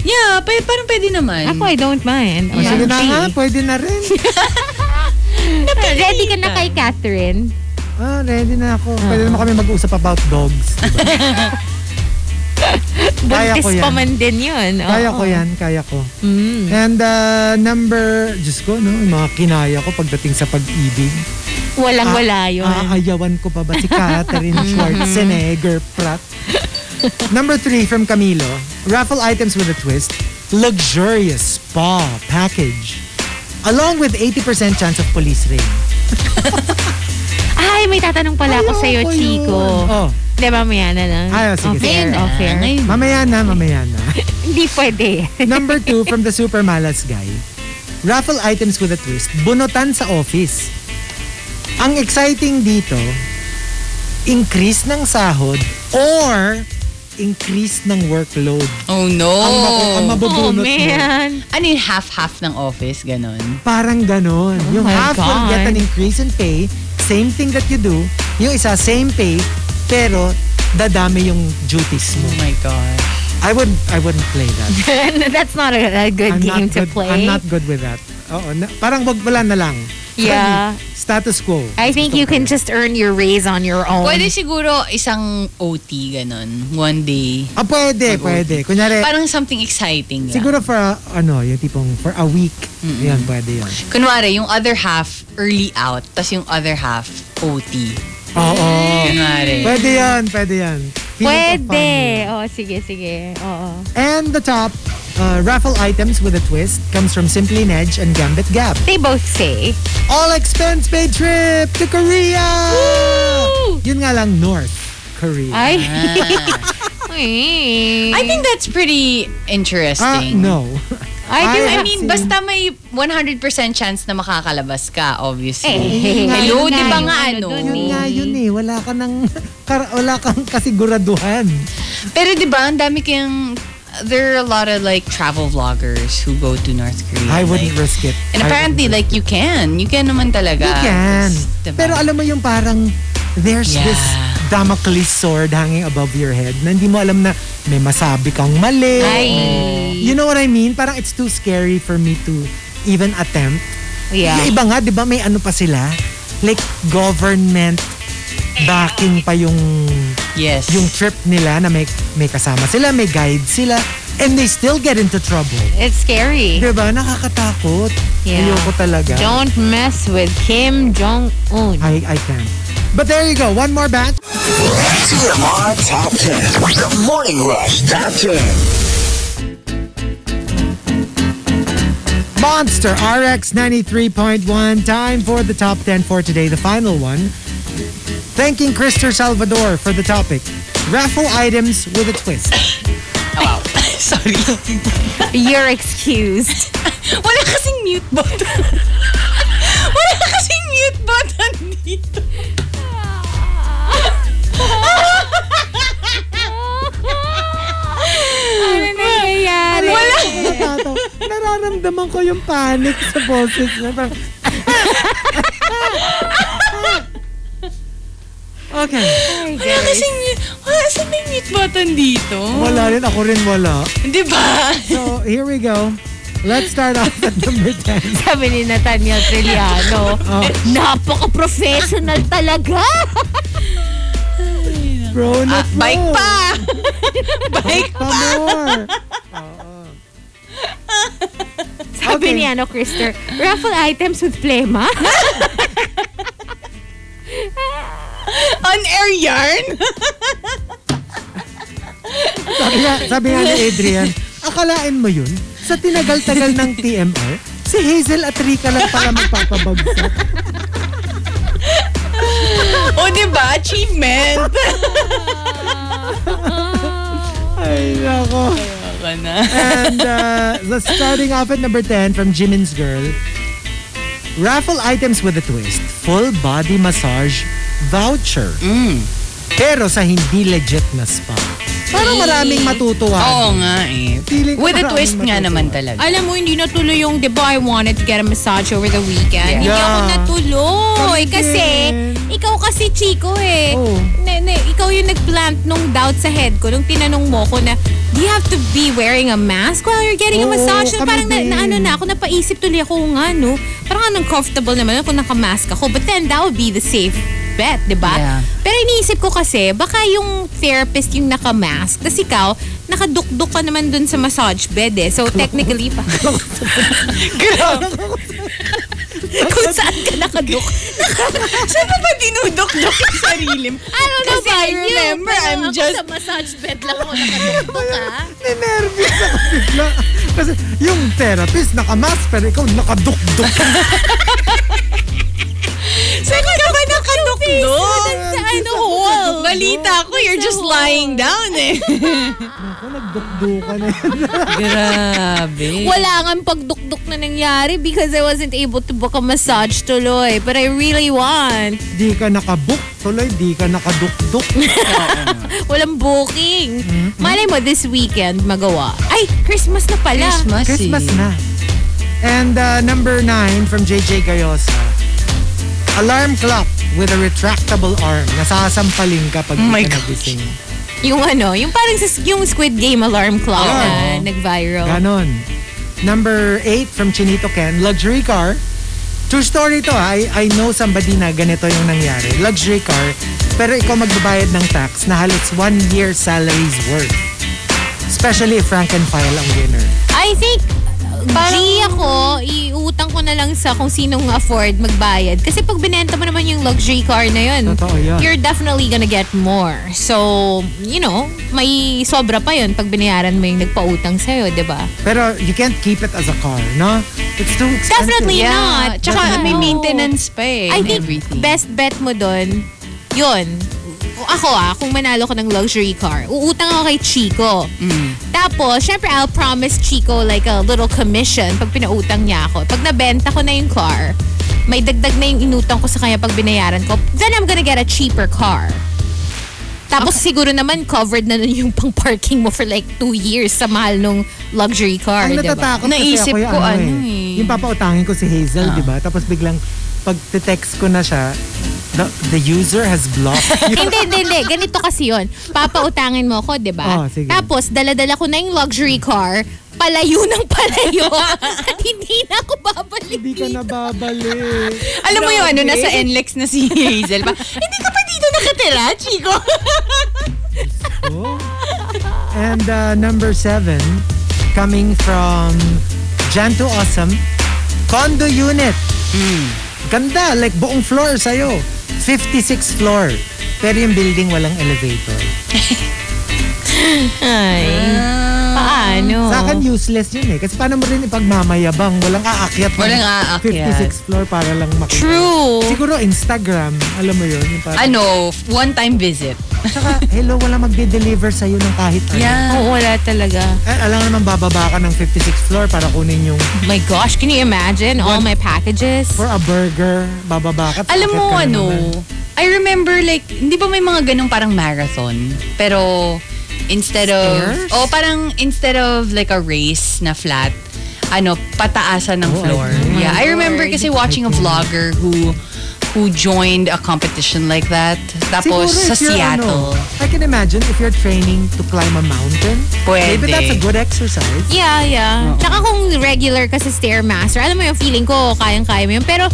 E: Yeah, pa- parang pwede naman.
B: Ako, I don't mind.
A: Mm. Oh, Sige na
B: OMG.
A: nga, pwede na rin.
B: Ready ka na kay Catherine?
A: Ah, ready na ako. Pwede
B: Ah.
A: naman kami mag-usap about dogs. Diba? Kaya ko yan.
B: Buntis pa man din yun. Oo.
A: Kaya ko yan, kaya ko.
B: Mm.
A: And uh, number, Diyos ko, no, yung mga kinaya ko pagdating sa pag-ibig.
B: Walang wala
A: Ah,
B: yun.
A: Aayawan ko pa ba si Catherine Schwarzenegger Pratt? Number three from Camilo. Raffle items with a twist. Luxurious spa package. Along with 80% chance of police raid.
B: Ay, may tatanong pala ako
A: Ayoko
B: sa'yo,
A: yun.
B: Chico.
A: Oh,
B: Di ba, ano? Oh, maya na lang?
A: Ah, sige,
B: Off-air,
E: sige.
B: off-air.
E: ah, Ngayon.
A: mamaya na, mamaya na.
B: ano? Hindi pwede.
A: Number two from the super malas guy. Raffle items with a twist. Bunutan sa office. Ang exciting dito, increase ng sahod or increase ng workload.
E: Oh no.
A: Ang, ma- ang
B: Oh,
A: mabubunot mo.
B: man.
E: ano yung half-half ng office, ganon?
A: Parang ganon. yung
B: Oh my
A: half will
B: God.
A: get an increase in pay. Same thing that you do. Yung isa, same pay. Pero, dadami yung duties mo.
E: Oh my God.
A: I would I wouldn't play that.
B: That's not a, a good game
A: not
B: to
A: good,
B: play.
A: I'm not good with that. Oo, na, parang wag wala na lang.
B: Yeah.
A: Friendly, status quo.
B: I think you can just earn your raise on your own.
E: Pwede siguro isang OT, ganon. One day.
A: Ah, pwede, pwede. Kunyari,
E: Parang something exciting lang.
A: siguro for, a- ano, yung tipong for a week. Yan, pwede yun.
E: Kunwari, yung other half, early out. Tapos yung other half, OT.
A: Oo.
E: Kunwari.
A: Pwede yan, pwede yan. Feeling of
B: Pwede.
A: fun.
B: Oo, sige, sige. Oh, Oo.
A: And the top, uh, raffle items with a twist comes from Simply Nedge and Gambit Gab.
B: They both say.
A: All expense paid trip to Korea!
B: Woo!
A: Yun nga lang, North Korea.
B: Ay.
E: I think that's pretty
A: Ah,
E: interesting.
A: no.
B: I do.
A: I-
E: I mean, basta may 100% chance na makakalabas ka, obviously.
B: Eh, yun
E: Hello, di
B: na,
E: ba
B: yun
E: nga
B: na
E: ano?
B: dun
A: Yun
B: eh.
A: nga yun eh. Wala ka ng, kar- wala kang kasiguraduhan.
E: Mm. Pero di ba, ang dami kayang... There are a lot of like travel vloggers who go to North Korea.
A: I wouldn't
E: like-
A: risk it.
E: And
A: I
E: apparently, like, you can. You can naman talaga.
A: You can.
E: Just, diba?
A: Pero alam mo yung parang there's
E: Yeah.
A: this Damocles sword hanging above your head na hindi mo alam na may masabi kang mali.
E: Ay.
A: You know what I mean? Parang it's too scary for me to even attempt. Yung
B: Yeah.
A: iba nga, di ba may ano pa sila? Like government backing pa yung
E: Yes.
A: yung trip nila na may, may kasama sila, may guide sila, and they still get into trouble.
B: It's scary.
A: Di ba? Nakakatakot.
B: Yeah.
A: Ayoko talaga.
B: Don't mess with Kim Jong-un.
A: I, I can't. But there you go. One more batch.
C: TMR Top 10. The Morning Rush Top 10.
A: Monster RX 93.1. Time for the top 10 for today, the final one. Thanking Christopher Salvador for the topic. Raffle items with a twist.
E: Sorry.
B: You're excused.
E: Wala kasing mute button. Wala kasing mute button dito.
B: ano nangyayari?
A: Wala! Nararamdaman ko yung panic sa boses niya. Parang- okay.
E: Wala kasing mute. Wala kasing may mute button dito.
A: Wala rin. Ako rin wala.
E: Di ba?
A: So, here we go. Let's start off at number 10.
B: Sabi ni Nathaniel Treliano,
A: Oh,
B: napaka-professional talaga.
A: bro, na bro.
E: Ah, Bike pa!
A: Bike pa more.
B: Sabi
A: Okay.
B: ni ano, Krister, raffle items with plema.
E: On-air yarn?
A: Sabi nga, sabi nga ni Adrian, akalain mo yun, sa tinagal-tagal ng TMR, si Hazel at Rika lang pala magpapabagsak.
E: o di
D: diba?
E: ba? Achievement!
A: Ay, nako.
E: Baka na.
A: And uh, the starting off at number 10 from Jimin's Girl, raffle items with a twist, full body massage voucher.
E: Mm.
A: Pero sa hindi legit na spa. Parang maraming matutuwa.
E: Oo nga eh.
A: Feeling ko
E: With a
A: maraming
E: twist nga
A: matutuwa.
E: naman talaga.
D: Alam mo, hindi natuloy yung, di ba, I wanted to get a massage over the weekend. Hindi ako
A: Yeah.
D: natuloy.
A: Kami
D: kasi,
A: din.
D: ikaw kasi, Chico eh.
A: Oo.
D: Na, na- ikaw yung nag-plant nung doubt sa head ko nung tinanong mo ko na,
B: do you have to be wearing a mask while you're getting a
A: Oo,
B: massage? So,
A: kami
B: parang na,
A: din.
B: na- ano na ako, napaisip tuloy ako "Oo nga, no? Parang anong comfortable naman ako kung nakamask ako. But then, that would be the safe bet, di ba?
E: Yeah.
B: Pero iniisip ko kasi, baka yung therapist yung nakamask, tapos ikaw, nakadukduk ka naman dun sa massage bed eh. So, technically pa. kung saan ka nakaduk.
D: Saan pa ba dinudok-dok yung sarili mo?
B: I don't know
D: Kasi I
B: about you,
D: remember,
B: pero
D: I'm
B: ako
D: just-
B: sa massage bed lang ako nakadukduk ah. ha.
A: Ninervous ako bigla. Kasi yung therapist nakamask pero ikaw nakadukduk.
D: Saan ka ba nakadok-dok?
B: Sa ano, wall.
D: Balita ko, you're just lying down eh.
A: Ako nagdukdukan eh. na yun.
E: Grabe.
B: Wala ngang pagdukdok na nangyari because I wasn't able to book a massage tuloy. But I really want.
A: Di ka nakabook. Tuloy, di ka nakadukduk.
B: Walang booking. Malay mo, this weekend magawa. Ay, Christmas na pala.
E: Christmas,
A: Christmas
E: eh.
A: na. And uh, number nine from JJ Gayosa. Alarm clock with a retractable arm. Nasasampaling ka pag
D: Oh
A: oh
D: my
A: ka
D: gosh.
A: nagising.
B: Yung ano, yung parang sa, yung Squid Game alarm clock
A: Oo.
B: na
D: Oh.
B: nag-viral.
A: Ganon. Number eight from Chinito Ken. Luxury car. True story to ha. I, I know somebody na ganito yung nangyari. Luxury car. Pero ikaw magbabayad ng tax na halos one year salary's worth. Especially if rank and file ang winner.
B: I think, G ako, iutang ko na lang sa kung sinong afford magbayad. Kasi pag binenta mo naman yung luxury car na yun,
A: Totoo yun.
B: you're definitely gonna get more. So, you know, may sobra pa yun pag binayaran mo yung nagpautang sa'yo, di ba?
A: Pero you can't keep it as a car, no? It's too expensive.
B: Definitely
E: Yeah.
B: not.
E: Tsaka
B: Definitely
E: may
B: not.
E: maintenance pa eh.
B: I
E: and
B: think
E: everything.
B: best bet mo doon, yun. Kung Ako ah, kung manalo ko ng luxury car, uutang ako kay Chico.
E: Mm.
B: Tapos, syempre I'll promise Chico like a little commission pag pinautang niya ako. Pag nabenta ko na yung car, may dagdag na yung inutang ko sa kanya pag binayaran ko, then I'm gonna get a cheaper car. Tapos siguro naman covered na nun yung pang-parking mo for like two years sa mahal nung luxury car,
A: Ang
B: di ba?
A: natatakot kasi
E: Naisip
A: ako yung
E: ko
A: ano,
E: ano
A: eh.
E: eh.
A: Yung papautangin ko si Hazel, di ba? Tapos biglang pag text ko na siya, the, the user has blocked you.
B: hindi, hindi, hindi. Ganito kasi yun. Papautangin mo ako, di ba?
A: Oh, sige.
B: Tapos, daladala ko na yung luxury car, palayo ng palayo, at hindi na ako babalik.
A: Hindi ka nababalik.
D: Alam mo yun, ano,
E: Grabe.
D: nasa NLEX na si Hazel pa. Hindi ka pa dito nakatira, Chico.
A: Oh. And uh, number seven, coming from Jan to Awesome, condo unit. Ganda, like buong floor sa'yo. 56 floor. Pero yung building walang elevator.
B: Ay, paano?
A: Sa akin, useless yun eh. Kasi paano mo rin ipagmamayabang? Walang aakyat. ng
E: Walang aakyat.
A: 56 floor para lang makita.
B: True.
A: Siguro Instagram, alam mo yun. Yung parang,
E: Ano, one-time visit.
A: Tsaka, hello, wala magde-deliver sa'yo ng kahit ano.
E: Oh,
B: Oo, wala talaga.
A: Ay, alam naman, bababa ka ng 56 floor para kunin yung
B: My gosh, can you imagine all my packages?
A: for a burger, bababa ka. sakit
E: Alam mo,
A: ka na
E: ano,
A: naman.
E: I remember like, hindi ba may mga ganong parang marathon? Pero, instead
A: Stairs?
E: of, oh parang instead of like a race na flat, ano, pataasan ng
A: Oh, I
E: floor.
A: know.
E: yeah, I remember kasi watching a vlogger who who joined a competition like that.
A: Siguro
E: Tapos, sa
A: if you're,
E: Seattle.
A: Ano, I can imagine if you're training to climb a mountain,
E: Pwede.
A: maybe that's a good exercise.
B: Yeah, yeah. Tsaka kung regular ka sa Stairmaster, alam mo yung feeling ko, kayang-kaya mo yun. Pero,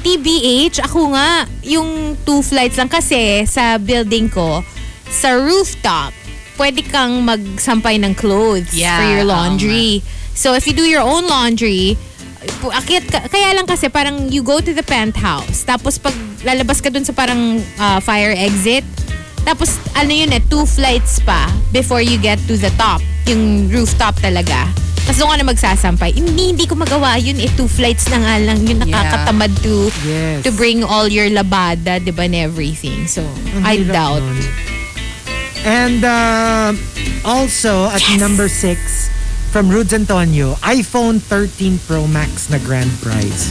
B: TBH, ako nga, yung two flights lang kasi sa building ko, sa rooftop, pwede kang magsampay ng clothes
E: Yeah,
B: for your
E: oo
B: laundry. So, if you do your own laundry, pu- akyat ka, kaya lang kasi parang you go to the penthouse. Tapos pag lalabas ka dun sa parang ah, fire exit, tapos ano yun eh, two flights pa before you get to the top. Yung rooftop talaga. Tapos doon ka na magsasampay. Hindi, hindi ko magawa yun eh. Two flights na nga lang yun.
E: Yeah.
B: Nakakatamad to,
A: Yes.
E: Diba?
B: to bring all your labada, di ba, and everything. So,
A: Ang
B: I
A: hirap
B: doubt.
A: nun. Mm-hmm. And uh, also, at number six, from Rudes Antonio, iPhone 13 Pro Max na grand prize.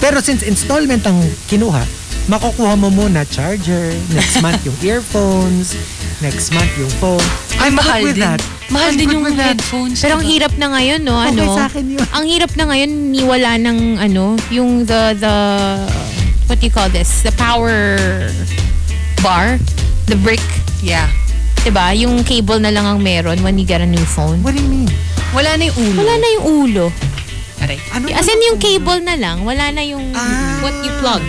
A: Pero since installment ang kinuha, makukuha mo muna charger, next month yung earphones, next month yung phone. I'm good
E: mahal
A: with
E: din.
A: that.
E: Mahal
A: I'm
E: din
A: good
E: yung
A: with that.
E: headphones. diba?
B: Pero ang hirap na ngayon, no?
A: Diba? Okay
B: Ano?
A: sa akin yun.
B: Ang hirap na ngayon, niwala ng ano, yung the, the, what do you call this? The power bar? The brick?
E: Yeah.
B: Diba? Yung cable na lang ang meron when you get a new phone.
A: What do you mean?
E: Wala na yung ulo.
B: Wala na yung ulo.
E: Aray.
A: Ano
B: As in yung cable na lang. Wala na yung
A: Ah.
B: what you plug.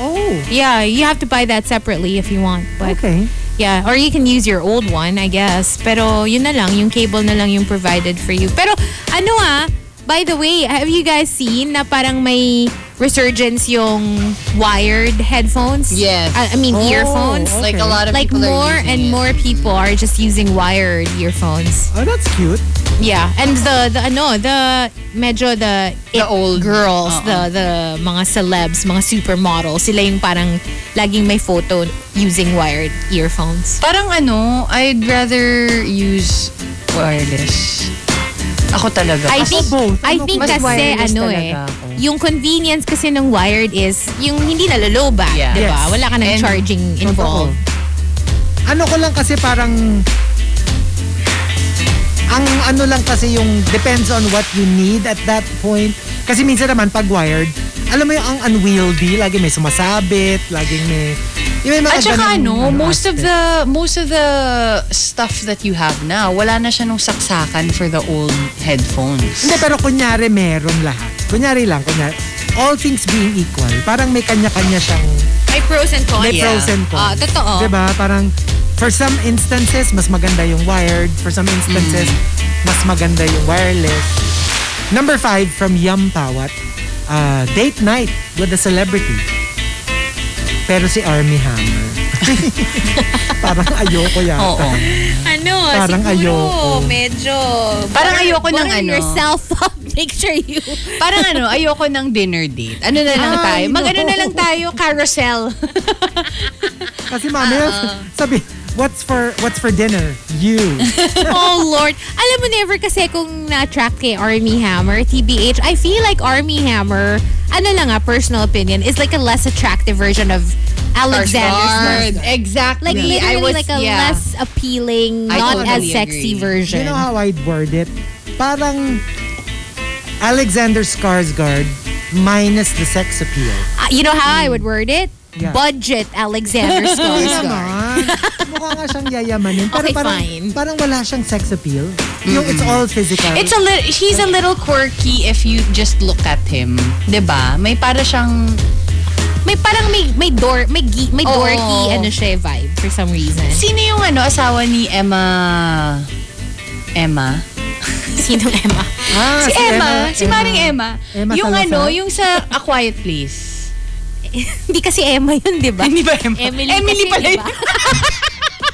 A: Oh,
B: Yeah, you have to buy that separately if you want. But
A: okay.
B: Yeah, or you can use your old one, I guess. Pero yun na lang, yung cable na lang yung provided for you. Pero ano ah, by the way, have you guys seen na parang may resurgence yung wired headphones? Uh,
F: Yes.
B: I, I mean earphones.
F: Like a lot of
B: Like
F: people are
B: more
F: using
B: and
F: it.
B: more people are just using wired earphones.
A: Oh, that's cute.
B: Yeah, and the the ano, the medyo the
F: The
B: it
F: old-
B: girls, the the mga celebs, mga supermodels, sila yung parang laging may photo using wired earphones.
E: Parang ano, I'd rather use wireless. Ako talaga.
B: I think,
E: Kasi
A: both.
B: I
A: Ano
B: think
E: mas
B: kasi
E: wireless
B: ano
E: talaga
B: eh,
E: ako.
B: yung convenience kasi ng wired is yung hindi nalalow back,
E: Yeah.
B: diba?
A: Yes.
B: Wala ka ng
E: And-
B: charging involved.
A: Ano ko lang kasi parang ang ano lang kasi yung depends on what you need at that point. Kasi minsan naman pag wired, alam mo yung ang unwieldy, lagi may sumasabit, laging may... Yung may mga
E: At saka
A: ganung,
E: ano, most of
A: aspect.
E: the most of the stuff that you have now, wala na siya nung saksakan for the old headphones.
A: Hindi, pero kunyari meron lahat. Kunyari lang, kunyari. All things being equal, parang may kanya-kanya siyang
B: May pros and cons.
A: May pros and cons.
B: Oh, Ah, totoo.
A: Diba? Parang, for some instances, mas maganda yung wired. For some instances,
B: Mm.
A: mas maganda yung wireless. Number five from Yum Pawat, uh, date night with a celebrity. Pero si Army Hammer. parang ayoko yata.
E: Oo.
B: Ano,
A: Parang
B: siguro,
A: ayoko.
B: medyo...
E: Parang ayoko ng
B: burn
E: ano.
B: yourself up, picture you. Ah,
E: Parang ano, ayoko ng dinner date. Ano na lang
A: Ay,
E: tayo? Mag ano
A: no.
E: na lang tayo, carousel.
A: Kasi mami,
B: Ah,
A: sabi, what's for what's for dinner? You.
B: oh, Lord. Alam mo, never kasi kung na-track kay Army Hammer, TBH, I feel like Army Hammer, ano lang ah, personal opinion, is like a less attractive version of Alexander's Mustard.
E: Exactly.
B: Like literally
E: I was,
B: like a
E: yeah.
B: less appealing,
E: I
B: not as
E: totally
B: sexy
E: agree.
B: version.
A: you know how I'd word it? Parang Alexander Skarsgård minus the sex appeal.
B: Ah, you know how I would word it?
A: Yeah.
B: Budget Alexander Skarsgård.
A: naman. Mukha nga siyang yayamanin. Pero
B: Okay,
A: parang,
B: fine.
A: Parang wala siyang sex appeal. Yung it's all physical.
E: It's a little, he's a little quirky if you just look at him. 'Di ba? May para siyang,
B: may parang may may door, may gi, may
E: Oo.
B: dorky ano siya eh, vibe for some reason.
E: sino yung ano, asawa ni Emma, Emma?
B: Sino Emma?
A: Ah,
E: si, Emma, si Maring Emma.
A: Emma
E: yung
A: Salazar?
E: ano, yung sa A Quiet Place.
B: Hindi kasi Emma 'yun, 'di ba?
E: Hindi ba Emma?
B: Emily,
E: Emily diba?
B: kasi, di
E: pala yun.
B: ba?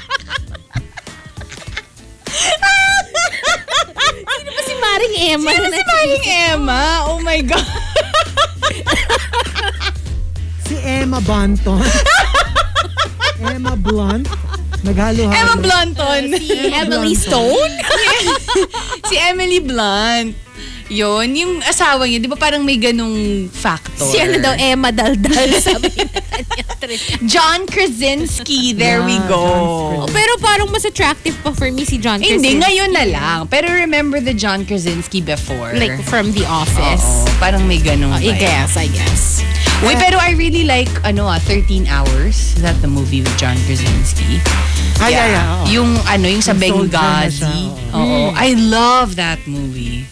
B: Sino ba si Maring Emma?
E: Ano si Maring Emma? Oh my God.
A: Si Emma Banton. Emma Blunt. Naghalo-halo.
E: Emma Blunton.
B: Si Emily Stone?
E: si Emily Blunt. Yun, yung asawa niya, di ba parang may ganung factor?
B: Si ano daw, Emma Daldal, sabi niya.
E: John Krasinski, there we
A: Yeah,
E: go.
A: John
B: Pero parang mas attractive pa for me si John
E: Eh,
B: Krasinski.
E: Hindi, ngayon na lang. Pero remember the John Krasinski before.
B: Like, Oh, from The
E: Oo,
B: Office.
E: parang may ganung
B: I
E: vibe.
B: guess, I guess.
E: Uy, pero I really like, ano ah, 13 Hours. Is that the movie with John Krasinski?
A: Ay, ay, ay. Ah, oo.
E: Yung ano, yung sa
A: Yung soldier na siya,
E: Benghazi. Oo. I love that movie.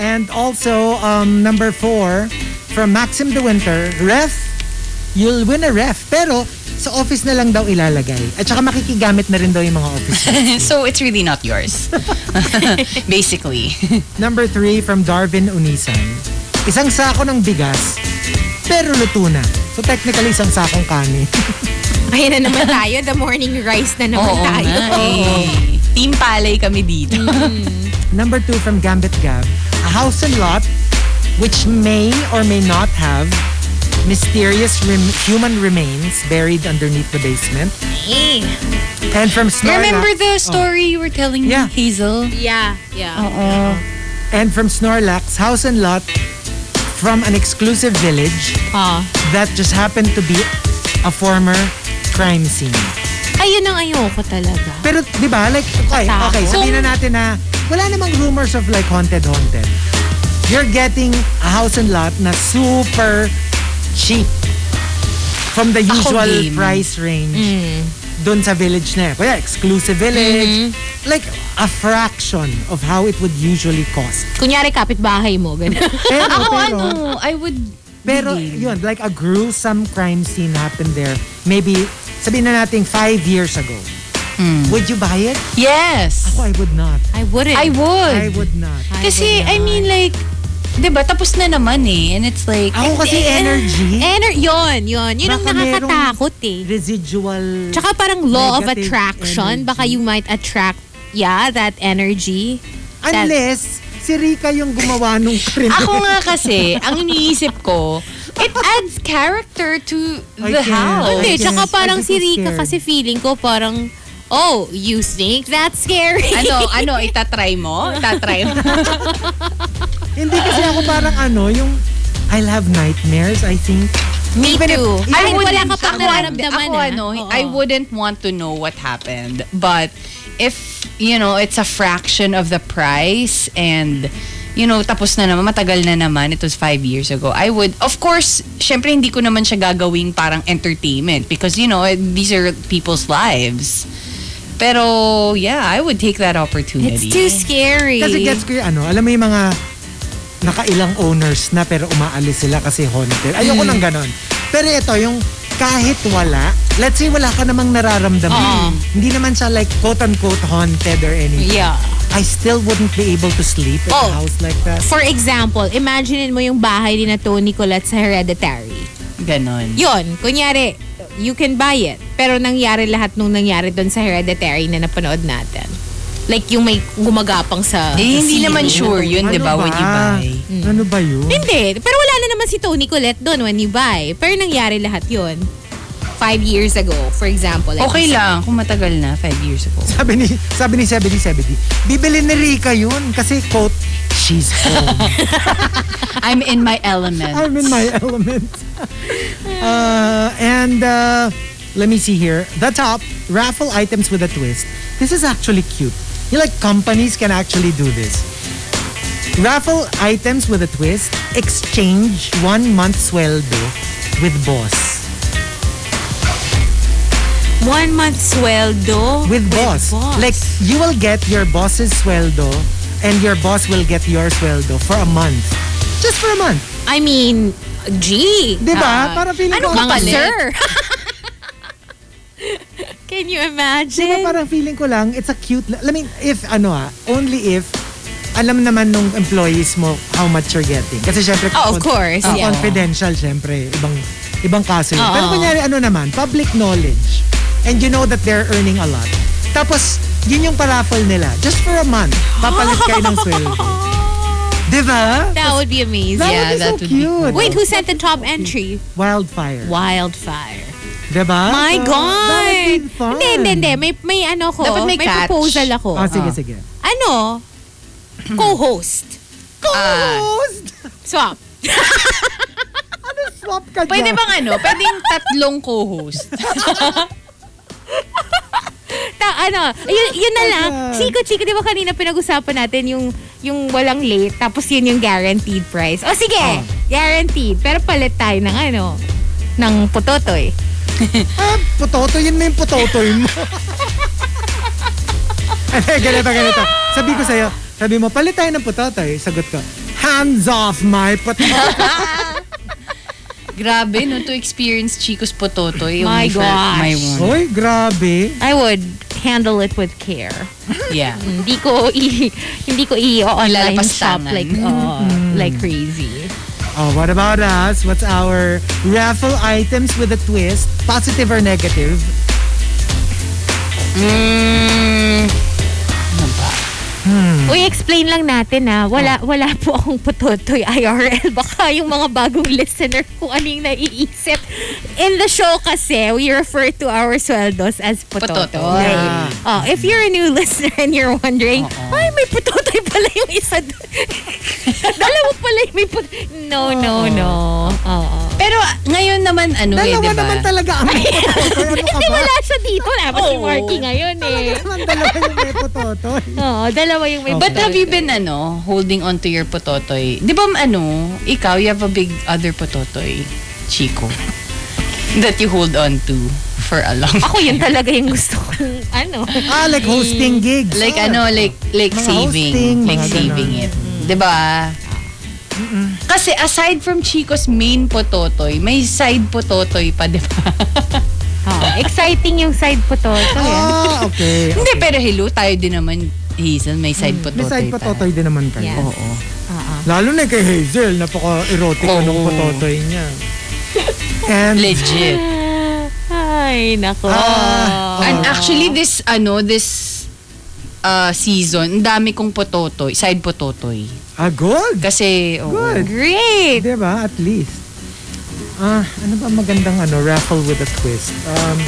A: And also, um, number four, from Maxim De Winter, ref, you'll win a ref. Pero, sa office na lang daw ilalagay. At saka makikigamit na rin daw yung mga office.
E: so it's really not yours. Basically.
A: Number three from Darwin Unisan. Isang sako ng bigas, pero luto na. So technically, isang sakong kanin.
B: Ayan na naman tayo. The morning rice na naman
E: Oo
B: tayo.
E: nga eh. Mm. Team Palay kami dito.
A: Number two from Gambit Gab. A house and lot which may or may not have mysterious rem- human remains buried underneath the basement.
B: Eh.
A: And from Snorlax...
E: Remember the story you were telling
A: Oh. Yeah.
E: me, Hazel?
B: Yeah, yeah.
A: And from Snorlax, house and lot from an exclusive village
B: Ah.
A: that just happened to be a former crime scene.
B: Ayun ang ayoko talaga.
A: Pero, di ba, like, okay,
B: Tao.
A: okay, sabihin na natin na wala namang rumors of like haunted-haunted. You're getting a house and lot na super cheap from the
E: Ako Mm.
A: usual
E: game.
A: price range. doon sa village na eh. Kaya exclusive village.
E: Mm-hmm.
A: Like a fraction of how it would usually cost.
B: Kunyari, kapitbahay mo. Ganun.
A: Pero,
E: Ako
A: pero,
E: ano, I would...
A: pero yun, like a gruesome crime scene happened there. Maybe, sabihin na natin, five years ago.
E: Hmm.
A: Would you buy it?
E: Yes!
A: Ako, I would not.
B: I wouldn't.
E: I would.
A: I would not.
E: Kasi, I mean, like, 'di ba tapos na naman eh. And it's like,
A: Ako kasi energy,
B: Ener, er, yun, yun. Yun ang
A: Baka merong-
B: nakakatakot eh.
A: residual.
B: Tsaka parang law of
A: Negative energy.
B: attraction. Baka you might attract, yeah, that energy. That-
A: Unless, si Rika yung gumawa nung krimen.
E: ako nga kasi, ang iniisip ko, it adds character to
A: I
E: the
A: can't.
E: house.
A: Hindi,
B: Hindi,
A: Yes,
B: tsaka
A: I
B: parang
A: get
B: si Rika
A: scared.
B: kasi feeling ko parang, oh, you think that's scary?
D: ano, ano, itatry mo? Itatry mo?
A: Hindi kasi ako parang ano, yung I'll have nightmares, I think.
B: Me
A: Even if-
B: too.
A: even
B: I mean, wala ka
E: Ako,
B: pang nararamdaman.
E: ako,
B: ah.
E: ano,
B: Oo.
E: I wouldn't want to know what happened. But if, you know, it's a fraction of the price and you know, tapos na naman, matagal na naman, it was five years ago, I would, of course, syempre hindi ko naman siya gagawing parang entertainment because, you know, these are people's lives. Pero, yeah, I would take that opportunity.
B: It's too scary.
A: Kasi gets ko yung ano, alam mo yung mga nakailang owners na pero umaalis sila kasi haunted. Ayoko nang ganon. Pero ito, yung kahit wala, let's say wala ka namang nararamdaman. Hindi naman siya like quote-unquote haunted or anything.
B: Yeah.
A: I still wouldn't be able to sleep in
B: Oh.
A: a house like that.
B: For example, imaginein mo yung bahay ni na Tony Collette sa Hereditary.
E: Ganon.
B: Yun, kunyari, you can buy it. Pero nangyari lahat nung nangyari doon sa Hereditary na napanood natin. Like yung may gumagapang sa...
E: Eh,
B: ceiling.
E: hindi naman sure yun,
B: ano
E: di ba, when you buy.
A: Ano ba yun?
B: Hindi. Pero wala na naman si Tony Collette doon when you buy. Pero nangyari lahat yun. Five years ago, for example. like
E: Okay
B: you said.
E: lang, kung matagal na, five years ago.
A: Sabi ni, sabi ni 7070, bibili ni Rika yun kasi quote, she's home.
E: I'm in my element.
A: I'm in my element. uh, and uh, let me see here. The top raffle items with a twist. This is actually cute. You like companies can actually do this. Raffle items with a twist. Exchange one month sweldo with boss.
B: One month sweldo.
A: With, boss. Like you will get your boss's sweldo and your boss will get your sweldo for a month. Just for a month.
B: I mean, gee.
A: Diba? Para feeling ko
B: Ano ka pa,
A: Diba,
B: sir? Can you imagine?
A: parang feeling ko lang, it's a cute, li- I mean, if ano ah, only if alam naman nung employees mo how much you're getting. Kasi syempre,
B: Oh, of
A: con-
B: course,
A: ah,
B: yeah.
A: confidential syempre. Ibang, ibang kaso yun.
B: Oo.
A: Pero kunyari ano naman, public knowledge. And you know that they're earning a lot. Tapos, yun yung paraffle nila. Just for a month, papalit kayo ng sweldo. Diba?
B: That would be amazing.
A: That
E: Yeah,
A: would be
E: that
A: so
E: would be
A: cute.
B: Wait, who sent the top entry?
A: Wildfire.
B: Wildfire.
A: Diba? So,
B: My
A: That
B: God!
A: would be fun.
B: Hindi, hindi, hindi. May, may ano ko.
E: Dapat may catch.
B: proposal ako.
A: Ah, sige, sige.
B: Ano? Co-host.
A: Co-host!
B: Swap.
A: Swap ka dyan.
E: Pwede bang ano? Pwedeng tatlong co-host.
B: Ta, ano, yun, yun na lang. Chico, Chico, di ba kanina pinag-usapan natin yung yung walang late, tapos yun yung guaranteed price. O sige, guaranteed. Pero palit tayo ng ano, ng pototoy.
A: Ah, putotoyin mo yung putotoy mo. Ay, ganito, ganito. Sabi ko sa'yo, sabi mo, palit tayo ng putotoy. Sagot ko, hands off my putotoy.
E: Grabe, no? To experience Chico's Pototoy.
B: My
E: only felt
B: gosh.
E: My one.
A: Uy, grabe.
B: I would handle it with care.
E: Yeah.
B: Hindi ko i hindi ko i online shop
E: Ilalapastangan.
B: like oh, like crazy.
A: Oh, what about us? What's our raffle items with a twist? Positive or negative?
B: Uy, explain lang natin ha. Wala, wala po akong putotoy IRL. Baka yung mga bagong listener kung ano yung naiisip. In the show kasi, we refer to our sweldos as putotoy.
E: Putotoy.
A: Yeah.
B: Oh, if you're a new listener and you're wondering, ay, may putotoy pala yung isa doon. Dalawa pala yung may put... No, no, no. Oo.
E: Pero ngayon naman, ano eh,
A: Dalawa
E: diba?
A: naman talaga ang may putotoy. Ano ka
B: Hindi,
A: ba?
B: wala siya dito. Wala pa si
E: Oo.
B: Marky ngayon eh.
A: Naman dalawa yung may putotoy.
B: Oo, dalawa yung may
E: But
B: putotoy.
E: have you been, ano, holding on to your Pototoy? Di ba, ano, ikaw, you have a big other Pototoy, Chico, that you hold on to. for a long
B: Ako yun talaga yung gusto kong, ano.
A: Ah, like hosting gigs.
E: Like
A: Ah.
E: ano, like like
A: Mga
E: saving,
A: hosting,
E: like
A: mga Mm.
E: saving
A: ganun.
E: it. 'Di ba? Kasi aside from Chico's main pototoy, may side pototoy pa, diba? 'di ba?
B: Ah, exciting yung side po to. Ito yan.
A: Ah, okay. Mm.
E: Hindi pero hello, tayo din naman Hazel, may side pototoy.
A: Beside
E: tayo.
A: patotoy din naman kayo.
B: Yeah.
E: Oo.
B: Ah,
A: Lalo na kay Hazel, napaka-erotic oh.
E: Oo.
A: nung patotoy niya. And
E: Legit.
B: Ay, nako.
A: Ah.
E: And actually this ano, this uh, season, ang dami kong pototoy, side pototoy.
A: ah, good.
E: Kasi oo.
A: Good.
B: Great.
A: Diba? At least. Ah, ano ba magandang ano, raffle with a twist? Um,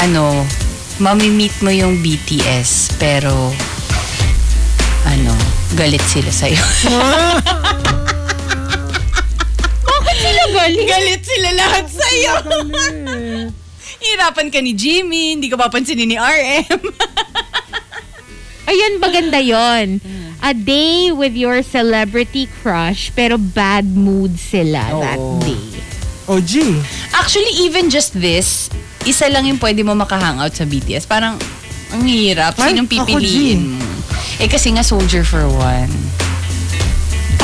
E: ano, mamimit mo yung BTS, pero, ano, galit sila sa'yo. Bakit sila galit? Galit sila lahat sa'yo. Hirapan ka ni Jimmy, hindi ka papansinin ni RM.
B: Ayun, maganda yon. A day with your celebrity crush, pero bad mood sila that day.
A: OG.
E: Actually, even just this, isa lang yung pwede mo makahangout sa BTS. Parang, ang hirap.
A: Ay,
E: Sinong
A: ako, G.
E: pipiliin mo? Eh kasi nga soldier for one.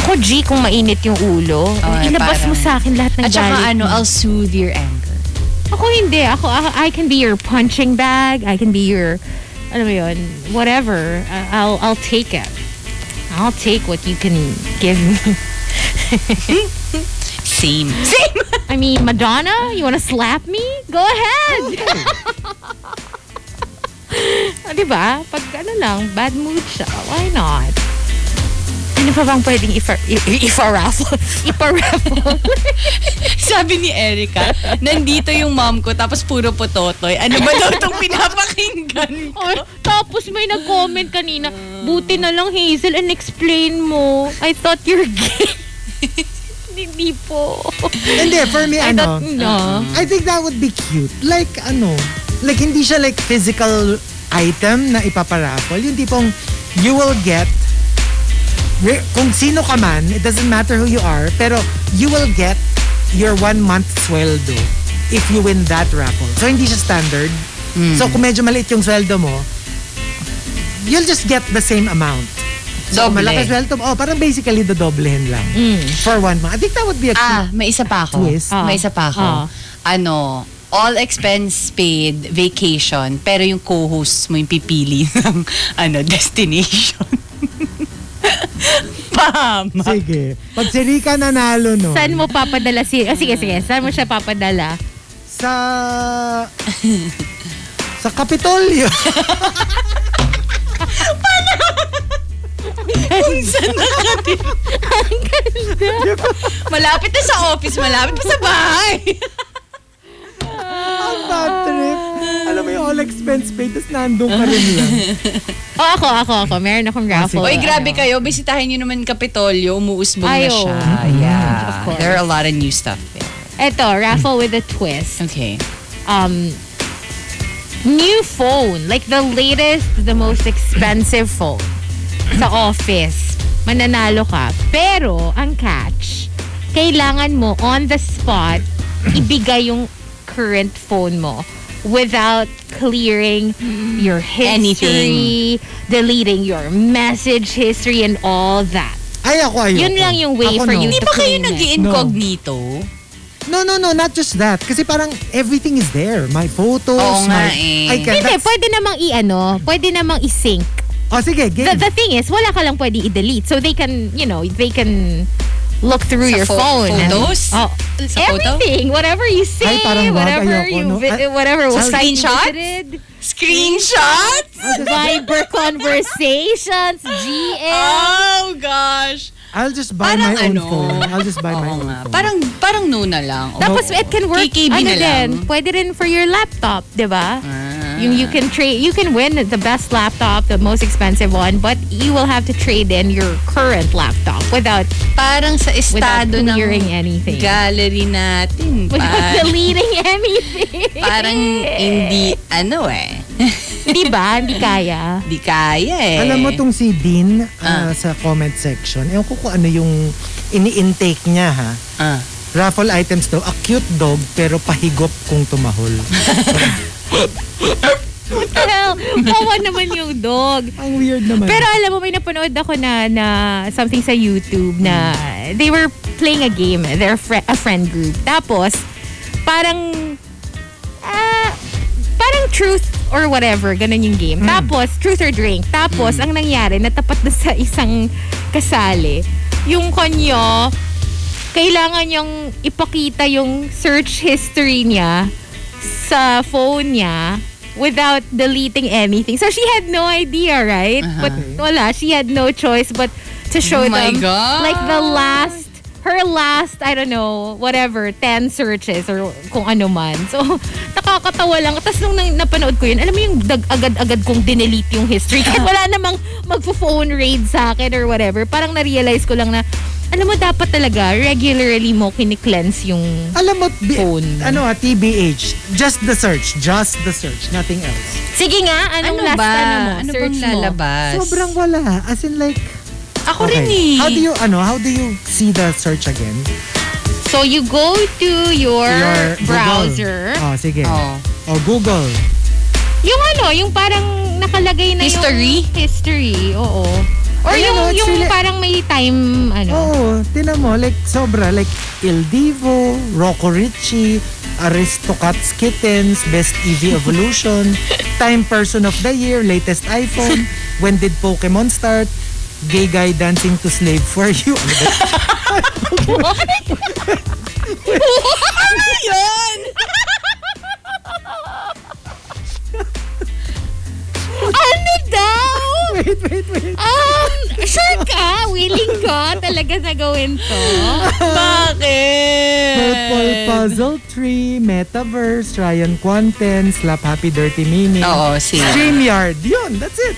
B: Ako, G, kung mainit yung ulo,
E: Ay,
B: inabas
E: Oh, eh, parang-
B: mo sa akin lahat ng
E: At saka
B: galit
E: ano,
B: mo.
E: I'll soothe your anger.
B: Ako hindi. Ako, ako- I can be your punching bag. I can be your, ano mo yun, whatever. I- I'll, I'll take it. I'll take what you can give me.
E: Same.
B: I mean, Madonna, you wanna slap me? Go ahead! Oh, diba? Pag ano lang, bad mood siya, why not? Ano pa bang pwedeng ifa- i- ifa-raffle? Ipa-raffle?
E: Sabi ni Erica, nandito yung mom ko, tapos puro pototoy. Ano ba daw itong pinapakinggan?
B: Or, tapos may nag-comment kanina, buti na lang Hazel, and explain mo. I thought you're gay. Hindi po.
A: Hindi, for me,
B: I
A: ano,
B: thought, no.
E: Uh-huh.
A: I think that would be cute. Like, ano, like hindi siya like physical item na ipaparaffle. Yung tipong you will get re- kung sino ka man, it doesn't matter who you are, pero you will get your one month sweldo if you win that raffle. So, hindi siya standard.
E: Hmm.
A: So, kung medyo maliit yung sweldo mo, you'll just get the same amount. So,
E: Doble. Hmm.
A: malaki sweldo mo. Oh, parang basically, dodoblehin lang. For one month. I think that would be a cute
E: Ah, may isa pa ako.
A: Twist.
E: May isa pa ako.
B: Ah.
E: Ano, all expense paid vacation, pero yung co-host mo yung pipili ng ano, destination. Pam!
A: Sige. Pag si Rika nanalo, no?
B: Saan mo papadala si... Oh, sige, sige. Saan mo siya papadala?
A: Sa... sa Kapitolyo.
E: Malapit na sa office, malapit pa sa bahay.
A: Ang bad trip. Alam mo yung all expense paid, tapos nandun ka rin lang.
B: Oh, ako, ako, ako. Meron akong
A: Ah,
B: raffle.
E: Oy, ano? grabe kayo. Bisitahin niyo naman Kapitolyo. Umuusbong
B: Ay,
E: na
B: oo.
E: siya.
B: Of
E: Yeah.
B: course.
E: There are a lot Mm-hmm. of new stuff there.
B: Eto, raffle with a twist.
E: Okay.
B: Um, new phone. Like the latest, the most expensive phone. Sa office. Mananalo ka. Pero, ang catch, kailangan mo on the spot, ibigay yung current phone mo without clearing your history, deleting your message history, and all that.
A: Ay, ako ayoko.
B: Yun lang yung way
A: Ako,
B: for
A: no.
B: you
E: Hindi ba kayo
B: Clean it.
E: nag-incognito?
A: No, no, no, not just that. Kasi parang everything is there. My photos,
E: Oo nga
A: my...
E: eh.
A: I can,
B: Hindi,
A: that's-
B: pwede namang i-ano, pwede namang i-sync.
A: Oh, sige, game.
B: The, the thing is, wala ka lang pwede i-delete. So they can, you know, they can look through
E: Sa
B: your
E: pho-
B: phone. and-
E: photos?
B: oh,
E: Sa photo?
B: everything. Whatever you see,
A: Ay, parang wag,
B: whatever
A: ayoko,
B: you,
A: no?
B: vi-
A: Ay,
B: whatever was
E: sorry. Screenshots?
B: visited,
E: Screenshot?
B: Viber conversations, GM.
E: Oh gosh.
A: I'll just buy
E: Parang
A: my own
E: ano.
A: phone. I'll just buy my
E: Oo
A: own
E: nga.
A: phone.
E: Parang, parang no na lang. Oo.
B: Tapos it can work,
E: KKB
B: ano
E: na lang.
B: din, pwede rin for your laptop, di ba?
E: Ah.
B: You, you can trade, you can win the best laptop, the most expensive one, but you will have to trade in your current laptop without
E: parang sa estado ng
B: clearing anything.
E: gallery natin.
B: without
E: Par-
B: deleting anything.
E: parang hindi, ano eh.
B: Di ba? Hindi kaya.
E: Di kaya eh.
A: Alam mo tong si Dean ah,
E: Ah.
A: sa comment section, ewan ko kung ano yung ini-intake niya ha.
E: Ah.
A: Raffle items daw, a cute dog pero pahigop kung tumahol.
B: What the hell? Wawa naman yung dog.
A: Ang weird naman.
B: Pero alam mo, may napanood ako na, na something sa YouTube na they were playing a game. They're fri- a friend group. Tapos, parang, ah, parang truth or whatever. Ganun yung game.
E: Hmm.
B: Tapos, truth or drink. Tapos, ang nangyari, natapat na sa isang kasali. Yung konyo, kailangan niyang ipakita yung search history niya sa phone niya without deleting anything. So she had no idea, right? But wala, she had no choice but to show
E: Uh-huh. Oh my
B: them
E: God.
B: like the last her last, I don't know, whatever, 10 searches or kung ano man. So, nakakatawa lang. Tapos nung nang- napanood ko yun, alam mo yung dag, agad-agad kong dinelete yung history. Kahit wala namang magpo-phone raid sa akin or whatever. Parang na-realize ko lang na, alam mo, dapat talaga regularly mo kini-cleanse yung
A: alam mo, bi-
B: Phone.
A: ano ah, TBH, just the search, just the search, nothing else.
B: Sige nga, anong
E: Ano
B: last
E: ba?
B: ano mo?
E: Ano
B: Search
E: bang
B: mo.
E: lalabas?
A: Sobrang wala. As in like,
E: Ako rin
A: okay.
E: eh.
A: How do you, ano, how do you see the search again?
B: So you go to your, browser.
A: Google. Oh, sige.
E: Oh.
A: Oh, Google.
B: Yung ano, yung parang nakalagay na
E: History?
B: yung history. Oo. Or
A: Ayun,
B: yung,
A: oh, it's
B: yung
A: really-
B: parang may time, ano.
A: Oo, tinan mo, like, sobra. Like, Il Divo, Rocco Ricci, Aristocats Kittens, Best EV Evolution, Time Person of the Year, Latest iPhone, When Did Pokemon Start, Gay Guy Dancing to Slave for You. Ano ba?
E: Yun!
B: Ano daw?
A: wait, wait, wait.
B: Um, sure ka? Willing ka talaga na gawin to?
E: Bakit?
A: Oh. Purple Puzzle Tree, Metaverse, Ryan Quanten, Slap Happy Dirty Meaning,
E: Oo, see.
A: StreamYard. Yun, that's it.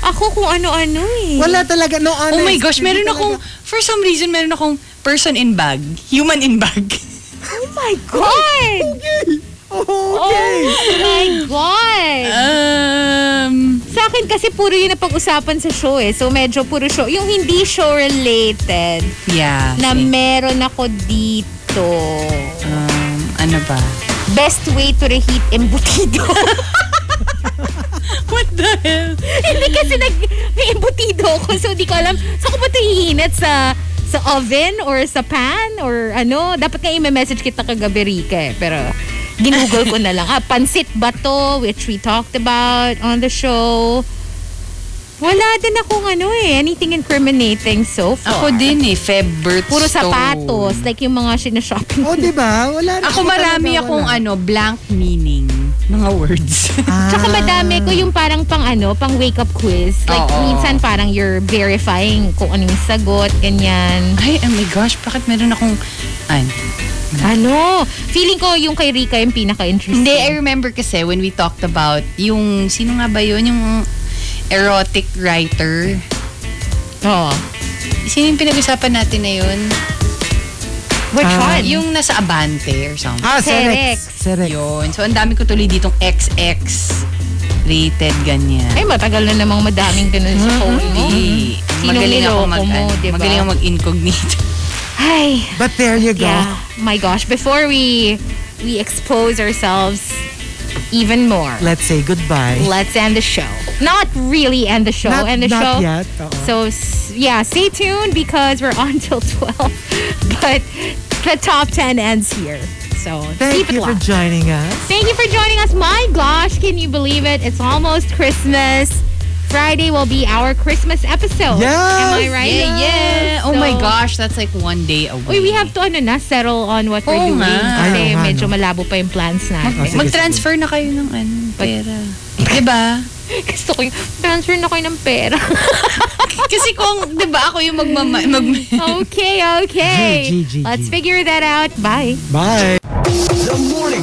B: Ako kung ano-ano eh.
A: Wala talaga, no honest.
E: Mm. Oh my gosh,
A: Hindi
E: meron
A: talaga.
E: akong, for some reason, meron akong person in bag. Human in bag.
A: Oh
B: my
E: Oh!
B: God!
A: Okay.
B: Oh my God!
E: Um,
B: Sa akin kasi puro yun na pag-usapan sa show eh. So medyo puro show. Yung hindi show related
E: yeah.
B: na
E: see.
B: meron ako dito.
E: um, ano ba?
B: Best way to reheat embutido.
E: What the hell?
B: hindi kasi nag may embutido ako so di ko alam. Saan ko ba ito hihinit sa sa oven or sa pan or ano? Dapat nga i-message kita kagabi Rika eh. Pero ginugol ko na lang. Ah, pansit ba to? Which we talked about on the show. Wala din akong ano eh. Anything incriminating so far.
E: Ako din eh, Febber
B: Ah. Puro
E: Stone.
B: sapatos. Like yung mga sinashopping.
A: Oh, di ba? Wala na
E: Ako
A: talaga,
E: marami
A: wala.
E: akong ano, blank meaning. Mga words.
B: Tsaka
E: Ah.
B: madami ko yung parang pang ano, pang wake up quiz. Like
E: Oo.
B: minsan parang you're verifying kung ano yung sagot, ganyan.
E: Ay, oh my gosh, bakit meron akong... Ay,
B: Ano? Feeling ko yung kay Rika yung pinaka-interesting.
E: Hindi,
A: er-
E: I remember kasi when we talked about yung, sino nga ba yun? Yung erotic writer.
B: Oo.
E: Sino yung pinag-usapan natin na yun?
B: Which
A: Ah,
B: one? Yung
E: Yung nasa Abante or something.
A: Ah, Serex.
B: Serex.
A: Serex.
E: Yun. So, ang dami ko tuloy ditong XX rated ganyan.
B: ay, matagal na namang madaming ganun sa
A: Mm-hmm.
B: phone mo.
E: Hindi.
B: Sinong
E: Magaling ako mag,
B: niloko mo,
E: ano,
B: diba?
E: magaling ako mag-incognito.
B: Ay,
A: But there you go.
B: yeah. My gosh, before we we expose ourselves even more,
A: Let's say goodbye.
B: let's end the show. Not really end the show.
A: Not-
B: end the
A: not
B: show.
A: yet. Oo.
B: So s- yeah, stay tuned because we're on till twelve. But the top ten ends here. So
A: Thank
B: keep
A: you
B: it
A: for
B: locked.
A: joining us.
B: Thank you for joining us. My gosh, can you believe it? It's almost Christmas. Friday will be our Christmas episode.
A: Yes!
B: Am I right?
E: Yeah, yeah. Oh my
B: So-
E: gosh, that's like one day
B: Uy,
E: away.
B: we have to ano na, settle on what we're
A: Oh,
E: Oo
B: doing.
E: nga.
B: Kasi
A: Ayaw nga,
B: medyo
A: no?
B: malabo pa yung plans natin.
A: Oh, sige,
E: Mag-transfer na kayo ng ano, pera. diba?
B: Gusto ko yung transfer na kayo ng pera.
E: Kasi kung, diba, ako yung magmama... Mag-
B: okay, okay.
A: G, G, G,
B: Let's
A: G.
B: figure that out. Bye.
A: Bye.
G: The Morning